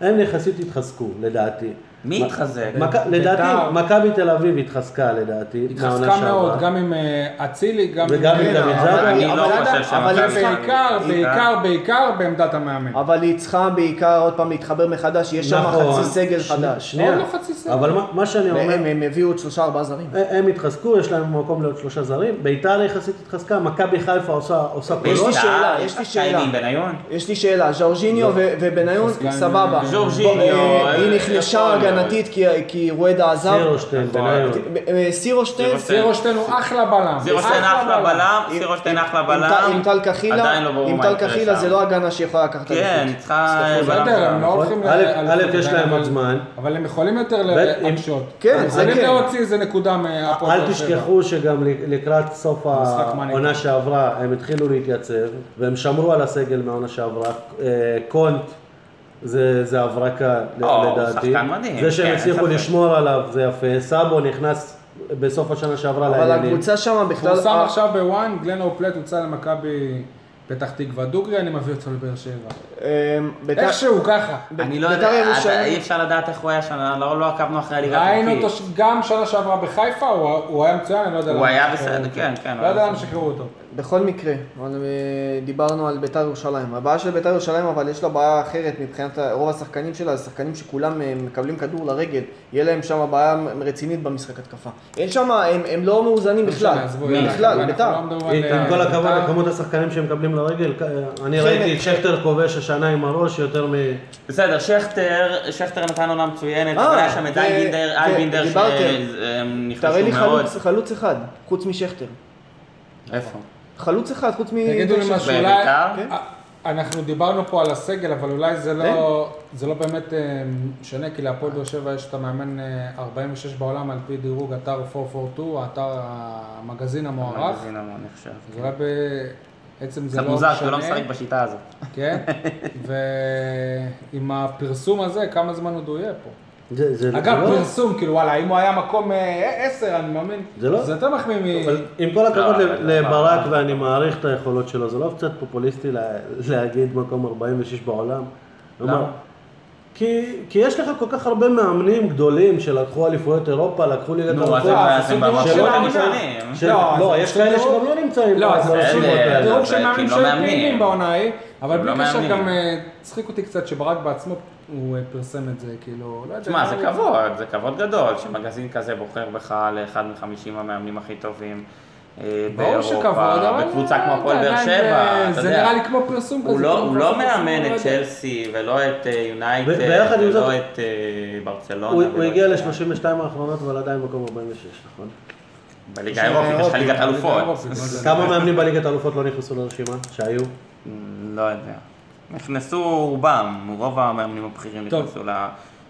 Speaker 4: הם יחסית התחזקו, לדעתי.
Speaker 3: מי
Speaker 4: מ-
Speaker 3: התחזק?
Speaker 5: לא,
Speaker 4: מק...
Speaker 2: בית"ר.
Speaker 4: לדעתי, מכבי תל אביב התחזקה, לדעתי,
Speaker 2: התחזקה מאוד, גם עם אה, אצילי, גם
Speaker 4: וגם עם
Speaker 2: כן,
Speaker 4: דוד
Speaker 2: אבל-
Speaker 4: זאדה.
Speaker 3: אני
Speaker 2: אבל-
Speaker 3: לא
Speaker 2: אבל-
Speaker 3: חושב שמכבי
Speaker 2: אבל
Speaker 3: תל אביב-
Speaker 2: בעיקר, בעיקר, בעיקר בעמדת המאמן.
Speaker 5: אבל היא צריכה בעיקר עוד פעם להתחבר מחדש, יש שם
Speaker 2: לא
Speaker 4: נכון.
Speaker 5: חצי סגל
Speaker 4: ש-
Speaker 5: חדש.
Speaker 4: שנייה,
Speaker 2: עוד לא חצי סגל.
Speaker 4: אבל מה, מה שאני אומר,
Speaker 5: והם הם הביאו עוד שלושה ארבעה זרים.
Speaker 4: הם התחזקו, יש להם מקום לעוד שלושה זרים, ביתר יחסית התחזקה, מכבי חיפה עושה, עושה
Speaker 5: יש לי
Speaker 4: קולות.
Speaker 5: לא,
Speaker 3: אה,
Speaker 5: שאלה, יש לי שאלה.
Speaker 3: עם בניון?
Speaker 5: יש לי שאלה, ז'ורג'יניו ו- ובניון,
Speaker 2: חזקן,
Speaker 5: סבבה.
Speaker 3: ז'ורג'יניו,
Speaker 5: בוא, אה, היא
Speaker 3: אה,
Speaker 5: נחלשה
Speaker 3: יכול להיות.
Speaker 5: הגנתית כי- כי רואדה עזב.
Speaker 4: סירושטיין,
Speaker 3: נכון.
Speaker 4: בניון.
Speaker 5: אה, סירושטיין,
Speaker 3: סירושטיין.
Speaker 2: סירושטיין הוא אחלה בלם.
Speaker 3: סירושטיין אחלה בלם,
Speaker 5: עם-
Speaker 3: סירושטיין אחלה
Speaker 5: עם טל-
Speaker 3: בלם.
Speaker 5: עם טל קחילה,
Speaker 3: עדיין לא ברור
Speaker 5: עם
Speaker 3: מה
Speaker 5: טל
Speaker 3: יקרה
Speaker 5: קחילה
Speaker 3: שם.
Speaker 5: זה לא הגנה שיכולה לקחת
Speaker 3: כן,
Speaker 5: אליפות.
Speaker 3: צריכה... בלם
Speaker 2: בסדר, הם
Speaker 3: שם.
Speaker 2: לא הולכים...
Speaker 4: נכון? א',
Speaker 2: לאליפות,
Speaker 4: א', יש להם
Speaker 2: אבל-
Speaker 4: עוד זמן.
Speaker 2: אבל הם יכולים יותר
Speaker 4: ב', אם-
Speaker 2: להקשות.
Speaker 5: כן,
Speaker 2: הם
Speaker 5: זה
Speaker 2: יכולים
Speaker 5: כן.
Speaker 2: להוציא איזה נקודה מהפועל.
Speaker 4: אל
Speaker 2: באר שבע.
Speaker 4: תשכחו שגם לקראת סוף
Speaker 2: משחק מעניין.
Speaker 4: העונה שעברה הם התחילו להתייצב והם שמרו על הסגל מהעונה שעברה. אה, קונט זה, זה הברקה ל-
Speaker 3: או, הוא
Speaker 4: לדעתי.
Speaker 3: שחקן מדהים.
Speaker 4: זה שהם
Speaker 3: כן,
Speaker 4: הצליחו
Speaker 3: אין ספק.
Speaker 4: לשמור עליו זה יפה. סאבו נכנס בסוף השנה שעברה
Speaker 5: אבל
Speaker 4: לעניינים.
Speaker 5: הקבוצה שם בכלל...
Speaker 2: פורסם
Speaker 5: אה,
Speaker 2: עכשיו בוואן, גלן אופלט הוצא למכבי פתח תקווה דוגרי, אני מביא אותו לבאר שבע.
Speaker 5: אה, בית"ר-
Speaker 2: איכשהו ככה.
Speaker 5: ב-
Speaker 3: אני לא
Speaker 5: בית"ר
Speaker 3: יודע, אתה-
Speaker 5: ירושלים-
Speaker 3: אי אפשר לדעת איך הוא היה שם, לא לא עקבנו אחרי הליגה
Speaker 2: ראינו
Speaker 3: הטורקית.
Speaker 2: אותו ש- גם שנה שעברה בחיפה, הוא- הוא היה מצוין, אני לא יודע
Speaker 3: הוא
Speaker 2: למה
Speaker 3: היה
Speaker 2: שחררו
Speaker 3: בסדר,
Speaker 2: אותו.
Speaker 3: כן, כן, הוא
Speaker 2: לא
Speaker 3: היה
Speaker 2: יודע למה
Speaker 3: בסדר.
Speaker 2: שחררו אותו.
Speaker 5: בכל מקרה, אבל, אה, דיברנו על ביתר ירושלים. הבעיה של ביתר ירושלים, אבל יש לה בעיה אחרת מבחינת ה- רוב השחקנים שלה, זה שחקנים שכולם אה, מקבלים כדור לרגל, יהיה להם שם בעיה רצינית במשחק התקפה. אין שם, הם, הם לא מאוזנים בכלל.
Speaker 2: לא משנה, עזבו, יאללה,
Speaker 5: בכלל,
Speaker 2: אנחנו
Speaker 5: ביתר.
Speaker 2: לא מדברים על, אה,
Speaker 4: עם כל הכבוד
Speaker 2: בית"ר.
Speaker 4: לכמות השחקנים שהם מקבלים לרגל, כ- אני ראיתי את שכטר כובש השנה עם הראש יותר מ...
Speaker 3: בסדר, שכטר, שכטר נתן עונה מצוינת,
Speaker 5: אה,
Speaker 3: אבל היה שם את
Speaker 5: ו-
Speaker 3: אייבינדר,
Speaker 5: ו-
Speaker 3: אייבינדר
Speaker 5: דיברתם.
Speaker 3: אה,
Speaker 5: תראה
Speaker 3: שנכנסו
Speaker 5: לי
Speaker 3: מאוד.
Speaker 5: חלוץ, חלוץ אחד, חוץ משכטר.
Speaker 3: איפה?
Speaker 5: חלוץ אחד, חוץ מ...
Speaker 2: תגידו לי משהו, אולי...
Speaker 3: בביתר?
Speaker 5: כן.
Speaker 2: אה, אנחנו דיברנו פה על הסגל, אבל אולי זה לא, זה לא באמת אה, משנה, כי להפועל באר שבע יש את המאמן אה, 46 בעולם על פי דירוג אתר 442, האתר המגזין
Speaker 5: אה,
Speaker 2: המוערך.
Speaker 3: מגזין המון, אני חושב.
Speaker 2: אז אולי בעצם זה
Speaker 3: קצת
Speaker 2: לא משנה.
Speaker 3: מוזר, כי הוא לא משחק בשיטה הזאת.
Speaker 2: כן, ועם הפרסום הזה, כמה זמן עוד הוא יהיה פה.
Speaker 4: זה- זה זה
Speaker 2: אגב,
Speaker 4: לא-
Speaker 2: פרסום, כאילו וואלה, אם הוא היה מקום אה, 10, אני מאמין,
Speaker 4: זה לא-
Speaker 2: זה יותר מחמיא מ...
Speaker 4: אבל עם כל הכבוד
Speaker 3: לא,
Speaker 4: לב-
Speaker 3: אבל-
Speaker 4: לברק, ואני מעריך את היכולות שלו, זה לא קצת פופוליסטי לה- להגיד מקום 46 בעולם? כלומר, כי כי יש לך כל כך הרבה מאמנים גדולים שלקחו אליפויות אירופה, לקחו ליגת
Speaker 3: נו,
Speaker 4: אלופות.
Speaker 3: אז הם- אז הם
Speaker 2: עשו דירוג
Speaker 3: במקומות
Speaker 2: של העונה.
Speaker 3: הראשונים.
Speaker 4: של-
Speaker 2: לא,
Speaker 4: לא,
Speaker 2: אז
Speaker 4: יש
Speaker 2: עשו
Speaker 4: כאלה
Speaker 2: דירוג-
Speaker 4: שגם לא נמצאים.
Speaker 2: לא, אז
Speaker 4: ברשימות
Speaker 2: זה
Speaker 3: בסדר,
Speaker 4: האלה.
Speaker 3: אבל
Speaker 2: דירוג
Speaker 3: כי
Speaker 2: של
Speaker 3: הם
Speaker 2: מאמנים
Speaker 3: לא
Speaker 2: שהם
Speaker 3: מאמנים.
Speaker 2: פעילים בעונה ההיא, אבל
Speaker 3: הם
Speaker 2: בלי
Speaker 3: לא
Speaker 2: קשר
Speaker 3: מאמנים.
Speaker 2: גם אה, צחיק אותי קצת שברק בעצמו, הוא אה, פרסם את זה, כאילו, לא יודע.
Speaker 3: תשמע, זה
Speaker 2: הוא-
Speaker 3: כבוד, זה כבוד גדול, שמגזין כזה בוחר בך לאחד מחמישים המאמנים הכי טובים אה,
Speaker 2: ברור שכבוד,
Speaker 3: באירופה,
Speaker 2: אבל...
Speaker 3: בקבוצה כמו
Speaker 2: אה,
Speaker 3: הפועל באר
Speaker 2: עדיין,
Speaker 3: שבע,
Speaker 2: אה,
Speaker 3: אתה
Speaker 2: זה
Speaker 3: יודע.
Speaker 2: נראה לי כמו פרסום כזה.
Speaker 3: הוא לא-
Speaker 2: כאילו,
Speaker 3: הוא לא
Speaker 2: פרסום,
Speaker 3: מאמן
Speaker 2: לא
Speaker 3: את
Speaker 2: יודע.
Speaker 3: צ'לסי ולא את אה,
Speaker 4: ב- ביחד
Speaker 3: יונייטד
Speaker 4: עם
Speaker 3: ולא
Speaker 4: זאת-
Speaker 3: את אה, ברצלונה.
Speaker 4: הוא-
Speaker 3: ולא
Speaker 4: הוא הגיע
Speaker 3: את-
Speaker 4: ל-32 האחרונות, אבל עדיין מקום 46, נכון?
Speaker 3: בליגה
Speaker 2: כן,
Speaker 3: האירופית
Speaker 2: אוקיי,
Speaker 3: יש לך ליגת אלופות.
Speaker 2: אירופית, לא יודע.
Speaker 4: כמה מאמנים בליגת אלופות לא נכנסו לרשימה שהיו?
Speaker 3: לא יודע. נכנסו רובם, רוב המאמנים הבכירים
Speaker 2: טוב.
Speaker 3: נכנסו ל-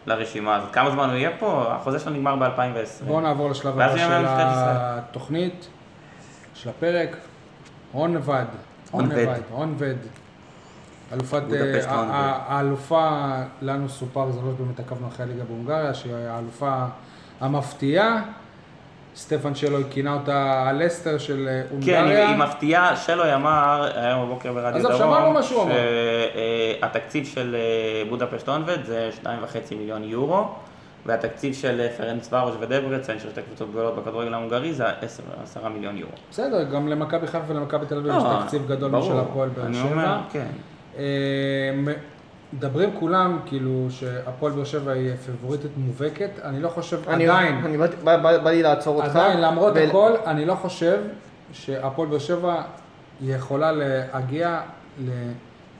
Speaker 3: לרשימה הזאת. כמה זמן הוא יהיה פה? החוזה שלו נגמר ב-2020.
Speaker 2: בואו נעבור לשלב
Speaker 3: ואז
Speaker 2: הבא
Speaker 3: יהיה מאמן
Speaker 2: של
Speaker 3: משטרת ישראל.
Speaker 2: התוכנית, של הפרק. עונבד.
Speaker 3: עונבד.
Speaker 2: עונבד. אלופת,
Speaker 3: בודפשט
Speaker 2: אה,
Speaker 3: עונבד.
Speaker 2: ה- האלופה, לנו סופר, זה לא שבאמת עקבנו אחרי הליגה בהונגריה, שהיא האלופה המפתיעה. סטפן שלוי כינה אותה הלסטר של אה,
Speaker 3: כן, היא-
Speaker 2: הונגריה.
Speaker 3: היא מפתיעה, שלוי אמר היום בבוקר ברדיו
Speaker 2: עזוב,
Speaker 3: דרום,
Speaker 2: שמענו מה שהוא אמר.
Speaker 3: שהתקציב של אה, בודפשט אונבד זה 2.5 מיליון יורו, והתקציב של אה, פרנס ורוש ודברצן, של שתי קבוצות גדולות בכדורגל ההונגרי, זה 10 10 מיליון יורו.
Speaker 2: בסדר, גם למכבי חיפה ולמכבי תל אביב לא, יש
Speaker 3: אה,
Speaker 2: תקציב גדול
Speaker 3: ברור.
Speaker 2: משל הפועל באר
Speaker 3: אני
Speaker 2: שבע.
Speaker 3: אומר, כן.
Speaker 2: אה, מדברים כולם כאילו שהפועל באר שבע היא פבוריטית מובהקת, אני לא חושב
Speaker 5: אני-
Speaker 2: עדיין,
Speaker 5: אני באתי- בא- בא בא לי לעצור אותך.
Speaker 2: עדיין למרות
Speaker 5: ו-
Speaker 2: הכל, אני לא חושב שהפועל באר שבע יכולה להגיע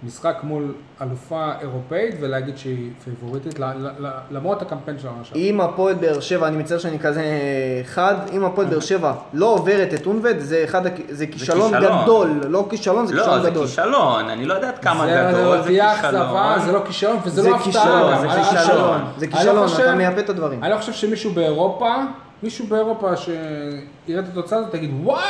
Speaker 2: למשחק מול אלופה אירופאית ולהגיד שהיא פבוריטית, ל- ל- ל- למרות הקמפיין שלנו עכשיו.
Speaker 5: אם הפועל באר שבע, אני מצטער שאני כזה אה, חד, אם הפועל באר שבע לא עוברת את אונבד, זה אחד, הכ- זה כישלון
Speaker 3: כישלון.
Speaker 5: גדול, לא כישלון, זה
Speaker 3: לא,
Speaker 5: כישלון
Speaker 3: זה
Speaker 5: גדול.
Speaker 3: כישלון, אני לא יודעת כמה גדול, זה
Speaker 2: תהיה אכזבה,
Speaker 3: כישלון.
Speaker 2: זה לא כישלון וזה
Speaker 5: זה
Speaker 2: לא הפתעה.
Speaker 5: כישלון,
Speaker 2: גם.
Speaker 5: זה
Speaker 2: אני- אני לא-
Speaker 5: כישלון, זה
Speaker 2: אני לא
Speaker 5: כישלון,
Speaker 2: חושב-
Speaker 5: אתה מייפה את הדברים.
Speaker 2: אני לא חושב שמישהו באירופה, מישהו באירופה שיראה את התוצאה הזאת, יגיד, וואו,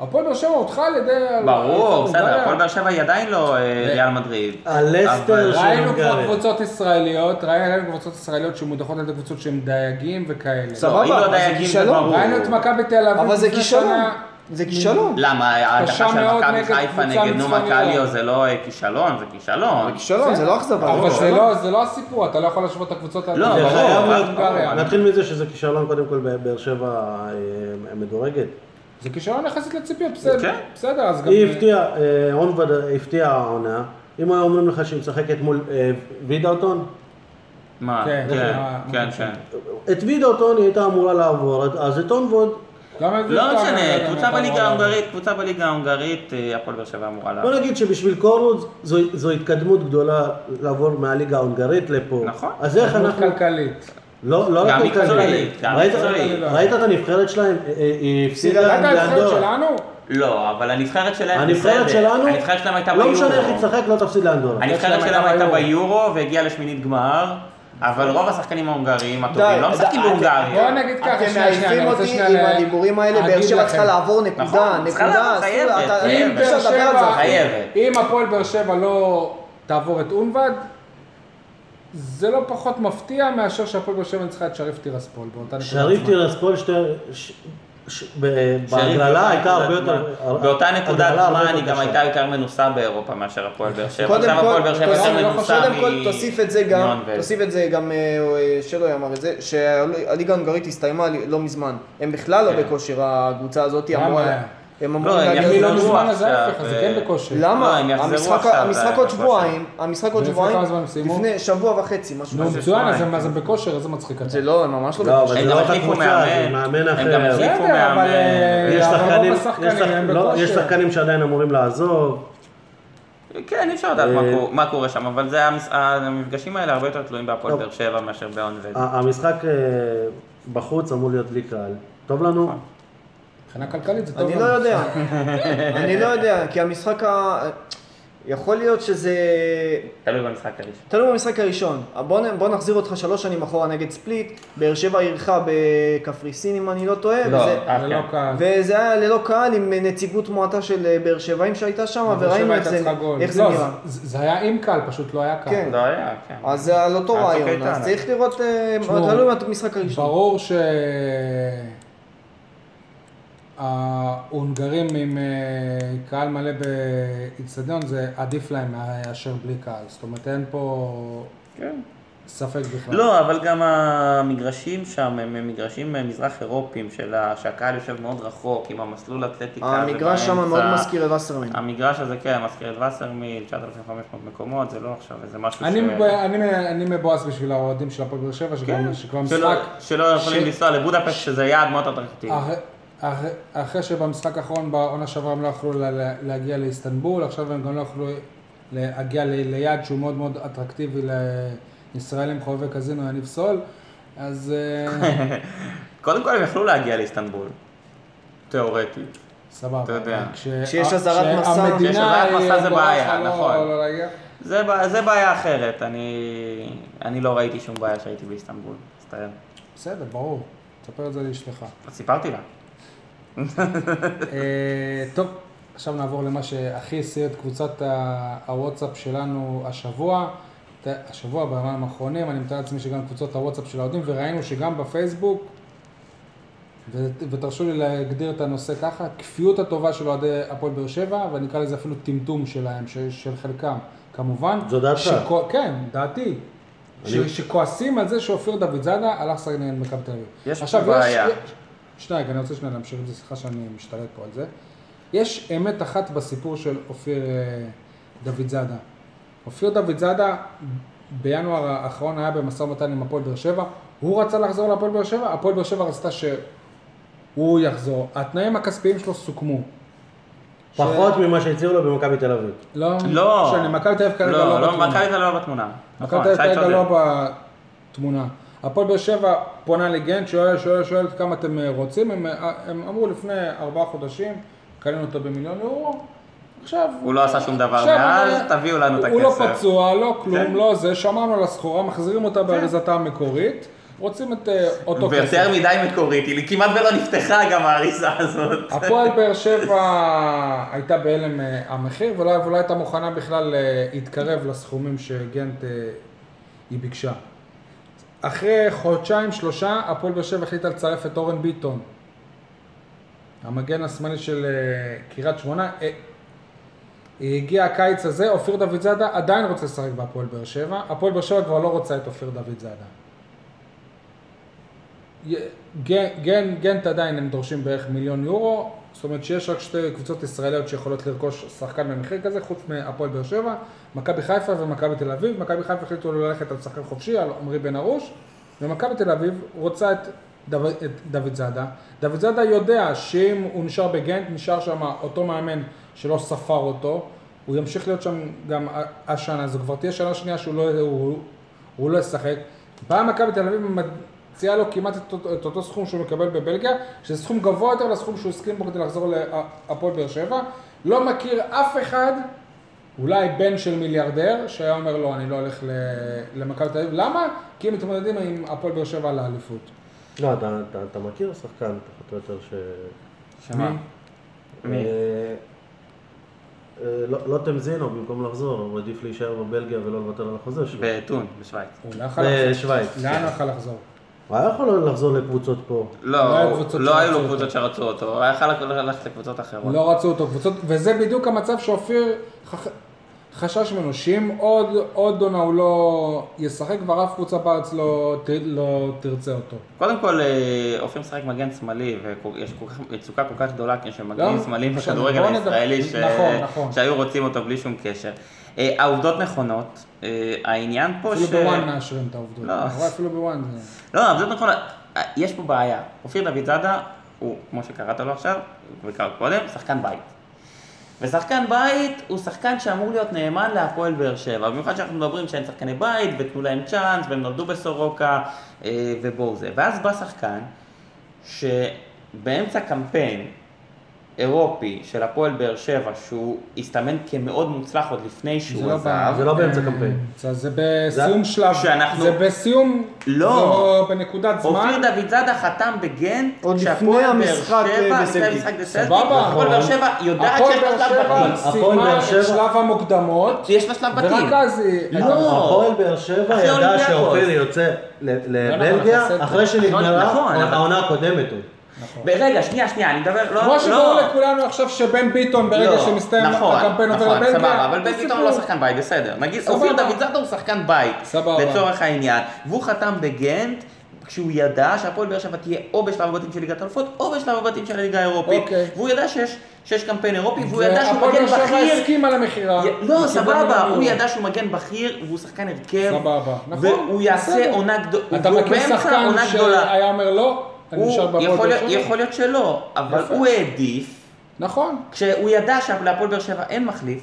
Speaker 2: הפועל באר שבע אותך על ידי...
Speaker 3: ברור, בסדר,
Speaker 2: הונגריה."
Speaker 3: הפועל באר שבע היא עדיין לא אה,
Speaker 2: ו-
Speaker 3: ריאל מדריד.
Speaker 4: הלסטר
Speaker 3: אבל-
Speaker 4: של
Speaker 2: ראינו כבר
Speaker 4: הונגריה.
Speaker 2: קבוצות ישראליות, ראינו קבוצות ישראליות שמודחות על ידי קבוצות שהן דייגים וכאלה.
Speaker 5: סבבה,
Speaker 3: לא, היא לא
Speaker 5: אבל זה
Speaker 3: דייגים, זה
Speaker 5: כישלון.
Speaker 3: ברור.
Speaker 2: ראינו את מכבי תל אביב
Speaker 5: אבל זה
Speaker 2: לפני
Speaker 5: כישלון,
Speaker 2: שנה.
Speaker 5: זה כישלון.
Speaker 3: למה, ההדחה
Speaker 2: קשה
Speaker 3: של
Speaker 2: מאוד
Speaker 3: מכבי
Speaker 2: נגד
Speaker 3: חיפה
Speaker 2: קבוצה
Speaker 3: נגד נומה
Speaker 2: מצפונית.
Speaker 3: קליו זה לא אה, כישלון, זה כישלון.
Speaker 5: כישלון, זה לא אכזבה.
Speaker 2: אבל זה
Speaker 5: כישלון.
Speaker 2: לא- זה לא הסיפור, אתה לא יכול להשוות את הקבוצות האלה.
Speaker 3: לא,
Speaker 4: זה
Speaker 3: ברור,
Speaker 4: חייב
Speaker 3: אבל-
Speaker 4: להיות-
Speaker 2: הונגריה.
Speaker 4: נתחיל מזה שזה כישלון קודם כל בבאר שבע אה, מדורגת.
Speaker 2: זה כישלון יחסית לציפיות, בסדר,
Speaker 3: כן.
Speaker 2: בסדר, אז גם...
Speaker 4: היא הפתיעה, אה, אונבד הפתיעה העונה. אם היו אומרים לך שהיא משחקת מול אה, וידאוטון,
Speaker 3: מה,
Speaker 2: כן,
Speaker 3: כן,
Speaker 2: כן,
Speaker 3: כן,
Speaker 2: מה-
Speaker 3: כן.
Speaker 4: את וידאוטון היא הייתה אמורה לעבור, אז את אונבד,
Speaker 2: גם את
Speaker 3: לא
Speaker 2: בית"ר,
Speaker 3: משנה,
Speaker 2: גם
Speaker 3: קבוצה
Speaker 2: את
Speaker 3: בליגה
Speaker 2: הרוע.
Speaker 3: ההונגרית, קבוצה בליגה ההונגרית, אה, הפועל באר שבע אמורה לה...
Speaker 4: בוא נגיד שבשביל קורוז זו, זו התקדמות גדולה לעבור מהליגה ההונגרית לפה.
Speaker 3: נכון.
Speaker 4: אז איך
Speaker 2: התקדמות
Speaker 4: אנחנו...
Speaker 2: כלכלית.
Speaker 4: לא, לא
Speaker 3: גם
Speaker 4: רק כלכלית.
Speaker 3: מקצועית, גם
Speaker 4: ראית-
Speaker 3: מקצועית.
Speaker 4: ראית את הנבחרת שלהם? אה, אה, היא הפסידה
Speaker 2: אתה הנבחרת
Speaker 4: לאנדורה.
Speaker 2: שלנו?
Speaker 3: לא, אבל הנבחרת שלהם
Speaker 4: הנבחרת
Speaker 3: בסדר.
Speaker 4: שלנו,
Speaker 3: הנבחרת שלהם הייתה
Speaker 4: לא משנה איך היא
Speaker 3: ביורו.
Speaker 4: תשחק, לא תפסיד לאנדורה.
Speaker 3: הנבחרת
Speaker 2: שלהם
Speaker 3: שלהם
Speaker 2: הייתה
Speaker 3: הייתה
Speaker 2: ביורו.
Speaker 3: ביורו והגיעה לשמינית גמר, אבל רוב השחקנים ההונגרים
Speaker 5: די,
Speaker 3: הטובים לא
Speaker 5: די,
Speaker 3: משחקים
Speaker 2: בוא
Speaker 5: אתם-
Speaker 3: בהונגריה.
Speaker 2: נגיד ככה,
Speaker 5: אתם
Speaker 2: שנייה, שנייה,
Speaker 5: מעייפים
Speaker 2: אני רוצה
Speaker 5: אותי
Speaker 2: שנייה
Speaker 5: עם
Speaker 2: ל-
Speaker 5: הדיבורים האלה, באר
Speaker 2: אגיד
Speaker 5: שבע
Speaker 2: לכם.
Speaker 5: צריכה לעבור נקודה,
Speaker 3: נכון, צריכה
Speaker 5: נקודה,
Speaker 3: לעבור,
Speaker 5: אסור,
Speaker 3: חייבת,
Speaker 5: אתה-
Speaker 3: חייבת.
Speaker 2: אם
Speaker 5: אי
Speaker 2: באר
Speaker 5: אפשר לדבר על זה.
Speaker 2: שבע,
Speaker 3: חייבת.
Speaker 2: אם הפועל באר שבע לא תעבור את אונבד, זה לא פחות מפתיע מאשר שהפועל באר שבע ניצחה את שריף טירספול באותה נקודה.
Speaker 4: שריף טירספול שטר... ש- ש- ב- בהגרלה הייתה הרבה יותר...
Speaker 3: באותה נקודת
Speaker 4: הגרלה הרבה
Speaker 3: זמן
Speaker 4: יותר
Speaker 3: היא גם
Speaker 4: קשה.
Speaker 3: הייתה יותר מנוסה באירופה מאשר הפועל באר שבע.
Speaker 5: קודם
Speaker 3: עכשיו
Speaker 5: כל-
Speaker 3: כן, הפועל באר שבע
Speaker 5: קודם-
Speaker 3: יותר
Speaker 2: לא,
Speaker 3: מנוסה מ...
Speaker 5: קודם כל תוסיף את זה גם,
Speaker 3: מיונבד.
Speaker 5: תוסיף את זה גם, אה, אה, שלוי אמר את זה, שהליגה ההונגרית הסתיימה לא מזמן. הם בכלל לא בכושר הקבוצה הזאת,
Speaker 2: למה?
Speaker 5: אמרו... הם אמרו,
Speaker 3: כן. לא, הם
Speaker 5: רגע,
Speaker 3: יחזרו
Speaker 2: מי לא
Speaker 3: עכשיו,
Speaker 2: מזמן אז ההפך, אז זה
Speaker 3: אה,
Speaker 2: כן בכושר.
Speaker 3: לא,
Speaker 5: למה?
Speaker 3: הם יחזרו
Speaker 5: המשחק-
Speaker 3: עכשיו,
Speaker 5: המשחק
Speaker 3: אה,
Speaker 5: עוד שבועיים, המשחק עוד
Speaker 2: ולפני
Speaker 5: שבועיים,
Speaker 2: כמה זמן הם סיימו?
Speaker 5: לפני שבוע וחצי, משהו
Speaker 2: נו,
Speaker 5: כזה.
Speaker 2: מצוין, אז הם-
Speaker 3: שבועיים.
Speaker 2: אז הם בכושר, איזה מצחיק אתה.
Speaker 5: זה לא, הם ממש לא
Speaker 4: לא,
Speaker 5: בכושר.
Speaker 4: אבל
Speaker 3: הם
Speaker 4: זה
Speaker 3: גם
Speaker 4: לא אותה
Speaker 3: החליפו
Speaker 4: קבוצה, זה
Speaker 3: מאמן.
Speaker 4: מאמן
Speaker 3: הם גם
Speaker 4: אחר.
Speaker 3: החליפו
Speaker 2: בסדר, אבל,
Speaker 3: מאמן.
Speaker 2: אה,
Speaker 4: יש
Speaker 2: אבל רוב
Speaker 4: שחקנים-
Speaker 2: השחקנים
Speaker 4: יש שחק-
Speaker 2: הם
Speaker 4: לא,
Speaker 2: בכושר.
Speaker 4: יש שחקנים שעדיין אמורים לעזוב.
Speaker 3: כן, אי אפשר לדעת מה
Speaker 4: אה,
Speaker 3: קורה- מה קורה שם, אבל זה המס- המפגשים האלה הרבה יותר תלויים בהפועל
Speaker 4: טוב.
Speaker 3: באר שבע מאשר באונבד.
Speaker 4: ה- המשחק אה, בחוץ אמור להיות בלי קהל. טוב
Speaker 2: אה.
Speaker 4: לנו?
Speaker 2: מבחינה כלכלית זה טוב.
Speaker 5: אני
Speaker 2: לנו.
Speaker 5: לא יודע, אני לא יודע, כי המשחק ה... יכול להיות שזה...
Speaker 3: תלוי במשחק הראשון.
Speaker 5: תלוי במשחק הראשון. בוא, נ- בוא נחזיר אותך שלוש שנים אחורה נגד ספליט, באר שבע אירחה בקפריסין אם אני לא טועה, וזה,
Speaker 3: אה,
Speaker 2: זה לא
Speaker 3: כן.
Speaker 2: קל.
Speaker 5: וזה היה ללא קהל עם נציגות מועטה של אה, באר שבעים שהייתה שם,
Speaker 2: באר שבע
Speaker 5: וראינו איך
Speaker 2: הייתה
Speaker 5: זה,
Speaker 2: צריכה גול.
Speaker 5: איך זה
Speaker 2: לא,
Speaker 5: נראה.
Speaker 2: זה זה היה עם קהל, פשוט לא היה קהל.
Speaker 5: כן.
Speaker 3: לא היה, כן.
Speaker 5: אז זה על אותו
Speaker 3: היה צוק
Speaker 5: רעיון,
Speaker 3: איתן.
Speaker 5: אז צריך לראות, אה,
Speaker 2: תשמעו,
Speaker 5: תלוי במשחק הראשון.
Speaker 2: ברור שההונגרים עם אה, קהל מלא באיצטדיון זה עדיף להם מאשר בלי קהל. זאת אומרת אין פה
Speaker 3: כן.
Speaker 2: ספק בכלל.
Speaker 3: לא, אבל גם המגרשים שם הם מגרשים מזרח אירופיים, של ה- שהקהל יושב מאוד רחוק עם המסלול אתלטיקה. הזה
Speaker 5: המגרש שם
Speaker 3: באמצע.
Speaker 5: מאוד מזכיר את וסרמן.
Speaker 3: המגרש הזה כן, מזכיר את וסרמיל, 9,500 מקומות, זה לא עכשיו איזה משהו
Speaker 2: אני מב- אני- אני מבואס בשביל האוהדים של הפועל באר שבע,
Speaker 3: כן.
Speaker 2: שגם- שכבר משחק,
Speaker 3: שלא- שלא יכולים
Speaker 2: ש-
Speaker 3: לנסוע לבודפשט, שזה יעד מאוד אטרקטיבי.
Speaker 2: אח- אח- אחרי שבמשחק האחרון בעונה שעברה הם לא יכלו לה- לה- להגיע לאיסטנבול, עכשיו הם גם לא יכלו להגיע ל- ליעד שהוא מאוד מאוד אטרקטיבי לישראלים חובבי קזינו יניב סול, אז... אה,
Speaker 3: קודם כל הם יכלו להגיע לאיסטנבול, תיאורטית.
Speaker 2: סבבה.
Speaker 3: אתה יודע.
Speaker 2: כש-
Speaker 5: כשיש אזהרת מסע-
Speaker 2: כשהמדינה
Speaker 3: כשיש אזהרת מסע זה
Speaker 2: גורמת
Speaker 3: בעיה,
Speaker 2: לך לא-
Speaker 3: נכון.
Speaker 2: לא להגיע.
Speaker 3: זה, בע- זה בעיה אחרת, אני, אני לא ראיתי שום בעיה שהייתי באיסטנבול, מצטער.
Speaker 2: בסדר, ברור. תספר את זה לאשתך.
Speaker 3: אז סיפרתי לה.
Speaker 2: אה, טוב, עכשיו נעבור למה שהכי הסיר את קבוצת ה- הוואטסאפ שלנו השבוע. ת- השבוע, בימים האחרונים, אני מתאר לעצמי שגם קבוצות הוואטסאפ של האוהדים, וראינו שגם בפייסבוק, ו- ותרשו לי להגדיר את הנושא ככה, כפיות הטובה של אוהדי הפועל באר שבע, ואני אקרא לזה אפילו טמטום שלהם, ש- של חלקם, כמובן.
Speaker 4: זו דעתך.
Speaker 2: שכו- כן, דעתי. ש- שכועסים על זה שאופיר דוד זאדה הלך לשחק נגד מכבי תל אביב.
Speaker 3: יש פה
Speaker 2: עכשיו,
Speaker 3: בעיה.
Speaker 2: שנייה, רגע, אני רוצה שנייה להמשיך את זה, סליחה שאני משתלט פה על זה. יש אמת אחת בסיפור של אופיר אה, דוד זאדה. אופיר דוד זאדה בינואר האחרון היה במשא ומתן עם הפועל באר שבע, הוא רצה לחזור להפועל באר שבע, הפועל באר שבע רצתה שהוא יחזור. התנאים הכספיים שלו סוכמו.
Speaker 4: פחות ממה שהציעו לו במכבי תל אביב.
Speaker 2: לא,
Speaker 3: לא,
Speaker 2: שאני מכבי תל אביב כרגע לא,
Speaker 3: לא, לא,
Speaker 2: בתמונה.
Speaker 3: מכבי תל אביב לא בתמונה.
Speaker 2: מכבי תל
Speaker 3: נכון,
Speaker 2: אביב כרגע
Speaker 3: שי צודק.
Speaker 2: לא בתמונה. הפועל באר שבע פונה לגנט, שואל, שואל, שואל כמה אתם אה, רוצים, הם, אה, הם אמרו לפני ארבעה חודשים, קנינו אותו במיליון אירו, עכשיו...
Speaker 3: הוא לא עשה שום דבר
Speaker 2: עכשיו,
Speaker 3: מאז,
Speaker 2: אה,
Speaker 3: תביאו לנו את הכסף.
Speaker 2: הוא לא פצוע, לא כלום,
Speaker 3: כן.
Speaker 2: לא זה, שמענו על הסחורה, מחזירים אותה באריזתה המקורית, רוצים את אה, אותו כסף.
Speaker 3: ויותר מדי מקורית, היא כמעט ולא נפתחה גם האריזה הזאת.
Speaker 2: הפועל באר שבע הייתה בהלם אה, המחיר, ולא, ולא הייתה מוכנה בכלל אה, להתקרב לסכומים שגנט אה, היא ביקשה. אחרי חודשיים, שלושה, הפועל באר שבע החליטה לצרף את אורן ביטון. המגן השמאלי של אה, קריית שמונה. אה, הגיע הקיץ הזה, אופיר דוד זאדה עדיין רוצה לשחק בהפועל באר שבע. הפועל באר שבע כבר לא רוצה את אופיר דוד זאדה. גן, גן, גנט עדיין הם דורשים בערך מיליון יורו, זאת אומרת שיש רק שתי קבוצות ישראליות שיכולות לרכוש שחקן במחיר כזה, חוץ מהפועל באר שבע, מכבי חיפה ומכבי תל אביב, מכבי חיפה החליטו לא ללכת על שחקן חופשי, על עמרי בן ארוש, ומכבי תל אביב רוצה את, דו, את דוד זאדה. דוד זאדה יודע שאם הוא נשאר בגנט, נשאר שם אותו מאמן שלא ספר אותו, הוא ימשיך להיות שם גם ה- השנה, זו כבר תהיה שנה שנייה שהוא לא, הוא, הוא לא ישחק. באה מכבי תל אביב ומציעה לו כמעט את אותו, את אותו סכום שהוא מקבל בבלגיה, שזה סכום גבוה יותר לסכום שהוא הסכים בו כדי לחזור להפועל באר שבע. לא מכיר אף אחד, אולי בן של מיליארדר, שהיה אומר לו אני לא הולך ל- למכבי תל אביב. למה? כי הם מתמודדים עם הפועל באר שבע על האליפות.
Speaker 4: לא, אתה- אתה- אתה מכיר שחקן פחות או יותר ש...
Speaker 3: שמה? מי?
Speaker 4: אה, אה, לא לא תמזינו, במקום לחזור, הוא עדיף להישאר בבלגיה ולא לוותר על החוזה שלו.
Speaker 3: בטון, בשוויץ.
Speaker 2: הוא לא יכול לחזור.
Speaker 4: בשוויץ.
Speaker 2: לאן הוא יכול לחזור?
Speaker 4: הוא היה יכול לחזור לקבוצות פה.
Speaker 2: לא
Speaker 3: לא,
Speaker 2: היו
Speaker 3: הוא-
Speaker 2: קבוצות
Speaker 3: לא היו
Speaker 2: שרצו
Speaker 3: לו
Speaker 2: אותו.
Speaker 3: קבוצות שרצו אותו, הוא היה יכול ללכת לקבוצות אחרות.
Speaker 2: לא רצו אותו קבוצות, וזה בדיוק המצב שאופיר חכ- חשש ממנו שאם עוד, עוד עונה הוא לא ישחק, כבר אף קבוצה בארץ לא, ת- לא תרצה אותו.
Speaker 3: קודם כל, אה, אופיר משחק מגן שמאלי, ויש כל כך- מצוקה כל כך גדולה כשמגנים
Speaker 2: גם-
Speaker 3: שמאליים
Speaker 2: עכשיו,
Speaker 3: בכדורגל
Speaker 2: לא, בוא נדבר-
Speaker 3: הישראלי, ש-
Speaker 2: נכון, נכון.
Speaker 3: שהיו רוצים אותו בלי שום קשר. אה, העובדות נכונות, אה, העניין פה
Speaker 2: אפילו
Speaker 3: ש...
Speaker 2: בוואן מאשרים את העובדות.
Speaker 3: לא.
Speaker 2: אתה רואה, אפילו בוואן זה...
Speaker 3: לא, אבל זאת נכונה, יש פה בעיה. אופיר דוידזאדה הוא, כמו שקראת לו עכשיו, וקראת קודם, שחקן בית. ושחקן בית הוא שחקן שאמור להיות נאמן להפועל באר שבע. במיוחד שאנחנו מדברים שהם שחקני בית, ותנו להם צ'אנס, והם נולדו בסורוקה, אה, ובואו זה. ואז בא שחקן, שבאמצע קמפיין אירופי של הפועל באר שבע, שהוא הסתמן כמאוד מוצלח עוד לפני
Speaker 2: זה
Speaker 3: שהוא
Speaker 2: לא
Speaker 3: עזב,
Speaker 4: זה לא באמצע קמפיין.
Speaker 2: זה- זה בסיום שלב,
Speaker 3: שאנחנו-
Speaker 2: זה בסיום,
Speaker 3: לא.
Speaker 2: זה בנקודת זמן,
Speaker 3: אופיר דוידזאדה חתם בגנט,
Speaker 5: עוד לפני
Speaker 3: כשהפועל באר
Speaker 5: המשחק,
Speaker 3: שבע,
Speaker 5: אה,
Speaker 3: לפני
Speaker 5: בסלטיק.
Speaker 3: המשחק בסלטיק,
Speaker 2: סבבה.
Speaker 3: הפועל באר שבע יודעת
Speaker 2: הפועל
Speaker 3: שיש לה
Speaker 2: באר
Speaker 3: שלב
Speaker 2: שבע
Speaker 3: בתים.
Speaker 4: הפועל
Speaker 2: סיימה
Speaker 4: באר שבע-
Speaker 2: את שלב המוקדמות,
Speaker 3: יש לה שלב בתים.
Speaker 2: ורק אז היא,
Speaker 3: לא.
Speaker 4: הפועל באר שבע
Speaker 3: אחרי
Speaker 4: ידע
Speaker 3: אולימפיאקוס.
Speaker 4: שאופיר יוצא ל-
Speaker 2: נכון, אחרי
Speaker 4: לבלגיה
Speaker 2: סלטיק.
Speaker 4: אחרי שנגמרה
Speaker 3: נכון, נכון.
Speaker 4: העונה הקודמת עוד.
Speaker 3: רגע, שנייה, שנייה, אני מדבר, לא,
Speaker 2: כמו
Speaker 3: לא.
Speaker 2: שברור לכולנו עכשיו שבן ביטון ברגע
Speaker 3: לא,
Speaker 2: שמסתיים
Speaker 3: נכון,
Speaker 2: הקמפיין עובר
Speaker 3: נכון,
Speaker 2: לבלגיה,
Speaker 3: סבבה, אבל
Speaker 2: זה
Speaker 3: בן ביטון
Speaker 2: סיפור.
Speaker 3: לא שחקן בית, בסדר. נגיד,
Speaker 2: סבבה.
Speaker 3: אופיר דוידזאדה הוא שחקן בית,
Speaker 2: סבבה.
Speaker 3: לצורך העניין, והוא חתם בגנט. כשהוא ידע שהפועל באר שבע תהיה או בשלב הבתים של ליגת האלופות או בשלב הבתים של הליגה האירופית.
Speaker 2: אוקיי.
Speaker 3: והוא ידע שיש, שיש קמפיין אירופי והוא ידע שהוא
Speaker 2: והפועל
Speaker 3: מגן
Speaker 2: באר שבע
Speaker 3: בכיר
Speaker 2: הסכים על המכירה,
Speaker 3: י- לא,
Speaker 2: וקיבל
Speaker 3: סבבה,
Speaker 2: מיליון
Speaker 3: הוא
Speaker 2: יורו.
Speaker 3: ידע שהוא מגן בכיר, והוא שחקן הרכב.
Speaker 2: סבבה, נכון,
Speaker 3: והוא יעשה
Speaker 2: בסדר.
Speaker 3: עונה גדולה.
Speaker 2: אתה מכיר שחקן שהיה אומר לא, אני נשאר בהפועל
Speaker 3: יכול
Speaker 2: באר
Speaker 3: להיות-
Speaker 2: שבע,
Speaker 3: יכול להיות שלא, אבל
Speaker 2: יפה.
Speaker 3: הוא העדיף,
Speaker 2: נכון,
Speaker 3: כשהוא ידע שלהפועל באר שבע אין מחליף,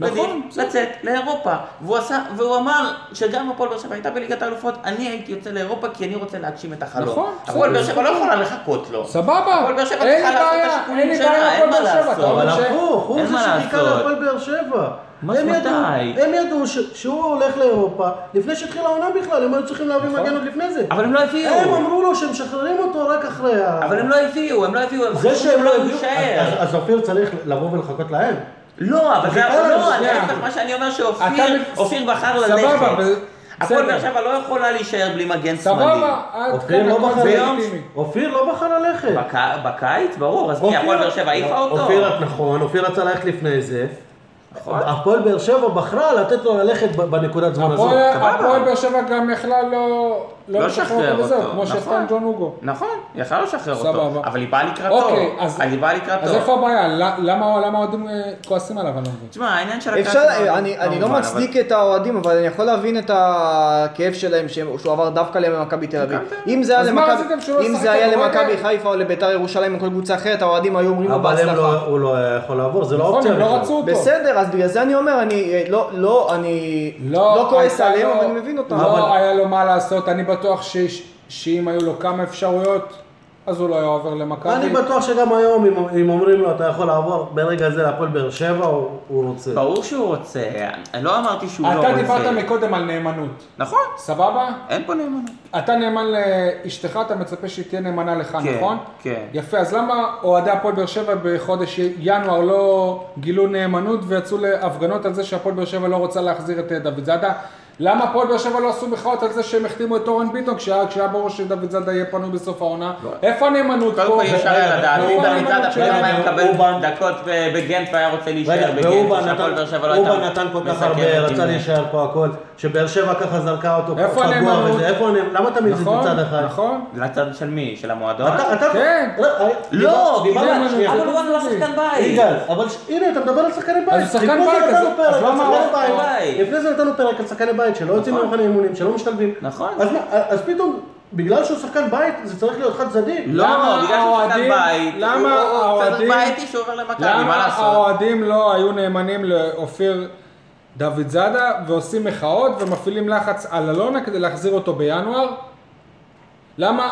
Speaker 3: הוא
Speaker 2: נכון,
Speaker 3: העדיף
Speaker 2: בסדר.
Speaker 3: לצאת לאירופה. והוא עשה- והוא אמר שגם הפועל באר שבע הייתה בליגת האלופות, אני הייתי יוצא לאירופה כי אני רוצה להגשים את החלום.
Speaker 2: נכון,
Speaker 3: הפועל
Speaker 2: בסדר.
Speaker 3: באר שבע לא יכולה לחכות לו.
Speaker 2: סבבה,
Speaker 3: הפועל באר שבע
Speaker 2: אין
Speaker 3: צריכה
Speaker 2: לי
Speaker 3: לעשות את
Speaker 2: בעיה,
Speaker 3: השיקולים
Speaker 2: אין לי
Speaker 3: שלה,
Speaker 2: בעיה,
Speaker 3: אין
Speaker 2: הפועל
Speaker 3: מה
Speaker 2: באר שבע,
Speaker 3: לעשות.
Speaker 2: אתה
Speaker 4: אבל
Speaker 2: אומר ש-
Speaker 4: הפוך, הוא
Speaker 3: לא, אין
Speaker 4: זה
Speaker 3: מה
Speaker 4: שחיכה
Speaker 3: לעשות.
Speaker 4: להפועל באר שבע.
Speaker 3: מה
Speaker 4: הם
Speaker 3: זה
Speaker 4: ידעו-
Speaker 3: מתי?
Speaker 4: הם ידעו ש- שהוא הולך לאירופה לפני שהתחילה העונה בכלל, הם היו צריכים להביא מגן עוד לפני זה.
Speaker 3: נכון. אבל הם לא הביאו.
Speaker 4: הם אמרו לו שהם משחררים אותו רק אחרי ה...
Speaker 3: אבל הם לא הביאו, הם לא הביאו, הם
Speaker 4: זה
Speaker 3: חשבו
Speaker 4: שהם לא
Speaker 3: הוא
Speaker 4: הביאו...
Speaker 3: יישאר.
Speaker 4: אז- אז אופיר צריך לבוא ולחכות להם.
Speaker 3: לא, אבל זה
Speaker 4: חיכה לנו,
Speaker 3: לא,
Speaker 4: שנייה.
Speaker 3: להפך, מה שאני אומר
Speaker 2: אתה
Speaker 3: שאופיר
Speaker 2: מב-
Speaker 3: אופיר בחר
Speaker 2: סבבה, אבל-
Speaker 3: ללכת. הפועל
Speaker 2: בסדר.
Speaker 3: באר שבע לא יכולה להישאר בלי מגן שמאלי.
Speaker 2: סבבה, עד
Speaker 4: אופיר
Speaker 2: כאן
Speaker 4: לא
Speaker 2: אה, כן, הכל זה
Speaker 4: בחר ביום-
Speaker 2: לגיטימי.
Speaker 4: אופיר לא בחר ללכת.
Speaker 3: בק- בקיץ, ברור, אז מי,
Speaker 4: אופיר-
Speaker 3: הפועל באר שבע העיפה אותו?
Speaker 4: אופיר, נכון, אופיר רצה ללכת לפני זה.
Speaker 3: נכון.
Speaker 4: הפועל באר שבע בחרה לתת לו ללכת ב- בנקודת זמן הזאת.
Speaker 2: הפועל-
Speaker 3: סבבה.
Speaker 2: הפועל באר שבע גם יכלה לא
Speaker 3: לא
Speaker 2: לא לשחרר אותו וזהו, כמו
Speaker 3: נכון.
Speaker 2: שעשתה עם ג'ון הוגו.
Speaker 3: נכון, יכלה לשחרר אותו,
Speaker 2: סבבה.
Speaker 3: אבל היא באה לקראתו.
Speaker 2: אוקיי, אז-
Speaker 3: אז היא באה
Speaker 2: אז
Speaker 3: לקראתו.
Speaker 2: איפה הבעיה? ל- למה למה האוהדים אה, כועסים עליו? אני לא מבין.
Speaker 3: תשמע, העניין של
Speaker 5: אפשר,
Speaker 3: הקהל שלנו-
Speaker 5: אני, אני לא
Speaker 3: כמובן,
Speaker 5: מצדיק את האוהדים, אבל אני יכול להבין את הכאב שלהם שהם- שהוא עבר דווקא למכבי תל אביב. אם זה היה
Speaker 2: אז מה
Speaker 5: למכבי-
Speaker 2: רציתם, שהוא לא
Speaker 5: אם
Speaker 2: ישחק
Speaker 5: זה היה
Speaker 2: כדורגל?
Speaker 5: למכבי חיפה או לביתר ירושלים או כל קבוצה אחרת, האוהדים היו אומרים לו
Speaker 4: אבל הם
Speaker 5: בהצלחה.
Speaker 4: לא- הוא לא יכול לעבור, זה לא
Speaker 2: נכון,
Speaker 4: אופציה.
Speaker 2: הם לא
Speaker 4: בכלל.
Speaker 2: רצו אותו.
Speaker 5: בסדר, אז בגלל זה אני אומר, אני אה, לא, לא, אני לא כועס
Speaker 2: הייתה
Speaker 5: עליהם,
Speaker 2: לו-
Speaker 5: אבל אני מבין אותם.
Speaker 2: לא
Speaker 5: אבל-
Speaker 2: היה לו מה לעשות, אני בטוח שיש- שאם היו לו כמה אפשרויות, אז הוא לא היה עובר
Speaker 4: אני
Speaker 2: למכבי.
Speaker 4: בטוח שגם היום, אם- אם אומרים לו, אתה יכול לעבור ברגע זה להפועל באר שבע, הוא הוא רוצה.
Speaker 3: ברור שהוא רוצה, אני לא אמרתי שהוא לא רוצה.
Speaker 2: אתה דיברת מקודם על נאמנות,
Speaker 3: נכון,
Speaker 2: סבבה?
Speaker 3: אין פה נאמנות.
Speaker 2: אתה נאמן לאשתך, אתה מצפה שהיא תהיה נאמנה לך,
Speaker 3: כן,
Speaker 2: נכון?
Speaker 3: כן.
Speaker 2: יפה, אז למה אוהדי הפועל באר שבע בחודש ינואר לא גילו נאמנות ויצאו להפגנות על זה שהפועל באר שבע לא רוצה להחזיר את אה, דוד זאדה? למה הפועל באר שבע לא עשו מחאות על זה שהם החתימו את אורן ביטון כשהיה כשהיה ברור שדוד זאדה יהיה פנוי בסוף העונה? איפה הנאמנות פה?
Speaker 3: קודם כל אי אפשר היה לדעת,
Speaker 2: איפה
Speaker 3: אם
Speaker 2: הנאמנות
Speaker 3: במצעד
Speaker 2: שלהם?
Speaker 3: הפעם היה
Speaker 4: רגע,
Speaker 3: מקבל
Speaker 4: אובן-
Speaker 3: דקות ב- בגנט והיה רוצה
Speaker 4: רגע,
Speaker 3: להישאר בגנט,
Speaker 4: ואובה
Speaker 3: שהפועל באר
Speaker 4: נתן,
Speaker 3: שבע לא הייתה
Speaker 4: אובה נתן כל כך הרבה,
Speaker 3: מסכמת עם
Speaker 4: רצה
Speaker 3: זה.
Speaker 4: להישאר פה הכל, שבאר שבע ככה זרקה אותו,
Speaker 2: איפה
Speaker 4: פגוע
Speaker 2: הנאמנות?
Speaker 4: וזה, איפה הנאמנות? למה תמיד זה
Speaker 2: נכון,
Speaker 4: מצד אחד?
Speaker 2: נכון.
Speaker 3: לצד של מי? של המועדון?
Speaker 4: אתה, אתה,
Speaker 2: כן.
Speaker 4: לא,
Speaker 3: לא,
Speaker 4: דיבר-
Speaker 2: דיברנו
Speaker 4: דיבר-
Speaker 2: על
Speaker 4: שנייה.
Speaker 2: זה.
Speaker 3: אבל הוא רק לא שחקן בית.
Speaker 4: יגאל, אבל ש- הנה אתה מדבר על שחקני בית.
Speaker 2: אז שחקן
Speaker 4: לפני זה
Speaker 2: בית, אז-
Speaker 4: נתנו פרק
Speaker 2: אז
Speaker 4: על
Speaker 2: למה
Speaker 4: שחקני
Speaker 2: הוא
Speaker 4: בית.
Speaker 3: שחקן בית?
Speaker 4: לפני זה נתנו פרק על שחקני בית שלא יוצאים
Speaker 3: נכון.
Speaker 4: ממכון האימונים, שלא משתלבים.
Speaker 3: נכון.
Speaker 4: אז מה, אז פתאום, בגלל שהוא שחקן בית, זה צריך להיות חד צדדי.
Speaker 3: לא,
Speaker 2: למה
Speaker 3: בגלל שהוא שחקן
Speaker 2: האוהדים-
Speaker 3: בית.
Speaker 2: למה
Speaker 3: הוא- הוא קצת
Speaker 2: האוהדים-
Speaker 3: בעייתי שהוא עובר למכבי,
Speaker 2: למה
Speaker 3: מה לעשות?
Speaker 2: האוהדים לא היו נאמנים לאופיר דוד זאדה ועושים מחאות ומפעילים לחץ על אלונה כדי להחזיר אותו בינואר? למה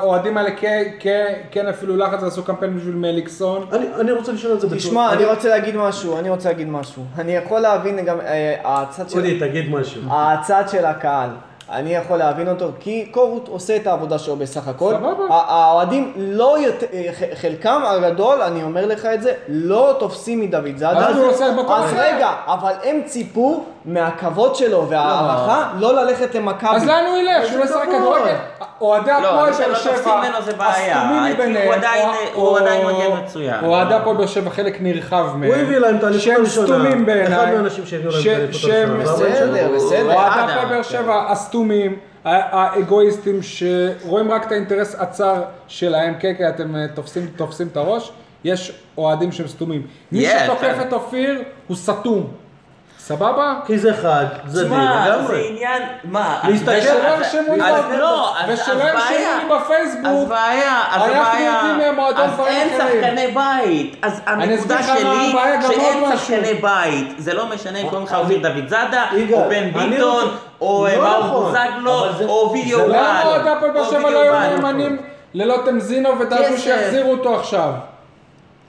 Speaker 2: האוהדים האלה כ- כ- כן אפילו לחץ ועשו קמפיין בשביל מליקסון?
Speaker 4: אני אני רוצה לשאול את זה בצורה...
Speaker 5: תשמע, אני רוצה להגיד משהו, אני רוצה להגיד משהו. אני יכול להבין גם אה, הצד של...
Speaker 4: אודי, תגיד משהו.
Speaker 5: הצד של הקהל. אני יכול להבין אותו, כי קורות עושה את העבודה שלו בסך הכל.
Speaker 2: סבבה.
Speaker 5: ה- האוהדים לא יותר, ח- חלקם הגדול, אני אומר לך את זה, לא תופסים מדוד זאדה.
Speaker 2: אז הוא עושה מקום
Speaker 5: אז
Speaker 2: אחר.
Speaker 5: רגע, אבל הם ציפו מהכבוד שלו וההערכה לא ללכת למכבי.
Speaker 2: אז לאן הוא ילך? שהוא לא
Speaker 4: איזה
Speaker 2: ישחק
Speaker 4: כבוד.
Speaker 2: כדורגל? אוהדי
Speaker 3: לא,
Speaker 2: הפועל
Speaker 3: זה לא
Speaker 2: באר
Speaker 3: תופסים
Speaker 2: שבע,
Speaker 3: ממנו, זה בעיה.
Speaker 2: הסתומים
Speaker 3: כי הוא
Speaker 2: מביניהם,
Speaker 3: עדיין-
Speaker 2: או-
Speaker 3: הוא
Speaker 2: או-
Speaker 3: עדיין מגן מצוין.
Speaker 2: אוהדי הפועל באר שבע חלק נרחב מהם,
Speaker 4: הוא הביא להם את האליפות הראשונה.
Speaker 2: שהם סתומים
Speaker 4: אחד
Speaker 2: בעיניי,
Speaker 4: מהאנשים שהביאו להם את
Speaker 2: ש-
Speaker 4: האליפות
Speaker 2: שהם-
Speaker 4: הראשונה.
Speaker 5: בסדר, בסדר.
Speaker 2: אוהדי
Speaker 3: אדם,
Speaker 2: הפועל באר
Speaker 3: כן.
Speaker 2: שבע הסתומים, הא- האגואיסטים שרואים רק את האינטרס הצר שלהם, כן, כן, אתם אה, תופסים, תופסים את הראש, יש אוהדים שהם סתומים. מי
Speaker 3: יש,
Speaker 2: שתוקף
Speaker 3: כן.
Speaker 2: את אופיר הוא סתום, סבבה?
Speaker 4: כי זה חד, זה די
Speaker 3: תשמע, זה
Speaker 4: לגמרי.
Speaker 3: עניין, מה?
Speaker 4: להסתכל-
Speaker 3: אז-
Speaker 2: ושלא
Speaker 3: אז-
Speaker 2: ירשמו לי
Speaker 3: אז
Speaker 2: בפייסבוק.
Speaker 3: לא, אז- אז
Speaker 2: ושלא ירשמו
Speaker 3: בעיה.
Speaker 2: לי בפייסבוק.
Speaker 3: אז בעיה, אז
Speaker 2: אנחנו
Speaker 3: בעיה.
Speaker 2: יודעים מי המועדון
Speaker 3: אז
Speaker 2: דברים
Speaker 3: אין
Speaker 2: אחרים.
Speaker 3: שחקני בית. אז
Speaker 2: אסביר
Speaker 3: הנקודה
Speaker 2: לך מה
Speaker 3: שלי,
Speaker 2: הבעיה, גם עוד
Speaker 3: שאין
Speaker 2: משהו.
Speaker 3: שחקני בית. זה לא משנה אם קוראים לך
Speaker 4: אני-
Speaker 3: אופיר דוד זאדה,
Speaker 4: יגאל,
Speaker 3: או בן
Speaker 4: אני
Speaker 3: ביטון,
Speaker 4: רוצה-
Speaker 3: או אה,
Speaker 4: לא
Speaker 3: מאור
Speaker 4: נכון,
Speaker 3: בוזגלו,
Speaker 4: אבל זה-
Speaker 3: או וידאו
Speaker 4: זה לא
Speaker 2: למה
Speaker 3: וואן,
Speaker 2: אוהדי הפועל באר
Speaker 3: או
Speaker 2: שבע לא
Speaker 3: וידאו וואן.
Speaker 2: היו נאמנים ללוטם זינו ודאגו
Speaker 3: כסף.
Speaker 2: שיחזירו אותו עכשיו?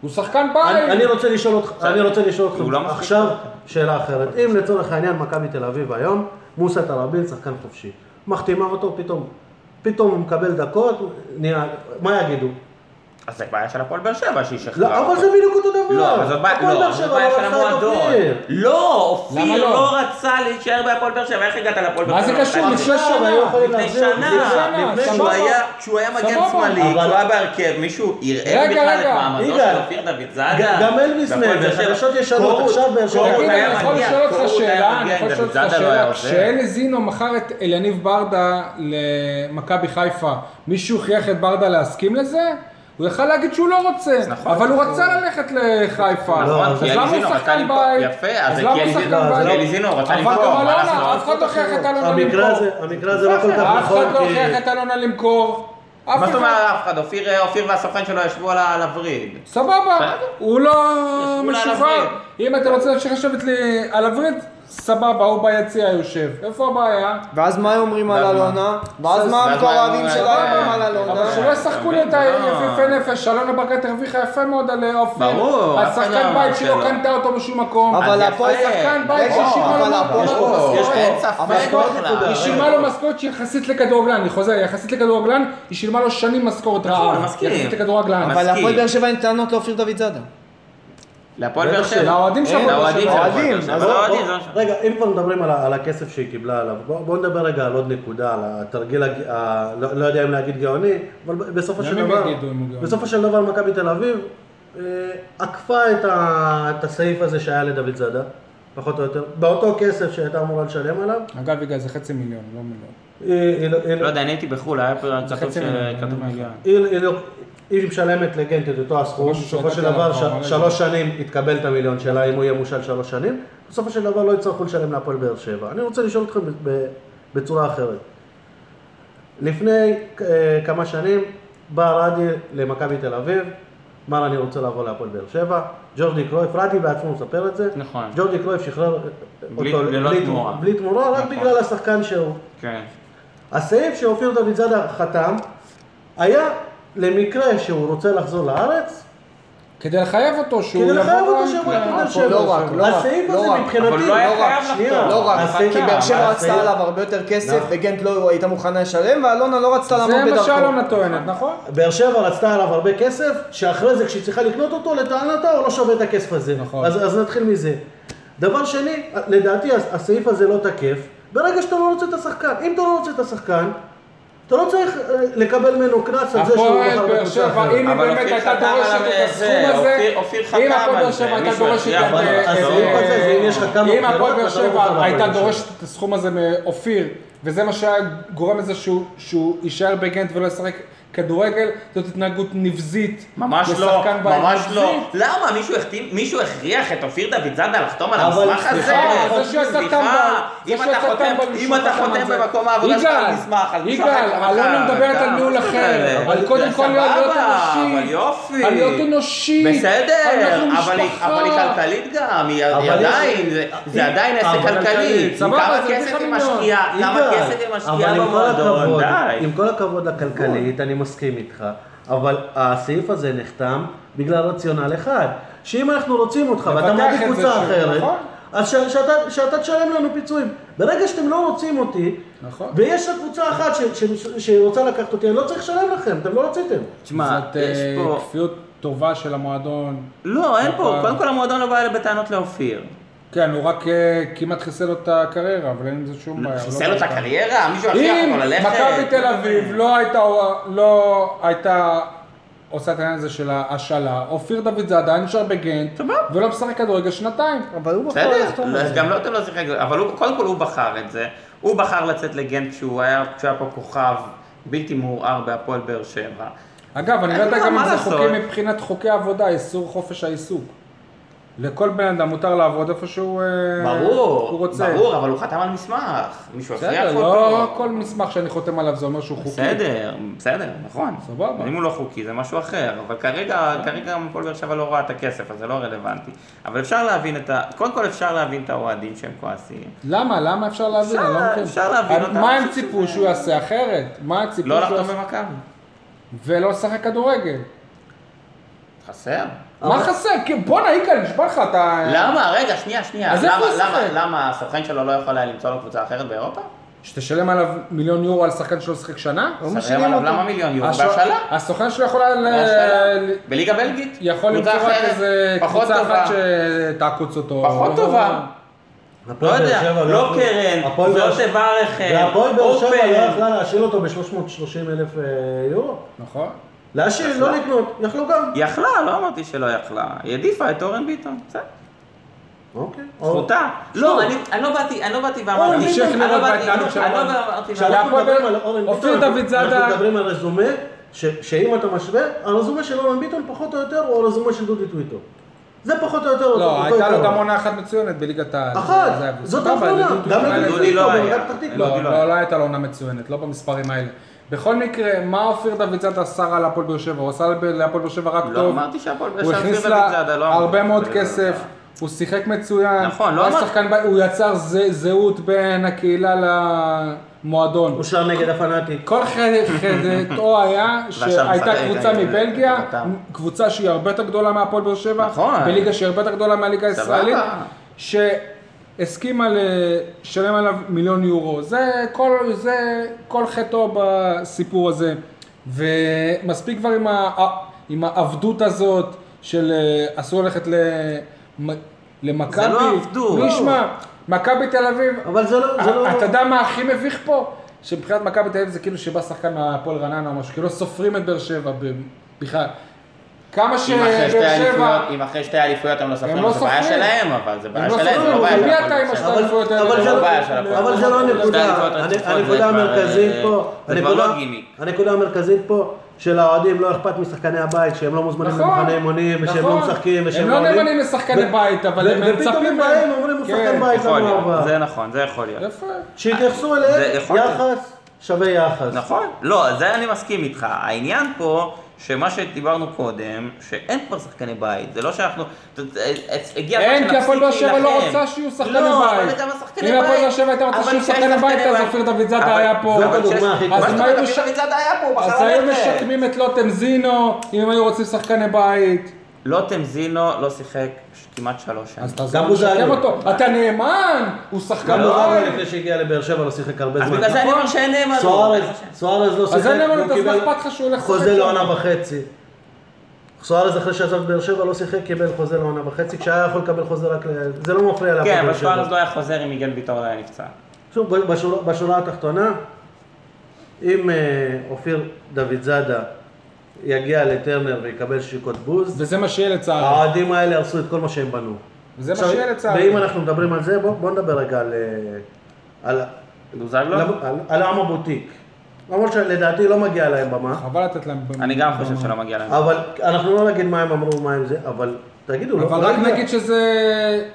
Speaker 2: הוא שחקן
Speaker 4: אני אני
Speaker 2: בית.
Speaker 4: רוצה לשאול אותך, אני רוצה לשאול
Speaker 3: הוא לא
Speaker 4: אותך
Speaker 3: מספיק
Speaker 4: עכשיו
Speaker 3: טוב.
Speaker 4: שאלה אחרת. אם לצורך העניין מכבי תל אביב היום, מוסא תראבין שחקן חופשי, מחתימה אותו פתאום, פתאום הוא מקבל דקות, נהיה, מה יגידו?
Speaker 3: אז זה בעיה של הפועל באר שבע שהיא שחררה.
Speaker 4: לא, אבל
Speaker 3: אותו.
Speaker 4: זה בדיוק אותו דבר.
Speaker 3: לא, אבל זאת בעיה,
Speaker 4: הפועל
Speaker 3: לא,
Speaker 4: באר
Speaker 3: אבל
Speaker 4: שבע
Speaker 3: זאת בעיה
Speaker 4: לא
Speaker 3: של
Speaker 4: רצה את
Speaker 3: המועדון.
Speaker 4: אופיר.
Speaker 3: לא, אופיר
Speaker 2: למה לא?
Speaker 3: לא רצה להישאר בהפועל באר שבע, איך הגעת להפועל באר
Speaker 2: מה זה
Speaker 3: שבע?
Speaker 2: קשור?
Speaker 3: אתה
Speaker 4: לא,
Speaker 2: לפני
Speaker 3: יודע,
Speaker 2: שנה.
Speaker 4: היו יכולים
Speaker 3: לפני
Speaker 4: להחזיר אותו.
Speaker 3: שנה,
Speaker 2: לפני
Speaker 3: כשהוא
Speaker 2: שנה.
Speaker 3: היה- כשהוא היה מגן
Speaker 2: סבבה.
Speaker 3: שמאלי,
Speaker 4: אבל-
Speaker 3: כשהוא היה בהרכב, מישהו ערער
Speaker 2: רגע,
Speaker 3: בכלל את
Speaker 2: רגע,
Speaker 3: מעמדו של
Speaker 4: יגאל.
Speaker 3: אופיר דוד זאדה?
Speaker 4: ג- גם אלביס
Speaker 3: והפועל
Speaker 4: מת, נכון, זה
Speaker 3: באר שבע.
Speaker 4: חדשות ישנות,
Speaker 3: קורות,
Speaker 4: עכשיו באר שבע- כן,
Speaker 3: קורות
Speaker 2: תגיד,
Speaker 3: היה
Speaker 2: אני יכול
Speaker 3: מגיע,
Speaker 2: לשאול אותך
Speaker 3: קורות היה
Speaker 2: שאלה, אני
Speaker 3: מגיע,
Speaker 2: יכול
Speaker 3: דוד
Speaker 2: לשאול אותך
Speaker 3: זאדה לא היה
Speaker 2: שאלה,
Speaker 3: עוזר.
Speaker 2: כשאלי זינו מכר את אליניב ברדה למכבי חיפה, מישהו חייך את ברדה להסכים לזה? הוא יכל להגיד שהוא לא רוצה,
Speaker 3: נכון.
Speaker 2: אבל הוא רצה ללכת לחיפה.
Speaker 4: נכון,
Speaker 2: אז
Speaker 4: כי
Speaker 2: למה הוא
Speaker 3: אליזינו לא, רצה
Speaker 2: שחקן
Speaker 3: למכור.
Speaker 2: בית?
Speaker 3: יפה, אז
Speaker 2: אז
Speaker 3: זה
Speaker 2: למה
Speaker 3: כי
Speaker 2: הוא
Speaker 3: אליזינו-
Speaker 2: שחקן
Speaker 4: לא, זה
Speaker 2: בית?
Speaker 4: לא-
Speaker 3: אליזינו רצה
Speaker 2: אבל
Speaker 3: למכור,
Speaker 2: גם
Speaker 3: מה
Speaker 2: אלונה,
Speaker 3: לעשות?
Speaker 2: אף אחד לא חייך את אלונה
Speaker 4: המקרה
Speaker 2: למכור.
Speaker 4: הזה- המקרה הזה לא כל כך
Speaker 2: אף
Speaker 4: נכון,
Speaker 2: אחד לא
Speaker 4: כי-
Speaker 2: הכריח את אלונה למכור.
Speaker 3: מה
Speaker 2: אף
Speaker 3: זאת
Speaker 2: אחד.
Speaker 3: אומרת אף אחד? אופיר- אה, אופיר והסוכן שלו ישבו על ה- על הווריד.
Speaker 2: סבבה,
Speaker 3: בסדר.
Speaker 2: הוא לא
Speaker 3: ישבו לה על
Speaker 2: משוחרר.
Speaker 3: הווריד.
Speaker 2: אם אתם רוצים להמשיך לשבת לי על הווריד, סבבה, הוא ביציע יושב. איפה הבעיה?
Speaker 5: ואז מה הם אומרים על
Speaker 3: ואז מה?
Speaker 5: אלונה? ואז מה
Speaker 3: ואז מה
Speaker 5: המקורבים
Speaker 3: הם
Speaker 5: שלה
Speaker 3: אומרים?
Speaker 5: אומרים על
Speaker 2: אבל
Speaker 5: אלונה?
Speaker 2: שלא ישחקו לי את
Speaker 3: לא.
Speaker 2: היפיפי נפש, אלונה ברקת הרוויחה יפה מאוד על אה, אופיר.
Speaker 3: ברור, אף אחד לא
Speaker 2: השחקן
Speaker 3: אמר
Speaker 2: בית שלא
Speaker 3: שלא.
Speaker 2: קנתה אותו בשום מקום.
Speaker 5: אבל
Speaker 3: אז
Speaker 5: הפועל
Speaker 3: יפה.
Speaker 2: שחקן בית
Speaker 3: ברור,
Speaker 2: ששילמה לו
Speaker 5: אבל
Speaker 2: משכורת,
Speaker 5: הפועל-
Speaker 3: ברור,
Speaker 5: יש-
Speaker 3: אין
Speaker 5: אבל
Speaker 3: ספק
Speaker 5: כל
Speaker 3: בכלל.
Speaker 2: היא שילמה לו משכורת שהיא יחסית לכדורגלן, אני חוזר, יחסית לכדורגלן, היא שילמה לו שנים משכורת רעה.
Speaker 3: נכון, אני מסכים.
Speaker 2: יחסית לכדורגלן.
Speaker 3: אבל-
Speaker 5: אבל
Speaker 3: מסכים.
Speaker 5: להפועל באר שבע אין טענות לאופיר דוד זאדה.
Speaker 3: להפועל באר שבע.
Speaker 2: לאוהדים של
Speaker 3: אין,
Speaker 2: הפועל באר
Speaker 3: לאוהדים
Speaker 2: שבע.
Speaker 3: של הפועל
Speaker 5: אוהדים,
Speaker 3: באר שבע.
Speaker 5: אז
Speaker 3: זה
Speaker 4: בוא-
Speaker 3: אוהדים,
Speaker 4: בוא-
Speaker 3: זה לא משנה.
Speaker 4: רגע, אם כבר מדברים על ה- על הכסף שהיא קיבלה עליו, בוא- בואו נדבר רגע על עוד נקודה, על התרגיל, הג- ה- לא לא יודע אם להגיד גאוני, אבל ב- בסופו של
Speaker 2: ימים
Speaker 4: דבר,
Speaker 2: יגידו אם הוא גאוני.
Speaker 4: בסופו של דבר מכבי תל אביב אה, עקפה את ה- את הסעיף הזה שהיה לדוד זאדה, פחות או יותר, באותו כסף שהייתה אמורה לשלם עליו.
Speaker 2: אגב, יגאל, זה חצי מיליון, לא מיליון.
Speaker 4: היא- היא- היא-
Speaker 3: לא יודע, אני הייתי בחו"ל, היה פה
Speaker 2: זה
Speaker 3: כתוב
Speaker 2: חצי
Speaker 3: ש-
Speaker 2: מיליון,
Speaker 3: כתוב
Speaker 2: אני
Speaker 3: מיליון.
Speaker 4: היא- היא לא- היא משלמת לגנט את אותו הסכום,
Speaker 2: משהו
Speaker 4: בסופו של
Speaker 2: שידעתי
Speaker 4: דבר
Speaker 2: עליו,
Speaker 4: ש-
Speaker 3: לא
Speaker 2: אבל-
Speaker 4: שלוש שנים יתקבל את המיליון שלה אם הוא יהיה מושל שלוש שנים, בסופו של דבר לא יצטרכו לשלם להפועל באר שבע. אני רוצה לשאול אתכם ב- ב- בצורה אחרת. לפני אה, כמה שנים בא רדי למכבי תל אביב, אמר אני רוצה לעבור להפועל באר שבע, ג'ורדי קרויף, רדי בעצמו מספר את זה,
Speaker 3: נכון.
Speaker 4: ג'ורדי קרויף שחרר
Speaker 3: בלי-
Speaker 4: אותו
Speaker 3: ללא
Speaker 4: בלי-
Speaker 3: תמורה.
Speaker 4: בלי תמורה, רק
Speaker 3: נכון.
Speaker 4: בגלל השחקן שהוא.
Speaker 3: כן.
Speaker 4: הסעיף שאופיר דוד זאדה חתם היה למקרה שהוא רוצה לחזור לארץ,
Speaker 2: כדי לחייב אותו שהוא
Speaker 4: כדי לחייב
Speaker 2: יבוא
Speaker 4: אותו
Speaker 2: רק-
Speaker 4: שיבוא
Speaker 2: כן.
Speaker 4: לבאר
Speaker 5: אבל
Speaker 4: שבע.
Speaker 5: לא רק, לא רק,
Speaker 4: הסעיף
Speaker 5: לא
Speaker 4: הזה
Speaker 5: רק.
Speaker 4: מבחינתי,
Speaker 3: אבל לא היה
Speaker 4: רק,
Speaker 3: חייב לחתום.
Speaker 4: שנייה.
Speaker 5: לא רק,
Speaker 4: הסעיף-
Speaker 2: כן,
Speaker 5: כי באר שבע רצתה
Speaker 4: הסעיף-
Speaker 5: עליו הרבה יותר כסף,
Speaker 4: נכון.
Speaker 5: וגנט לא הייתה מוכנה לשלם, ואלונה לא רצתה לעמוד
Speaker 2: זה מה
Speaker 5: בדרכו.
Speaker 2: שאלונה טוענת, נכון?
Speaker 4: באר שבע רצתה עליו הרבה כסף, שאחרי זה כשהיא צריכה לקנות אותו, לטענתה הוא לא שווה את הכסף הזה.
Speaker 2: נכון.
Speaker 4: אז, אז נתחיל מזה. דבר שני, לדעתי הס- הסעיף הזה לא תקף, ברגע שאתה לא רוצה את השחקן. אם אתה לא רוצה את השחקן, אתה לא צריך אה, לקבל ממנו קנס על זה שהוא
Speaker 2: הפועל באר
Speaker 4: בקבוצה
Speaker 2: שבע,
Speaker 4: אחרת.
Speaker 2: אם היא
Speaker 3: אבל
Speaker 2: באמת
Speaker 3: אופיר
Speaker 2: הייתה
Speaker 3: חתם
Speaker 2: דורשת
Speaker 3: עליו
Speaker 2: את
Speaker 3: את
Speaker 2: הסכום
Speaker 3: זה,
Speaker 2: הזה,
Speaker 3: אופיר- אופיר חתם
Speaker 2: אם הפועל
Speaker 3: על
Speaker 2: באר
Speaker 3: זה,
Speaker 2: שבע הייתה
Speaker 3: מישהו
Speaker 2: דורשת
Speaker 3: הכריח
Speaker 2: את
Speaker 4: אבל
Speaker 2: אה,
Speaker 4: הסעיף
Speaker 2: אה,
Speaker 4: הזה, זה אם יש לך כמה
Speaker 2: אם
Speaker 4: בחירות,
Speaker 2: הפועל באר
Speaker 4: אתה לא יכול
Speaker 2: שבע
Speaker 4: לעבור
Speaker 2: הייתה
Speaker 4: לשם.
Speaker 2: דורשת את הסכום הזה מאופיר, וזה מה שהיה גורם לזה שהוא- שהוא יישאר בגנט ולא ישחק כדורגל, זאת התנהגות נבזית.
Speaker 3: ממש לא,
Speaker 2: לשחקן בעל
Speaker 3: ממש לא.
Speaker 2: נבזית.
Speaker 3: למה? מישהו החתים, מישהו הכריח את אופיר דוד זאדה לחתום על
Speaker 4: אבל
Speaker 3: המסמך הזה?
Speaker 2: סליחה, זה שהוא יצא טמבל, זה
Speaker 3: אם
Speaker 2: שהוא
Speaker 3: אתה
Speaker 2: יצא
Speaker 3: חותם,
Speaker 2: טמבל,
Speaker 3: אם אתה
Speaker 2: משוחרר
Speaker 3: חותם
Speaker 2: מזה.
Speaker 3: במקום העבודה שלך על מסמך, אז מישהו
Speaker 2: יגאל,
Speaker 3: אחר חתם
Speaker 2: אלונה מדברת על
Speaker 3: לך.
Speaker 2: ניהול
Speaker 3: כמה זאת אומרת?
Speaker 2: אחר, על קודם כל להיות
Speaker 3: סבבה,
Speaker 2: אנושי,
Speaker 3: אבל יופי.
Speaker 2: על להיות אנושי,
Speaker 3: בסדר,
Speaker 2: אנחנו
Speaker 3: אבל היא-
Speaker 2: משפחה.
Speaker 3: אבל היא כלכלית גם, היא היא
Speaker 4: אבל
Speaker 3: עדיין,
Speaker 4: יש-
Speaker 3: זה-
Speaker 4: היא-
Speaker 3: זה עדיין עסק
Speaker 4: אבל
Speaker 3: כלכלי.
Speaker 4: כלכלית,
Speaker 2: סבבה,
Speaker 3: כמה
Speaker 2: זה
Speaker 3: כסף
Speaker 2: בדיחה
Speaker 3: היא
Speaker 2: מיליון.
Speaker 3: משקיעה, כמה
Speaker 4: יגאל,
Speaker 3: כסף היא משקיעה
Speaker 4: אבל עם כל
Speaker 3: במועדון,
Speaker 4: הכבוד,
Speaker 3: די.
Speaker 4: עם כל הכבוד לכלכלית, אני מסכים איתך, אבל הסעיף הזה נחתם בגלל רציונל אחד, שאם אנחנו רוצים אותך ואתה
Speaker 2: לבטח
Speaker 4: מעדיף
Speaker 2: את זה
Speaker 4: קבוצה
Speaker 2: שוב,
Speaker 4: אחרת,
Speaker 2: נכון.
Speaker 4: אז ש- שאתה- שאתה תשלם לנו פיצויים. ברגע שאתם לא רוצים אותי,
Speaker 2: נכון.
Speaker 4: ויש רק קבוצה אחת ש- ש- שרוצה לקחת אותי, אני לא צריך לשלם לכם, אתם לא רציתם.
Speaker 3: תשמע,
Speaker 2: זאת
Speaker 3: יש
Speaker 2: אה,
Speaker 3: פה...
Speaker 2: כפיות טובה של המועדון.
Speaker 3: לא, אין פה,
Speaker 2: הפעם.
Speaker 3: קודם כל המועדון לא בא בטענות לאופיר.
Speaker 2: כן, הוא רק אה, כמעט חיסל לו את הקריירה, אבל אין עם זה שום בעיה. הוא לא
Speaker 3: חיסל לו את
Speaker 2: בעיה.
Speaker 3: הקריירה? מישהו הכריח
Speaker 2: אם
Speaker 3: אותו ללכת?
Speaker 2: מכבי תל אביב לא הייתה, לא הייתה עושה את העניין הזה של ההשאלה, אופיר דוידזאדה היה נשאר בגנט, ולא משחק כדורגל שנתיים.
Speaker 5: אבל הוא בחר
Speaker 3: בסדר,
Speaker 5: לחתום.
Speaker 3: אז
Speaker 5: בזה.
Speaker 3: גם לא אתה לא שיחק, אבל הוא- קודם כל הוא בחר את זה. הוא בחר לצאת לגנט כשהוא היה כשהוא היה פה כוכב בלתי מעורער בהפועל באר שבע.
Speaker 2: אגב, אני לא
Speaker 3: אין
Speaker 2: יודע
Speaker 3: מה-
Speaker 2: גם
Speaker 3: מה
Speaker 2: אם זה
Speaker 3: לעשות.
Speaker 2: חוקי מבחינת חוקי עבודה, איסור חופש העיסוק. לכל בן אדם מותר לעבוד איפה שהוא אה, הוא
Speaker 3: ברור,
Speaker 2: רוצה.
Speaker 3: ברור, אבל הוא חתם על מסמך. מישהו הכריח
Speaker 2: בסדר,
Speaker 3: אותו.
Speaker 2: לא כל מסמך שאני חותם עליו זה אומר שהוא חוקי.
Speaker 3: בסדר, בסדר, נכון.
Speaker 2: סבבה.
Speaker 3: אם הוא לא חוקי זה משהו אחר, אבל כרגע, כרגע גם הפועל באר שבע לא רואה את הכסף, אז זה לא רלוונטי. אבל אפשר להבין את ה... קודם כל אפשר להבין את האוהדים שהם כועסים.
Speaker 2: למה? למה אפשר להבין?
Speaker 3: אפשר-
Speaker 2: אני לא מבין.
Speaker 3: אפשר להבין אותם.
Speaker 2: מה הם ציפו שהוא יעשה אחרת? מה הם ציפו
Speaker 3: לא
Speaker 2: שהוא
Speaker 3: לחתום
Speaker 2: יעשה?
Speaker 3: במכבי.
Speaker 2: ולא לשחק כדורגל.
Speaker 3: חסר.
Speaker 2: מה חסר? כן, בואנה, יגאל, נשבע לך, אתה...
Speaker 3: למה? רגע, שנייה, שנייה.
Speaker 2: אה. אז איפה
Speaker 3: למה-
Speaker 2: הוא
Speaker 3: למה-
Speaker 2: שיחק? לא
Speaker 3: למה הסוכן שלו לא יכול היה למצוא לו קבוצה אחרת באירופה?
Speaker 2: שתשלם עליו מיליון יורו על שחקן שלא שיחק שנה?
Speaker 5: לא
Speaker 3: סרב
Speaker 5: משנים
Speaker 3: עליו
Speaker 5: אותו.
Speaker 3: למה מיליון יורו?
Speaker 2: השו-
Speaker 3: בהשאלה.
Speaker 2: הסוכן שלו יכול היה... ל-
Speaker 3: בהשאלה.
Speaker 2: ל-
Speaker 3: בליגה בלגית.
Speaker 2: יכול
Speaker 3: קבוצה
Speaker 2: למצוא רק
Speaker 3: אחרת,
Speaker 2: איזה
Speaker 3: פחות
Speaker 2: קבוצה
Speaker 3: טובה.
Speaker 2: אחת שתעקוץ אותו.
Speaker 3: פחות
Speaker 2: לא-
Speaker 3: טובה. לא
Speaker 4: הפועל באר
Speaker 3: יודע,
Speaker 4: שבע
Speaker 3: לא קרן,
Speaker 4: יכלו-
Speaker 3: אוקיי.
Speaker 4: הפועל באר
Speaker 3: ועוד
Speaker 4: שבע-
Speaker 3: דבר אחר.
Speaker 4: והפועל באר שבע
Speaker 3: אופן.
Speaker 4: לא יכלה להשאיר אותו ב-330 אלף יורו.
Speaker 2: נכון.
Speaker 4: להשאיר, לא לקנות, יכלו גם.
Speaker 3: יכלה, לא אמרתי שלא יכלה. היא העדיפה את אורן ביטון, בסדר.
Speaker 4: אוקיי.
Speaker 3: זכותה. לא, אני אני לא באתי, אני לא באתי
Speaker 2: אורן
Speaker 3: ואמרתי,
Speaker 2: ביטון.
Speaker 3: אני לא
Speaker 2: בהתנהלות
Speaker 3: באתי, אני
Speaker 2: של
Speaker 3: לא אני לא
Speaker 2: אורן.
Speaker 3: אמרתי,
Speaker 2: של
Speaker 3: ואמרתי,
Speaker 4: כשאנחנו
Speaker 2: הפועל
Speaker 4: מדברים
Speaker 2: באר-
Speaker 4: על אורן ביטון,
Speaker 2: אופיר
Speaker 4: אנחנו-
Speaker 2: דוד זאדה-
Speaker 4: אנחנו מדברים על רזומה, ש- שאם אתה משווה, הרזומה של אורן ביטון פחות או יותר הוא הרזומה של דודי טוויטו. זה פחות או יותר אותו
Speaker 2: לא,
Speaker 4: אותו
Speaker 2: הייתה לו
Speaker 4: עיקרון.
Speaker 2: גם עונה אחת מצוינת בליגת העל.
Speaker 4: אחת,
Speaker 2: זה היה-
Speaker 4: זאת
Speaker 2: סבבה,
Speaker 4: האחרונה.
Speaker 2: לדודו
Speaker 4: גם
Speaker 2: טופל היה-
Speaker 4: לדודי
Speaker 3: דודי
Speaker 4: טוויטו,
Speaker 3: לא היה.
Speaker 4: במכבי פתח תקווה.
Speaker 2: לא,
Speaker 3: דודי לא
Speaker 2: לא,
Speaker 3: היה.
Speaker 2: לא הייתה לו עונה מצוינת, לא במספרים האלה. בכל מקרה, מה אופיר דוידזאדה עשה רע להפועל באר שבע? הוא עשה להפועל באר שבע רק
Speaker 3: לא
Speaker 2: טוב.
Speaker 3: אמרתי שהפועל באר
Speaker 2: הוא
Speaker 3: שבע
Speaker 2: הכניס
Speaker 3: עושה דוד
Speaker 2: לה
Speaker 3: זאדה, לא אמרתי
Speaker 2: הרבה
Speaker 3: שזה
Speaker 2: מאוד
Speaker 3: דוד
Speaker 2: כסף,
Speaker 3: זאדה.
Speaker 2: הוא שיחק מצוין.
Speaker 3: נכון, לא
Speaker 2: הוא היה
Speaker 3: אמרתי.
Speaker 2: שחקן ב- הוא יצר זה- זהות בין הקהילה למועדון.
Speaker 4: הוא שר נגד הפנאטי.
Speaker 2: כל חד- חטאו היה
Speaker 3: ועכשיו
Speaker 2: שהייתה
Speaker 3: משחק
Speaker 2: קבוצה
Speaker 3: נגד
Speaker 2: מבלגיה,
Speaker 3: אותם.
Speaker 2: קבוצה שהיא הרבה יותר גדולה מהפועל באר שבע,
Speaker 3: נכון.
Speaker 2: בליגה שהיא הרבה יותר גדולה מהליגה
Speaker 3: סבבה.
Speaker 2: הישראלית, שהסכימה לשלם עליו מיליון יורו. זה כל, זה כל חטאו בסיפור הזה. ומספיק כבר עם, ה, עם העבדות הזאת של אה, אסור ללכת למ- למכבי.
Speaker 3: לא עבדות.
Speaker 2: מי ישמע? מכבי תל אביב,
Speaker 4: אבל זה לא, זה לא...
Speaker 2: אה, אתה יודע מה הכי מביך פה? שמבחינת מכבי תל אביב זה כאילו שבא שחקן מהפועל רעננה או משהו, כאילו לא סופרים את באר שבע ב- בכלל. כמה
Speaker 3: אם אחרי
Speaker 2: שבאר
Speaker 3: שתי
Speaker 2: שבע,
Speaker 3: אליפויות- אם אחרי שתי אליפויות הם לא
Speaker 2: לא
Speaker 3: סופרים, זה בעיה
Speaker 2: סופרים.
Speaker 3: שלהם, אבל זה בעיה
Speaker 2: לא
Speaker 3: שלהם, זה
Speaker 2: סופרים,
Speaker 3: לא בעיה
Speaker 2: אבל
Speaker 3: של
Speaker 2: מי
Speaker 3: הפועל
Speaker 2: אתה עם
Speaker 3: באר שבע.
Speaker 2: השתי האליפויות האלה?
Speaker 4: אבל זה לא-
Speaker 3: הבעיה של הפועל.
Speaker 4: אבל זה לא
Speaker 3: שתי
Speaker 4: הנקודה,
Speaker 3: אליפויות
Speaker 4: הנ-
Speaker 3: רצופות זה
Speaker 4: הנקודה
Speaker 3: כבר,
Speaker 4: המרכזית
Speaker 3: אה,
Speaker 4: פה,
Speaker 3: זה כבר
Speaker 4: הנקודה-
Speaker 3: לא גימיק.
Speaker 4: הנקודה המרכזית פה, שלאוהדים לא אכפת משחקני הבית, שהם לא מוזמנים
Speaker 2: נכון,
Speaker 4: למחנה אימונים, ושהם לא
Speaker 2: נכון.
Speaker 4: משחקים,
Speaker 2: הם
Speaker 4: ושהם
Speaker 2: לא
Speaker 4: עולים.
Speaker 2: נאמנים לשחקני
Speaker 4: ו-
Speaker 2: בית, אבל
Speaker 4: ו-
Speaker 2: הם
Speaker 4: ופתאום
Speaker 2: מצפים מהם.
Speaker 4: הם באים, אומרים, הוא
Speaker 2: כן.
Speaker 4: שחקן בית,
Speaker 3: יכול
Speaker 4: למה הוא עבר?"
Speaker 3: להיות, זה נכון, זה יכול להיות.
Speaker 2: יפה.
Speaker 4: שיתייחסו
Speaker 3: זה
Speaker 4: אליהם
Speaker 3: יכול להיות.
Speaker 4: יחס שווה יחס.
Speaker 3: אה, נכון. לא, זה אני מסכים איתך. העניין פה, שמה שדיברנו קודם, שאין כבר שחקני בית. זה לא שאנחנו... ת- ת- אה, הגיע הזמן
Speaker 2: אין, כי הפועל באר שבע לא
Speaker 3: להילחם.
Speaker 2: רוצה שיהיו שחקני בית.
Speaker 3: לא, אבל גם השחקני בית.
Speaker 2: אם הפועל באר שבע הייתה רוצה
Speaker 3: אבל
Speaker 2: שיהיו
Speaker 3: כשיש
Speaker 2: שחקני בית, אז
Speaker 3: בית-
Speaker 2: אופיר דוידזאדה
Speaker 3: אבל-
Speaker 2: היה פה.
Speaker 3: אבל
Speaker 4: זאת
Speaker 3: כשיש-
Speaker 4: הדוגמה הכי
Speaker 3: מה
Speaker 4: טובה.
Speaker 3: זאת
Speaker 2: אז מה
Speaker 3: אומרת,
Speaker 2: היו
Speaker 3: אופיר
Speaker 2: מש-
Speaker 3: דוידזאדה היה פה, הוא
Speaker 2: אז
Speaker 3: בחר
Speaker 2: היו
Speaker 3: ללכת.
Speaker 2: משקמים את לוטם זינו, אם הם היו רוצים שחקני בית.
Speaker 3: לוטם זינו לא שיחק ש- כמעט שלוש שנים.
Speaker 2: אז תעזור
Speaker 4: גם
Speaker 2: לשקם
Speaker 4: בוזגלו. לא,
Speaker 2: אותו. אתה נאמן, הוא שחקן
Speaker 4: גם בוזגלו
Speaker 2: בית.
Speaker 4: לפני שהגיע לבאר שבע לא שיחק הרבה
Speaker 3: לא, אה, אז
Speaker 4: זמן.
Speaker 3: בגלל זה
Speaker 2: נכון.
Speaker 3: אני אומר אה, שאין נאמנות.
Speaker 4: סוארז, סוארז לא שיחק.
Speaker 2: אז אין נאמנות,
Speaker 4: הוא
Speaker 2: אז מה
Speaker 4: קיבל
Speaker 2: אכפת לך שהוא הולך לשחק
Speaker 4: חוזה
Speaker 2: שם?
Speaker 4: לעונה וחצי. סוארז אחרי שעזב באר שבע לא שיחק, קיבל חוזה לעונה וחצי, כשהיה יכול לקבל חוזה רק ל... זה לא מפריע להפועל
Speaker 3: כן,
Speaker 4: באר
Speaker 3: אבל
Speaker 4: שבע.
Speaker 3: סוארז לא היה חוזר אם מיגל ויטור לא היה נפצע.
Speaker 4: שוב, בשורה, בשורה התחתונה, אם אה, אופיר דוד זאדה יגיע לטרנר ויקבל שיקות בוז,
Speaker 2: וזה מה שיהיה לצערי.
Speaker 4: האוהדים האלה הרסו את כל מה שהם בנו.
Speaker 2: וזה מה
Speaker 4: עכשיו,
Speaker 2: שיהיה לצערי.
Speaker 4: ואם אנחנו מדברים על זה, בואו בוא נדבר רגע על, אה, על,
Speaker 3: בוזגלו?
Speaker 4: על, על, על עם הבוטיק. למרות שלדעתי לא מגיע להם במה,
Speaker 2: חבל לתת להם... במ-
Speaker 3: אני גם
Speaker 2: במ-
Speaker 3: חושב שלא מגיע להם.
Speaker 4: אבל אנחנו לא נגיד מה הם אמרו ומה הם זה, אבל תגידו, לא-
Speaker 2: אבל
Speaker 4: לא
Speaker 2: רק
Speaker 4: הגיע.
Speaker 2: נגיד שזה,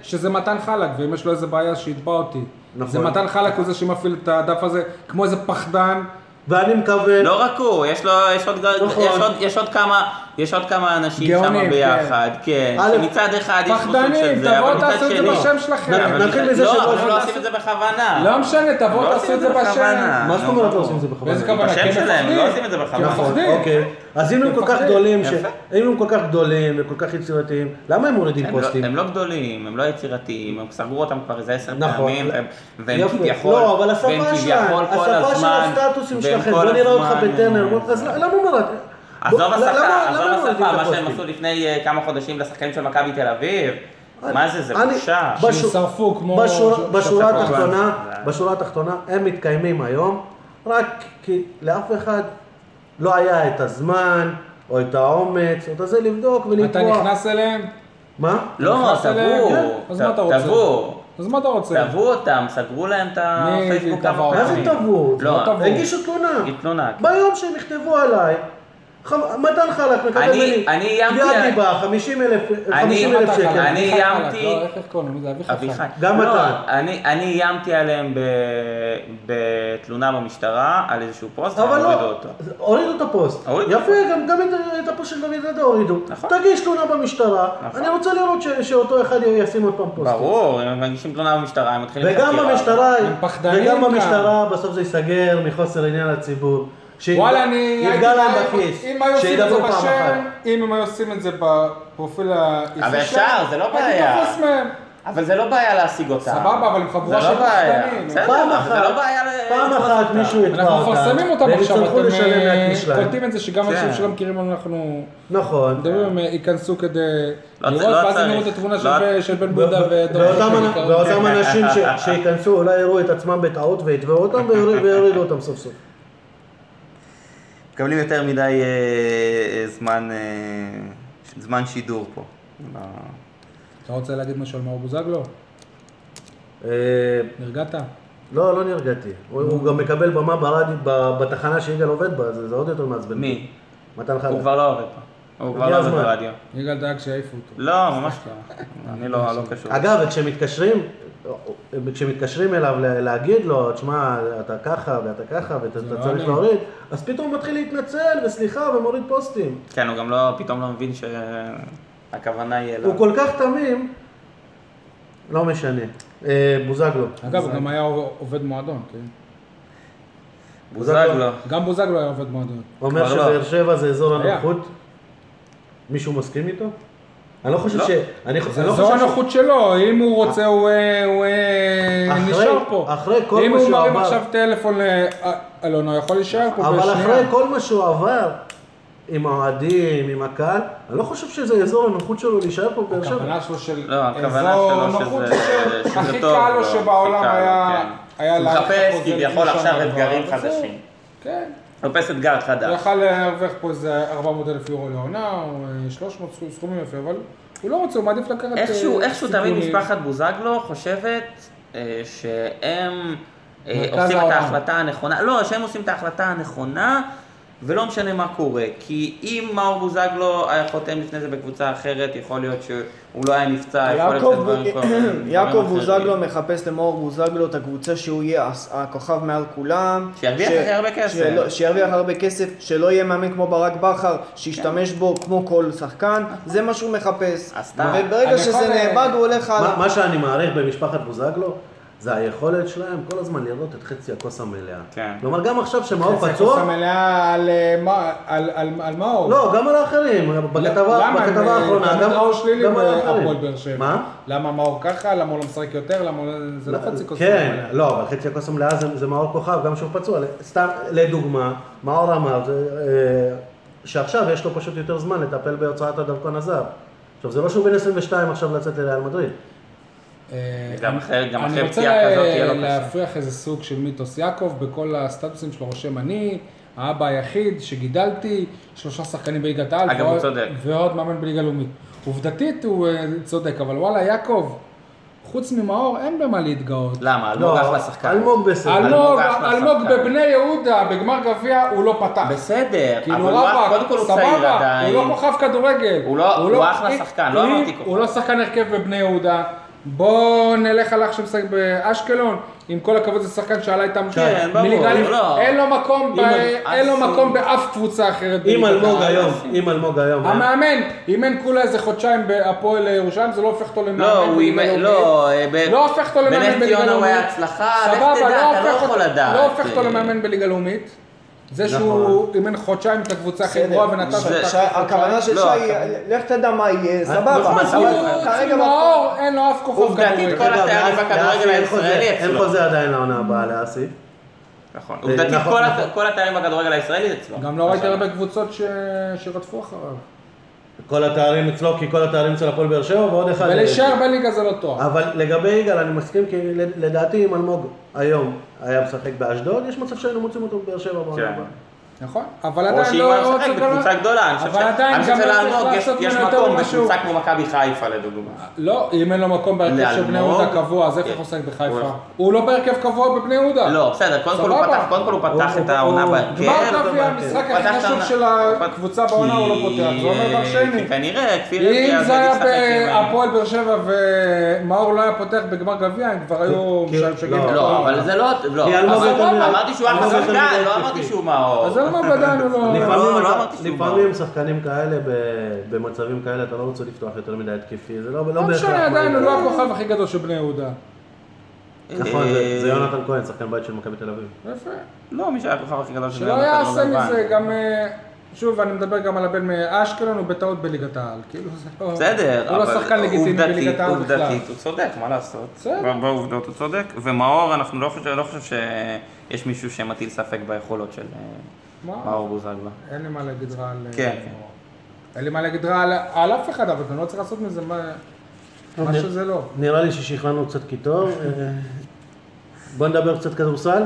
Speaker 2: שזה מתן חלק, ואם יש לו איזה בעיה, שיתבע אותי.
Speaker 4: נכון. נכון.
Speaker 2: זה מתן חלק הוא זה שמפעיל את הדף הזה, כמו איזה פחדן.
Speaker 4: ואני מקווה...
Speaker 3: לא רק הוא, יש לו, יש עוד,
Speaker 4: נכון.
Speaker 3: יש עוד, יש עוד כמה, יש עוד כמה אנשים שם
Speaker 2: גאונים,
Speaker 3: ביחד, כן,
Speaker 4: א',
Speaker 3: שמצד אחד יש פה סוג
Speaker 2: פחדנים,
Speaker 3: של זה,
Speaker 2: תבואו
Speaker 3: אבל מצד
Speaker 2: תעשו את זה
Speaker 3: שני,
Speaker 2: בשם שלכם.
Speaker 3: כן, אבל
Speaker 4: נתחיל
Speaker 3: מצד-
Speaker 4: מזה
Speaker 3: לא,
Speaker 4: שלא
Speaker 3: אבל הם לא
Speaker 4: עושים-
Speaker 3: עושים את זה בכוונה.
Speaker 2: לא משנה, תבואו,
Speaker 3: לא
Speaker 2: תעשו את זה בשם.
Speaker 3: בכוונה.
Speaker 4: מה זאת אומרת לא עושים את זה
Speaker 2: באיזה
Speaker 4: בכוונה?
Speaker 2: כוונה?
Speaker 3: בשם
Speaker 2: כי הם
Speaker 3: שלהם, לא
Speaker 2: מפחדים.
Speaker 3: עושים את זה בכוונה.
Speaker 2: כי הם
Speaker 4: נכון,
Speaker 2: מפחדים.
Speaker 4: אוקיי. אז אם הם כל כך
Speaker 2: מפחדים.
Speaker 4: גדולים, ש-
Speaker 3: יפה.
Speaker 4: אם הם כל כך גדולים וכל כך יצירתיים, למה הם מורידים
Speaker 3: הם לא-
Speaker 4: פוסטים?
Speaker 3: הם לא גדולים, הם לא יצירתיים, הם סגרו אותם כבר איזה עשר
Speaker 4: נכון.
Speaker 3: פעמים, והם- והם
Speaker 4: יפה.
Speaker 3: כביכול,
Speaker 4: לא, אבל
Speaker 3: והם
Speaker 4: השפה שלהם,
Speaker 3: כביכול כל
Speaker 4: השפה של
Speaker 3: הזמן,
Speaker 4: הסטטוסים
Speaker 3: והם
Speaker 4: שלכם,
Speaker 3: כל
Speaker 4: בוא נראה אותך
Speaker 3: הזמן- אה.
Speaker 4: בטנר, בוא- אז למה מרד?
Speaker 3: עזוב
Speaker 4: למה-
Speaker 3: השפה,
Speaker 4: לא, למה-
Speaker 3: עזוב
Speaker 4: למה מורידים
Speaker 3: השפה,
Speaker 4: את
Speaker 3: מה שהם
Speaker 4: הפוסטים?
Speaker 3: עשו לפני אה, כמה חודשים לשחקנים של מכבי תל אביב, מה זה, זה
Speaker 4: אני-
Speaker 3: בושה. כן.
Speaker 4: בש-
Speaker 2: שהם שרפו כמו-
Speaker 4: בשורה- בשורה
Speaker 2: שפעת.
Speaker 4: התחתונה,
Speaker 3: זה-
Speaker 4: בשורה התחתונה, הם מתקיימים היום, רק כי לאף אחד לא היה את הזמן, או את האומץ, או את הזה לבדוק ולקבוע.
Speaker 2: אתה נכנס אליהם?
Speaker 4: מה?
Speaker 3: לא,
Speaker 2: נכנס אליהם,
Speaker 3: תבעו,
Speaker 2: כן, אז מה אתה רוצה?
Speaker 3: תבעו,
Speaker 2: אז מה אתה רוצה?
Speaker 3: תבעו אותם, סגרו להם את
Speaker 2: מי
Speaker 3: הפייסבוק
Speaker 2: תבע
Speaker 3: כמה
Speaker 2: אותם?
Speaker 4: מה זה
Speaker 3: פעמים.
Speaker 4: תבעו?
Speaker 3: לא,
Speaker 2: לא תבעו.
Speaker 4: הגישו תלונה.
Speaker 3: התלונה, כן.
Speaker 4: ביום שהם יכתבו עליי, ח- מתן חלק מקבל
Speaker 3: אני-
Speaker 4: ממני
Speaker 3: אני איימתי
Speaker 4: תביעת
Speaker 3: על-
Speaker 4: דיבה, 50 אלף
Speaker 2: אתה חלק,
Speaker 4: שקל.
Speaker 3: אני
Speaker 2: אביחי חלק,
Speaker 3: איימתי-
Speaker 2: לא, איך- איך קוראים לו? מי זה אביחי?
Speaker 3: אביחי.
Speaker 2: חלק.
Speaker 4: נכון. גם
Speaker 3: לא,
Speaker 4: אתה.
Speaker 3: אני, אני איימתי עליהם ב, בתלונה במשטרה על איזשהו פוסט,
Speaker 4: אבל
Speaker 3: והם
Speaker 4: לא,
Speaker 3: הורידו אותו.
Speaker 4: הורידו את הפוסט.
Speaker 3: הורידו.
Speaker 4: יפה, גם- גם את- את הפוסט של דוד רדה הורידו.
Speaker 3: נכון.
Speaker 4: תגיש תלונה במשטרה,
Speaker 3: נכון.
Speaker 4: אני רוצה לראות ש- שאותו אחד ישים עוד פעם פוסט.
Speaker 3: ברור, אם הם מגישים תלונה במשטרה, הם מתחילים
Speaker 4: וגם
Speaker 3: חקירה.
Speaker 4: במשטרה,
Speaker 2: הם פחדנים
Speaker 4: וגם
Speaker 2: גם.
Speaker 4: במשטרה, בסוף זה ייסגר מחוסר עניין לציבור. שיפגע-
Speaker 2: וואלה, אני... הייתי
Speaker 4: יפגע להם
Speaker 2: מעדיף-
Speaker 4: בכיס.
Speaker 2: אם היו עושים את זה
Speaker 4: שידברו פעם
Speaker 2: בשם,
Speaker 4: אחת.
Speaker 2: אם הם היו עושים את זה בפרופיל האישי
Speaker 3: אבל אפשר, זה לא בעיה.
Speaker 2: הייתי תופס מהם.
Speaker 3: אבל זה לא בעיה להשיג אותם.
Speaker 2: סבבה, אבל הם חבורה
Speaker 3: זה לא
Speaker 2: של
Speaker 3: בעיה.
Speaker 2: פחדנים.
Speaker 3: בסדר,
Speaker 4: פעם
Speaker 3: אבל זה
Speaker 4: אחת,
Speaker 3: לא בעיה ל-
Speaker 4: פעם
Speaker 3: לתפוס
Speaker 4: אחת
Speaker 3: אותם.
Speaker 4: מישהו יתבע
Speaker 2: אנחנו מפרסמים אותם
Speaker 4: והם
Speaker 2: עכשיו,
Speaker 4: יצטרכו
Speaker 2: אתם
Speaker 4: לשלם
Speaker 2: אה,
Speaker 4: מהכיס שלהם.
Speaker 2: קולטים את זה שגם אנשים
Speaker 3: כן.
Speaker 2: שלא מכירים אותנו, אנחנו
Speaker 4: נכון.
Speaker 2: מדברים, הם אה, ייכנסו כדי
Speaker 3: לא
Speaker 2: לראות,
Speaker 3: צריך.
Speaker 2: ואז הם יראו את התמונה של
Speaker 3: לא-
Speaker 2: ב- של בן בודה כן. ודור.
Speaker 4: ואותם אנ- ואותם אנשים ש- שייכנסו אולי יראו את עצמם בטעות ויתבעו אותם ויוריד- ויורידו אותם סוף סוף.
Speaker 3: מקבלים יותר מדי אה, אה, זמן, אה, ש- זמן שידור פה. לא.
Speaker 2: אתה רוצה להגיד משהו על מאור בוזגלו?
Speaker 4: אה,
Speaker 2: נרגעת?
Speaker 4: לא, לא נרגעתי. הוא- הוא גם מקבל במה ברדיו, ב- בתחנה שיגאל עובד בה, זה זה עוד יותר מעצבן.
Speaker 3: מי?
Speaker 4: מתן
Speaker 3: הוא
Speaker 4: חלק.
Speaker 3: כבר לא עובד פה. הוא כבר לא עובד
Speaker 4: הזמן.
Speaker 3: ברדיו.
Speaker 2: יגאל דאג שיעיפו אותו.
Speaker 3: לא, ממש לא. אני לא לא קשור.
Speaker 4: אגב, כשמתקשרים, כשמתקשרים אליו ל- להגיד לו, תשמע, אתה ככה ואתה ככה ואתה
Speaker 2: זה לא
Speaker 4: אתה צריך
Speaker 2: אני.
Speaker 4: להוריד, אז פתאום הוא מתחיל להתנצל וסליחה ומוריד פוסטים.
Speaker 3: כן, הוא גם לא, פתאום לא מבין שהכוונה היא
Speaker 2: לא.
Speaker 3: אליו.
Speaker 4: הוא כל כך תמים, לא משנה. אה, בוזגלו.
Speaker 2: אגב, הוא גם היה עובד מועדון, כן?
Speaker 3: בוזגלו.
Speaker 2: גם בוזגלו היה עובד מועדון.
Speaker 4: אומר
Speaker 3: כבר לא.
Speaker 4: שבאר שבע זה אזור
Speaker 2: היה.
Speaker 4: הנוחות? מישהו מסכים איתו? אני לא חושב
Speaker 3: לא.
Speaker 4: ש... אני
Speaker 2: זה
Speaker 4: אני לא
Speaker 2: זו
Speaker 4: חושב ש-
Speaker 2: הנוחות שלו, אם הוא רוצה הוא אה, הוא, אה,
Speaker 4: אחרי-
Speaker 2: נשאר פה.
Speaker 4: אחרי כל מה
Speaker 2: אם
Speaker 4: שהוא
Speaker 2: הוא מרים
Speaker 4: עבר.
Speaker 2: עכשיו טלפון אה, לאלונה, הוא לא, יכול להישאר פה
Speaker 4: אבל
Speaker 2: בשנייה.
Speaker 4: אחרי כל מה שהוא עבר, עם האוהדים, עם הקהל, אני לא חושב שזה אזור הנוחות שלו להישאר פה בבאר שבע.
Speaker 2: הכוונה שלו של
Speaker 3: לא, הכוונה
Speaker 2: אזור
Speaker 3: שלו שזה-
Speaker 2: נוחות
Speaker 3: שזה
Speaker 2: של- הכי
Speaker 3: טוב
Speaker 2: קל
Speaker 3: לו,
Speaker 2: לו
Speaker 3: הכי
Speaker 2: שבעולם
Speaker 3: קל לו,
Speaker 2: היה...
Speaker 3: כן.
Speaker 2: היה
Speaker 3: הוא
Speaker 2: להאריך את
Speaker 3: מחפש
Speaker 2: החוזה
Speaker 3: כביכול
Speaker 2: לשנה
Speaker 3: עכשיו
Speaker 2: הבאה,
Speaker 3: אתגרים
Speaker 2: וזהו.
Speaker 3: חדשים. לא.
Speaker 2: כן,
Speaker 3: חפש אתגר
Speaker 2: הוא
Speaker 3: חדש.
Speaker 2: יכל להרוויח פה איזה 400 אלף יורו לעונה, או אה, 300 סכום- סכומים יפה, אבל הוא לא רוצה, הוא מעדיף לקחת... אה,
Speaker 3: איכשהו, איכשהו תמיד
Speaker 2: סיכונים.
Speaker 3: משפחת בוזגלו חושבת אה, שהם אה,
Speaker 2: מרכז
Speaker 3: עושים את
Speaker 2: העולם.
Speaker 3: ההחלטה הנכונה, לא, שהם עושים את ההחלטה הנכונה ולא משנה מה קורה, כי אם מאור בוזגלו היה חותם לפני זה בקבוצה אחרת, יכול להיות שהוא לא היה נפצע, יכול להיות
Speaker 5: יעקב,
Speaker 3: שדברים קורים, דברים
Speaker 5: יעקב
Speaker 3: אחרים.
Speaker 5: בוזגלו מחפש למאור בוזגלו את הקבוצה שהוא יהיה הס- הכוכב מעל כולם.
Speaker 3: שירוויח
Speaker 5: ש-
Speaker 3: הכי הרבה כסף.
Speaker 5: שלא- שירוויח הרבה כסף, שלא יהיה מאמן כמו ברק בכר, שישתמש בו כמו כל שחקן, זה מה שהוא מחפש.
Speaker 3: אז אתה-
Speaker 5: וברגע
Speaker 2: אני
Speaker 5: שזה
Speaker 2: יכול, אה,
Speaker 5: נאבד הוא הולך
Speaker 4: מה-
Speaker 5: הלאה.
Speaker 4: מה שאני מעריך במשפחת בוזגלו, זה היכולת שלהם כל הזמן לראות את חצי הכוס המלאה.
Speaker 3: כן.
Speaker 4: כלומר, גם עכשיו שמאור
Speaker 2: זה
Speaker 4: פצוע,
Speaker 2: הכוס המלאה על, אה, מה- על- על על מאור.
Speaker 4: לא, גם על האחרים, בכתבה
Speaker 2: למה הם,
Speaker 4: בכתבה
Speaker 2: אה,
Speaker 4: האחרונה,
Speaker 2: תמיד
Speaker 4: גם
Speaker 2: ראו שלילי
Speaker 4: גם על
Speaker 2: בהפועל באר
Speaker 4: האחרים.
Speaker 2: שבע.
Speaker 4: מה?
Speaker 2: למה מאור ככה, למה הוא לא משחק יותר, למה הוא לא- זה לא חצי כוס.
Speaker 4: כן,
Speaker 2: מלאה.
Speaker 4: לא, אבל חצי הכוס המלאה זה, זה מאור כוכב, גם שהוא פצוע. סתם, לדוגמה, מאור אמר זה, אה, שעכשיו יש לו פשוט יותר זמן לטפל בהוצאת הדרכון הזר. עכשיו, זה לא שהוא בן 22 עכשיו לצאת לריאל מדריד.
Speaker 2: אה,
Speaker 3: גם אחרי- גם אחרי
Speaker 2: אני
Speaker 3: פציעה
Speaker 2: רוצה
Speaker 3: כזאת יהיה לו
Speaker 2: אה,
Speaker 3: קשה.
Speaker 2: להפריח איזה סוג של מיתוס יעקב, בכל הסטטוסים שלו רושם אני, האבא היחיד שגידלתי, שלושה שחקנים בליגת העל,
Speaker 3: אגב, הוא
Speaker 2: ועוד-
Speaker 3: צודק.
Speaker 2: ועוד מאמן בליגה לאומית. עובדתית הוא אה, צודק, אבל וואלה, יעקב, חוץ ממאור אין במה להתגאות.
Speaker 3: למה? לא אלמוג אחלה שחקן.
Speaker 4: לא, אלמוג בסדר.
Speaker 2: אלמוג,
Speaker 3: אלמוג אחלה
Speaker 2: אלמוג
Speaker 3: שחקן.
Speaker 2: בבני יהודה, בגמר גביע, הוא לא פתח.
Speaker 3: בסדר, אבל
Speaker 2: כאילו
Speaker 3: הוא אח-
Speaker 2: רבאק,
Speaker 3: קודם כל הוא צעיר
Speaker 2: סבבה,
Speaker 3: עדיין.
Speaker 2: הוא לא כוכב כדורגל.
Speaker 3: הוא לא- הוא אחלה שחקן, לא
Speaker 2: אם
Speaker 3: אמרתי כוכב.
Speaker 2: הוא לא שחקן הרכב בבני יהודה. בוא נלך על אח שמשחק באשקלון, עם כל הכבוד זה שחקן שעלה איתם
Speaker 3: כן, ברור,
Speaker 2: מליגה א'.
Speaker 3: לא.
Speaker 2: אין לו מקום, ב-
Speaker 3: אם-
Speaker 2: אין לו
Speaker 3: אסור.
Speaker 2: מקום באף קבוצה אחרת.
Speaker 4: אם
Speaker 2: בליגת
Speaker 4: אלמוג
Speaker 2: העל.
Speaker 4: היום, אם אלמוג היום, אה, היה-
Speaker 2: המאמן, אימן כולה איזה חודשיים בהפועל ירושלים, זה לא הופך אותו למאמן.
Speaker 3: לא, הוא
Speaker 2: בליגה לאומית.
Speaker 3: אימן, לא, אה, ב-
Speaker 2: לא הופך אותו למאמן
Speaker 3: בנס
Speaker 2: בליגה לאומית.
Speaker 3: ציונה הוא היה הצלחה, לך
Speaker 2: סבבה,
Speaker 3: תדע,
Speaker 2: לא
Speaker 3: אתה לא
Speaker 2: הופך
Speaker 3: יכול
Speaker 2: אותו-
Speaker 3: לדעת.
Speaker 2: לא הופך אותו
Speaker 3: אה,
Speaker 2: למאמן בליגה לאומית. זה
Speaker 4: נכון.
Speaker 2: שהוא אימן חודשיים את הקבוצה הכי
Speaker 5: בסדר.
Speaker 2: גרועה ונתן
Speaker 5: ש-
Speaker 2: אותה.
Speaker 5: ש- הכוונה של
Speaker 3: לא,
Speaker 5: שי,
Speaker 3: הכוונה-
Speaker 5: לך תדע מה יהיה, סבבה.
Speaker 4: נכון,
Speaker 5: אבל
Speaker 2: הוא-
Speaker 5: כרגע לא
Speaker 2: מאור, אין לו אף כוכב
Speaker 3: עובדתית, כל
Speaker 2: כדורגל.
Speaker 4: אגב,
Speaker 3: התארים
Speaker 4: לאסי-
Speaker 3: בכדורגל
Speaker 4: לאסי אין
Speaker 3: הישראלי
Speaker 4: חוזה- אין
Speaker 3: אצלו.
Speaker 4: חוזה עדיין לעונה הבאה לאסי.
Speaker 3: נכון. עובדתית,
Speaker 4: נכון,
Speaker 3: כל
Speaker 4: נכון.
Speaker 3: הת- כל התארים בכדורגל הישראלי זה אצלו.
Speaker 2: גם לא ראיתי
Speaker 3: עכשיו.
Speaker 2: הרבה קבוצות ש- שרדפו אחריו.
Speaker 4: כל התארים אצלו, כי כל התארים אצל הפועל באר שבע, ועוד אחד...
Speaker 2: ולהישאר בליגה זה לא תואר.
Speaker 4: אבל לגבי יגאל, אני מסכים, כי לדעתי אם אלמוג היום היה משחק באשדוד, יש מצב שהיינו מוצאים אותו בבאר שבע. בעונה
Speaker 3: כן.
Speaker 4: הבאה.
Speaker 2: נכון, אבל
Speaker 3: או
Speaker 2: עדיין
Speaker 3: שאם הוא
Speaker 2: לא...
Speaker 3: היה משחק
Speaker 2: רוצה
Speaker 3: בקבוצה
Speaker 2: כל-
Speaker 3: גדולה, אני חושב
Speaker 2: אבל
Speaker 3: ש-
Speaker 2: עדיין
Speaker 3: אני חושב
Speaker 2: גם לא צריך
Speaker 3: שלאלמוג יש-
Speaker 2: לעשות
Speaker 3: יש
Speaker 2: ממנו יותר
Speaker 3: מקום
Speaker 2: ממה שהוא.
Speaker 3: בקבוצה כמו מכבי חיפה לדוגמה.
Speaker 2: לא, אם אין לו מקום בהרכב של
Speaker 3: לאלמוג?
Speaker 2: בני יהודה קבוע, אז איפה
Speaker 3: כן.
Speaker 2: הוא חושק
Speaker 3: הוא-
Speaker 2: בחיפה? הוא לא בהרכב קבוע בבני יהודה.
Speaker 3: לא, כן, בסדר, קודם כל הוא
Speaker 2: סבבה.
Speaker 3: פתח- קודם כל הוא פתח
Speaker 4: הוא-
Speaker 3: את העונה
Speaker 4: הוא-
Speaker 2: גמר
Speaker 3: בהרכב.
Speaker 2: גביע,
Speaker 4: הוא
Speaker 2: המשחק
Speaker 3: פתח
Speaker 2: הכי
Speaker 3: את
Speaker 2: חשוב
Speaker 3: העונה.
Speaker 2: של הקבוצה
Speaker 3: כי-
Speaker 2: בעונה, הוא לא פותח. זה אומר דרשני.
Speaker 3: כי כנראה, כפיר
Speaker 2: אם
Speaker 3: יגיע,
Speaker 2: זה
Speaker 3: אז
Speaker 2: היה
Speaker 3: ישחק עם-
Speaker 2: בהפועל באר שבע ומאור לא היה פותח בגמר גביע, הם כבר היו
Speaker 4: כי-
Speaker 2: משגעים.
Speaker 4: לא,
Speaker 3: לא, אבל זה לא... לא.
Speaker 4: כי אלמוג
Speaker 3: אבל-
Speaker 2: יותר מדי-
Speaker 3: אמרתי שהוא אחלה
Speaker 4: אלמוג יותר
Speaker 3: שחקן,
Speaker 4: מדי
Speaker 3: לא
Speaker 4: התקפי.
Speaker 3: אמרתי שהוא מאור.
Speaker 2: אז אלמוג עדיין הוא לא...
Speaker 4: לפעמים-
Speaker 3: לא אמרתי שהוא
Speaker 4: לפעמים שחקנים כאלה, ב- במצבים כאלה, אתה לא רוצה לפתוח יותר מדי התקפי, זה לא לא
Speaker 2: לא
Speaker 4: בהכרח...
Speaker 2: משנה,
Speaker 4: מה
Speaker 2: עדיין הוא
Speaker 4: יקרה.
Speaker 2: לא הכוכב הכי גדול של בני יהודה.
Speaker 4: נכון, זה- זה
Speaker 3: אה,
Speaker 4: יונתן כהן, שחקן בית של מכבי תל אביב.
Speaker 2: יפה.
Speaker 3: לא, מי שהיה הכוכב הכי גדול של
Speaker 2: שלא
Speaker 3: היום
Speaker 2: יעשה
Speaker 3: בכדורגל
Speaker 2: מזה,
Speaker 3: לא לבן.
Speaker 2: גם... אה, שוב, אני מדבר גם על הבן מאשקלון, הוא בטעות בליגת העל. כאילו, זה לא...
Speaker 3: בסדר,
Speaker 2: הוא לא
Speaker 3: אבל
Speaker 2: שחקן לגיטימי
Speaker 3: עובדתית,
Speaker 2: בליגת העל בכלל.
Speaker 3: עובדתית, הוא צודק, מה לעשות?
Speaker 2: בסדר.
Speaker 3: ב- בעובדות הוא צודק, ומאור, אנחנו לא חושב- לא חושב שיש מישהו שמטיל ספק ביכולות של אה,
Speaker 2: מה?
Speaker 3: מאור בוזגלו.
Speaker 2: אין לי מה להגיד רע על... אה,
Speaker 3: כן.
Speaker 2: אין לי מה להגיד רע על- על אף אחד, אבל גם לא צריך לעשות מזה מה... מה
Speaker 4: אוקיי.
Speaker 2: שזה לא.
Speaker 4: נראה לי ששכנענו קצת קיטור. אה, בוא נדבר קצת כדורסל.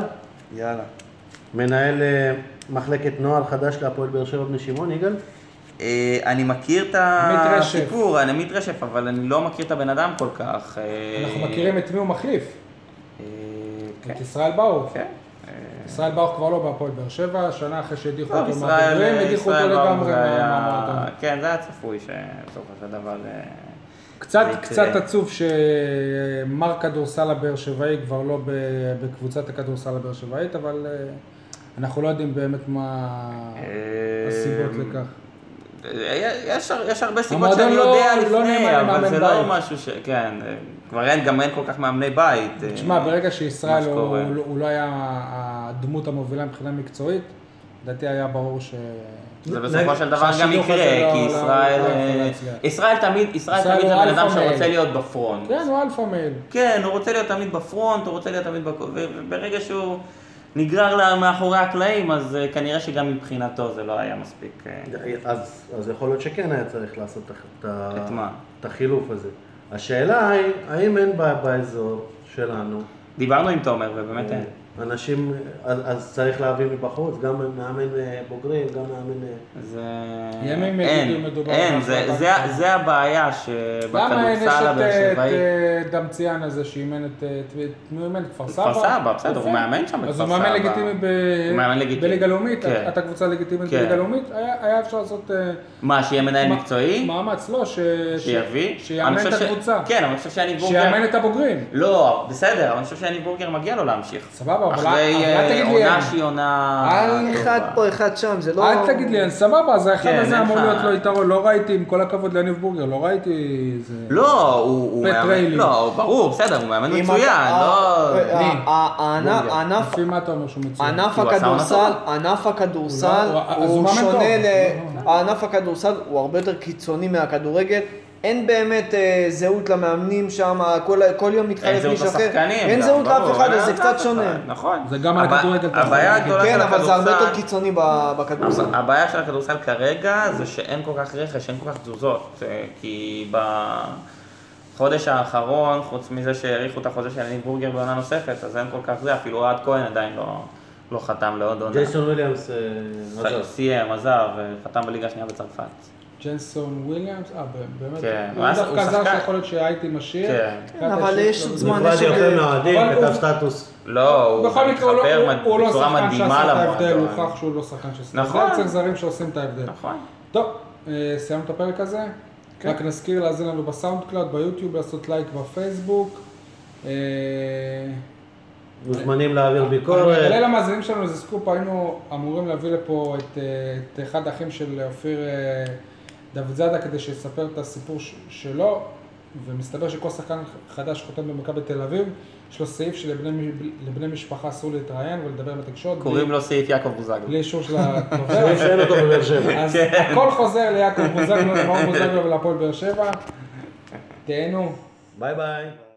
Speaker 3: יאללה.
Speaker 4: מנהל אה, מחלקת נוער חדש להפועל באר שבע בני שמעון, יגאל.
Speaker 3: אה, אני מכיר את
Speaker 2: עמית רשף.
Speaker 3: הסיפור, אני עמית רשף, אבל אני לא מכיר את הבן אדם כל כך. אה,
Speaker 2: אנחנו מכירים את מי הוא מחליף.
Speaker 3: אה, כן,
Speaker 2: את ישראל באור.
Speaker 3: כן. אה,
Speaker 2: ישראל ברוך כבר לא בהפועל באר שבע, שנה אחרי שהדיחו
Speaker 3: טוב,
Speaker 2: אותו
Speaker 3: ישראל,
Speaker 2: מהבוגרים, הדיחו אותו
Speaker 3: ישראל באום
Speaker 2: לגמרי
Speaker 3: זה היה-
Speaker 2: מהמועדון.
Speaker 3: כן, זה היה צפוי שבסופו של דבר... אה,
Speaker 2: קצת,
Speaker 3: זה יקרה.
Speaker 2: קצת עצוב שמר כדורסל הבאר שבעי כבר לא ב- בקבוצת הכדורסל הבאר שבעית, אבל אה, אנחנו לא יודעים באמת מה הסיבות
Speaker 3: אה,
Speaker 2: לכך.
Speaker 3: יש, יש הרבה סיבות
Speaker 2: המועדון
Speaker 3: שאני
Speaker 2: לא-
Speaker 3: יודע
Speaker 2: לא
Speaker 3: לפני,
Speaker 2: נאמן
Speaker 3: אבל
Speaker 2: למאמן
Speaker 3: זה לא
Speaker 2: בית.
Speaker 3: משהו ש... כן, אה, כבר אין, גם אין כל כך מאמני בית. אה,
Speaker 2: תשמע, ברגע
Speaker 3: מה
Speaker 2: שישראל הוא,
Speaker 3: שקורה.
Speaker 2: הוא, הוא לא היה הדמות המובילה מבחינה מקצועית, לדעתי היה ברור ש...
Speaker 3: זה
Speaker 4: נגד-
Speaker 3: בסופו של דבר גם
Speaker 2: שהשילוב
Speaker 3: יקרה,
Speaker 2: הזה לא-
Speaker 3: כי
Speaker 2: לא-
Speaker 3: ישראל...
Speaker 2: לא יכול
Speaker 3: אה,
Speaker 2: להצליח.
Speaker 3: ישראל תמיד, ישראל
Speaker 2: ישראל
Speaker 3: תמיד זה
Speaker 2: הוא
Speaker 3: בן אדם
Speaker 2: אלפא מייל.
Speaker 3: שרוצה להיות בפרונט.
Speaker 2: כן, הוא אלפא מייל.
Speaker 3: כן, הוא רוצה להיות תמיד בפרונט, הוא רוצה להיות תמיד בק... ו- וברגע שהוא נגרר לה- מאחורי הקלעים, אז אה, כנראה שגם מבחינתו זה לא היה מספיק. אה,
Speaker 4: אז, אז יכול להיות שכן היה צריך לעשות את ה- את, ה-
Speaker 3: את מה?
Speaker 4: את החילוף הזה. השאלה היא, האם אין ב- באזור שלנו
Speaker 3: דיברנו עם תומר, ובאמת אין.
Speaker 4: אנשים, אז, אז צריך להביא מבחוץ, גם מאמן אה, בוגרים, גם מאמן... אה,
Speaker 2: לא
Speaker 3: זה...
Speaker 2: ימים
Speaker 3: אין,
Speaker 2: יגידו מדובר
Speaker 3: אה, אין,
Speaker 2: בהחלטה
Speaker 3: זה- זה-
Speaker 2: נכונה.
Speaker 3: זה הבעיה
Speaker 2: למה אין יש
Speaker 3: שבכדורסל
Speaker 2: את
Speaker 3: הבאר
Speaker 2: אה, את,
Speaker 3: שבעי...
Speaker 2: אה, דמציאן הזה שאימן את... אה, את- את- מי הוא אימן? את כפר סבא?
Speaker 3: כפר סבא, בסדר, הוא
Speaker 2: יפה.
Speaker 3: מאמן שם בכפר
Speaker 2: אז
Speaker 3: סבא.
Speaker 2: הוא מאמן לגיטימי ב...
Speaker 3: הוא מאמן לגיטימי.
Speaker 2: בליגה לאומית,
Speaker 3: כן.
Speaker 2: אתה קבוצה לגיטימית
Speaker 3: כן.
Speaker 2: בליגה לאומית, היה היה אפשר לעשות... אה,
Speaker 3: מה, שיהיה מנהל
Speaker 2: מה-
Speaker 3: מקצועי?
Speaker 2: מאמץ, לא, ש... ש-
Speaker 3: שיביא? אני
Speaker 2: שיאמן את
Speaker 3: חושב ש-
Speaker 2: הקבוצה.
Speaker 3: כן, אבל אני חושב שאני בורגר...
Speaker 2: שיאמן את הבוגרים.
Speaker 3: לא, בסדר, אבל אני חושב שאני בורגר מגיע לו להמשיך.
Speaker 2: סבבה, אבל
Speaker 3: אחרי
Speaker 2: אל-
Speaker 3: אה,
Speaker 2: אל תגיד לי
Speaker 3: עונה
Speaker 2: אין.
Speaker 3: שהיא עונה...
Speaker 5: על
Speaker 3: טובה.
Speaker 5: אחד פה, אחד שם, זה לא...
Speaker 2: אל תגיד לי, אין, סבבה, אז האחד
Speaker 3: כן,
Speaker 2: הזה
Speaker 3: אין
Speaker 2: אמור
Speaker 3: לך-
Speaker 2: להיות לו יתרון, לא ראיתי, עם כל הכבוד ליניב בורגר, לא ראיתי איזה...
Speaker 3: לא, הוא הוא
Speaker 2: פט
Speaker 3: מאמן...
Speaker 2: ריילי.
Speaker 3: לא, ברור, בסדר, הוא מאמן
Speaker 5: אם
Speaker 3: מצוין,
Speaker 5: אתה-
Speaker 3: לא...
Speaker 5: אה, אה, אה, הענף- הענף-
Speaker 2: לפי מה אתה אומר שהוא מצוין?
Speaker 5: ענף
Speaker 3: כי הוא עשה עונה
Speaker 5: הכדורסל, ענף הכדורסל
Speaker 2: הוא לא- הוא- אז הוא
Speaker 5: הוא
Speaker 2: מאמן
Speaker 5: שונה
Speaker 2: טוב.
Speaker 5: ל... הענף הכדורסל הוא הרבה יותר קיצוני מהכדורגל. אין באמת אה, זהות למאמנים שם, כל, כל יום מתחלף
Speaker 3: זהות
Speaker 5: אה, מישהו אחר.
Speaker 3: לשחקנים
Speaker 5: אין
Speaker 3: גם,
Speaker 5: זהות לאף
Speaker 3: ברור,
Speaker 5: אחד,
Speaker 3: אין
Speaker 5: אז זה
Speaker 3: לאף
Speaker 5: קצת
Speaker 3: אחד,
Speaker 5: שונה.
Speaker 3: נכון.
Speaker 2: זה גם על
Speaker 3: הבע-
Speaker 2: הכדורגל, אתה
Speaker 3: הבעיה
Speaker 2: יכול
Speaker 3: הגדולה
Speaker 5: כן,
Speaker 3: של
Speaker 5: אבל זה הרבה יותר
Speaker 3: לא, הכדורסל...
Speaker 5: קיצוני ב- בכדורסל.
Speaker 3: הבעיה של הכדורסל כרגע זה שאין כל כך רכש, אין כל כך תזוזות, אה, כי בחודש האחרון, חוץ מזה שהאריכו את החוזה של יניב בורגר בעונה נוספת, אז אין כל כך זה, אפילו אוהד כהן עדיין לא, לא חתם לעוד עונה.
Speaker 4: ג'ייסון וויליאמס אה, עזב.
Speaker 3: סיים, עזב, אה, חתם בליגה השנייה בצרפת.
Speaker 2: ג'נסון וויליאמס, אה, באמת,
Speaker 3: כן,
Speaker 2: הוא
Speaker 3: הוא
Speaker 2: דווקא
Speaker 3: שחקן-
Speaker 2: זר שיכול להיות שהייתי משאיר.
Speaker 3: כן.
Speaker 2: לקראת
Speaker 5: כן, אבל
Speaker 2: השיר
Speaker 5: יש
Speaker 2: שלו.
Speaker 5: עוד זמן,
Speaker 4: נפרד
Speaker 5: יש עוד...
Speaker 4: יפה מהאוהדים,
Speaker 2: אבל
Speaker 4: כתב
Speaker 2: הוא-
Speaker 4: סטטוס.
Speaker 3: לא, הוא
Speaker 2: בכל
Speaker 3: גם
Speaker 2: מקרה, הוא לא-
Speaker 3: מתחבר
Speaker 2: הוא- הוא לא
Speaker 3: בצורה
Speaker 2: שחקן
Speaker 3: מדהימה
Speaker 2: שעשה את ההבדל, הוא
Speaker 3: למועדון.
Speaker 2: הוכח שהוא לא שחקן שעשה את ההבדל.
Speaker 3: נכון.
Speaker 2: צריך זרים שעושים את ההבדל.
Speaker 3: נכון. כן.
Speaker 2: טוב, אה, סיימנו את הפרק הזה. רק נזכיר להאזין לנו בסאונד קלאד, ביוטיוב, לעשות לייק בפייסבוק. אה,
Speaker 4: מוזמנים להעביר
Speaker 2: אני אעלה
Speaker 4: ביקורת.
Speaker 2: למאזינים שלנו איזה סקופ, היינו אמורים להביא לפה את, אה, את אחד האחים של אופיר אה, דוד זאדה כדי שיספר את הסיפור ש- שלו, ומסתבר שכל שחקן חדש חותם במכבי תל אביב, יש לו סעיף שלבני לבני משפחה אסור להתראיין ולדבר בתקשורת, בלי-
Speaker 3: קוראים לו סעיף יעקב בוזגלו.
Speaker 2: בלי אישור של הדובר.
Speaker 4: יש אין אותו בבאר שבע.
Speaker 2: אז הכל חוזר ליעקב בוזגלו, למאור בוזגלו ולהפועל באר שבע. תהנו.
Speaker 4: ביי ביי.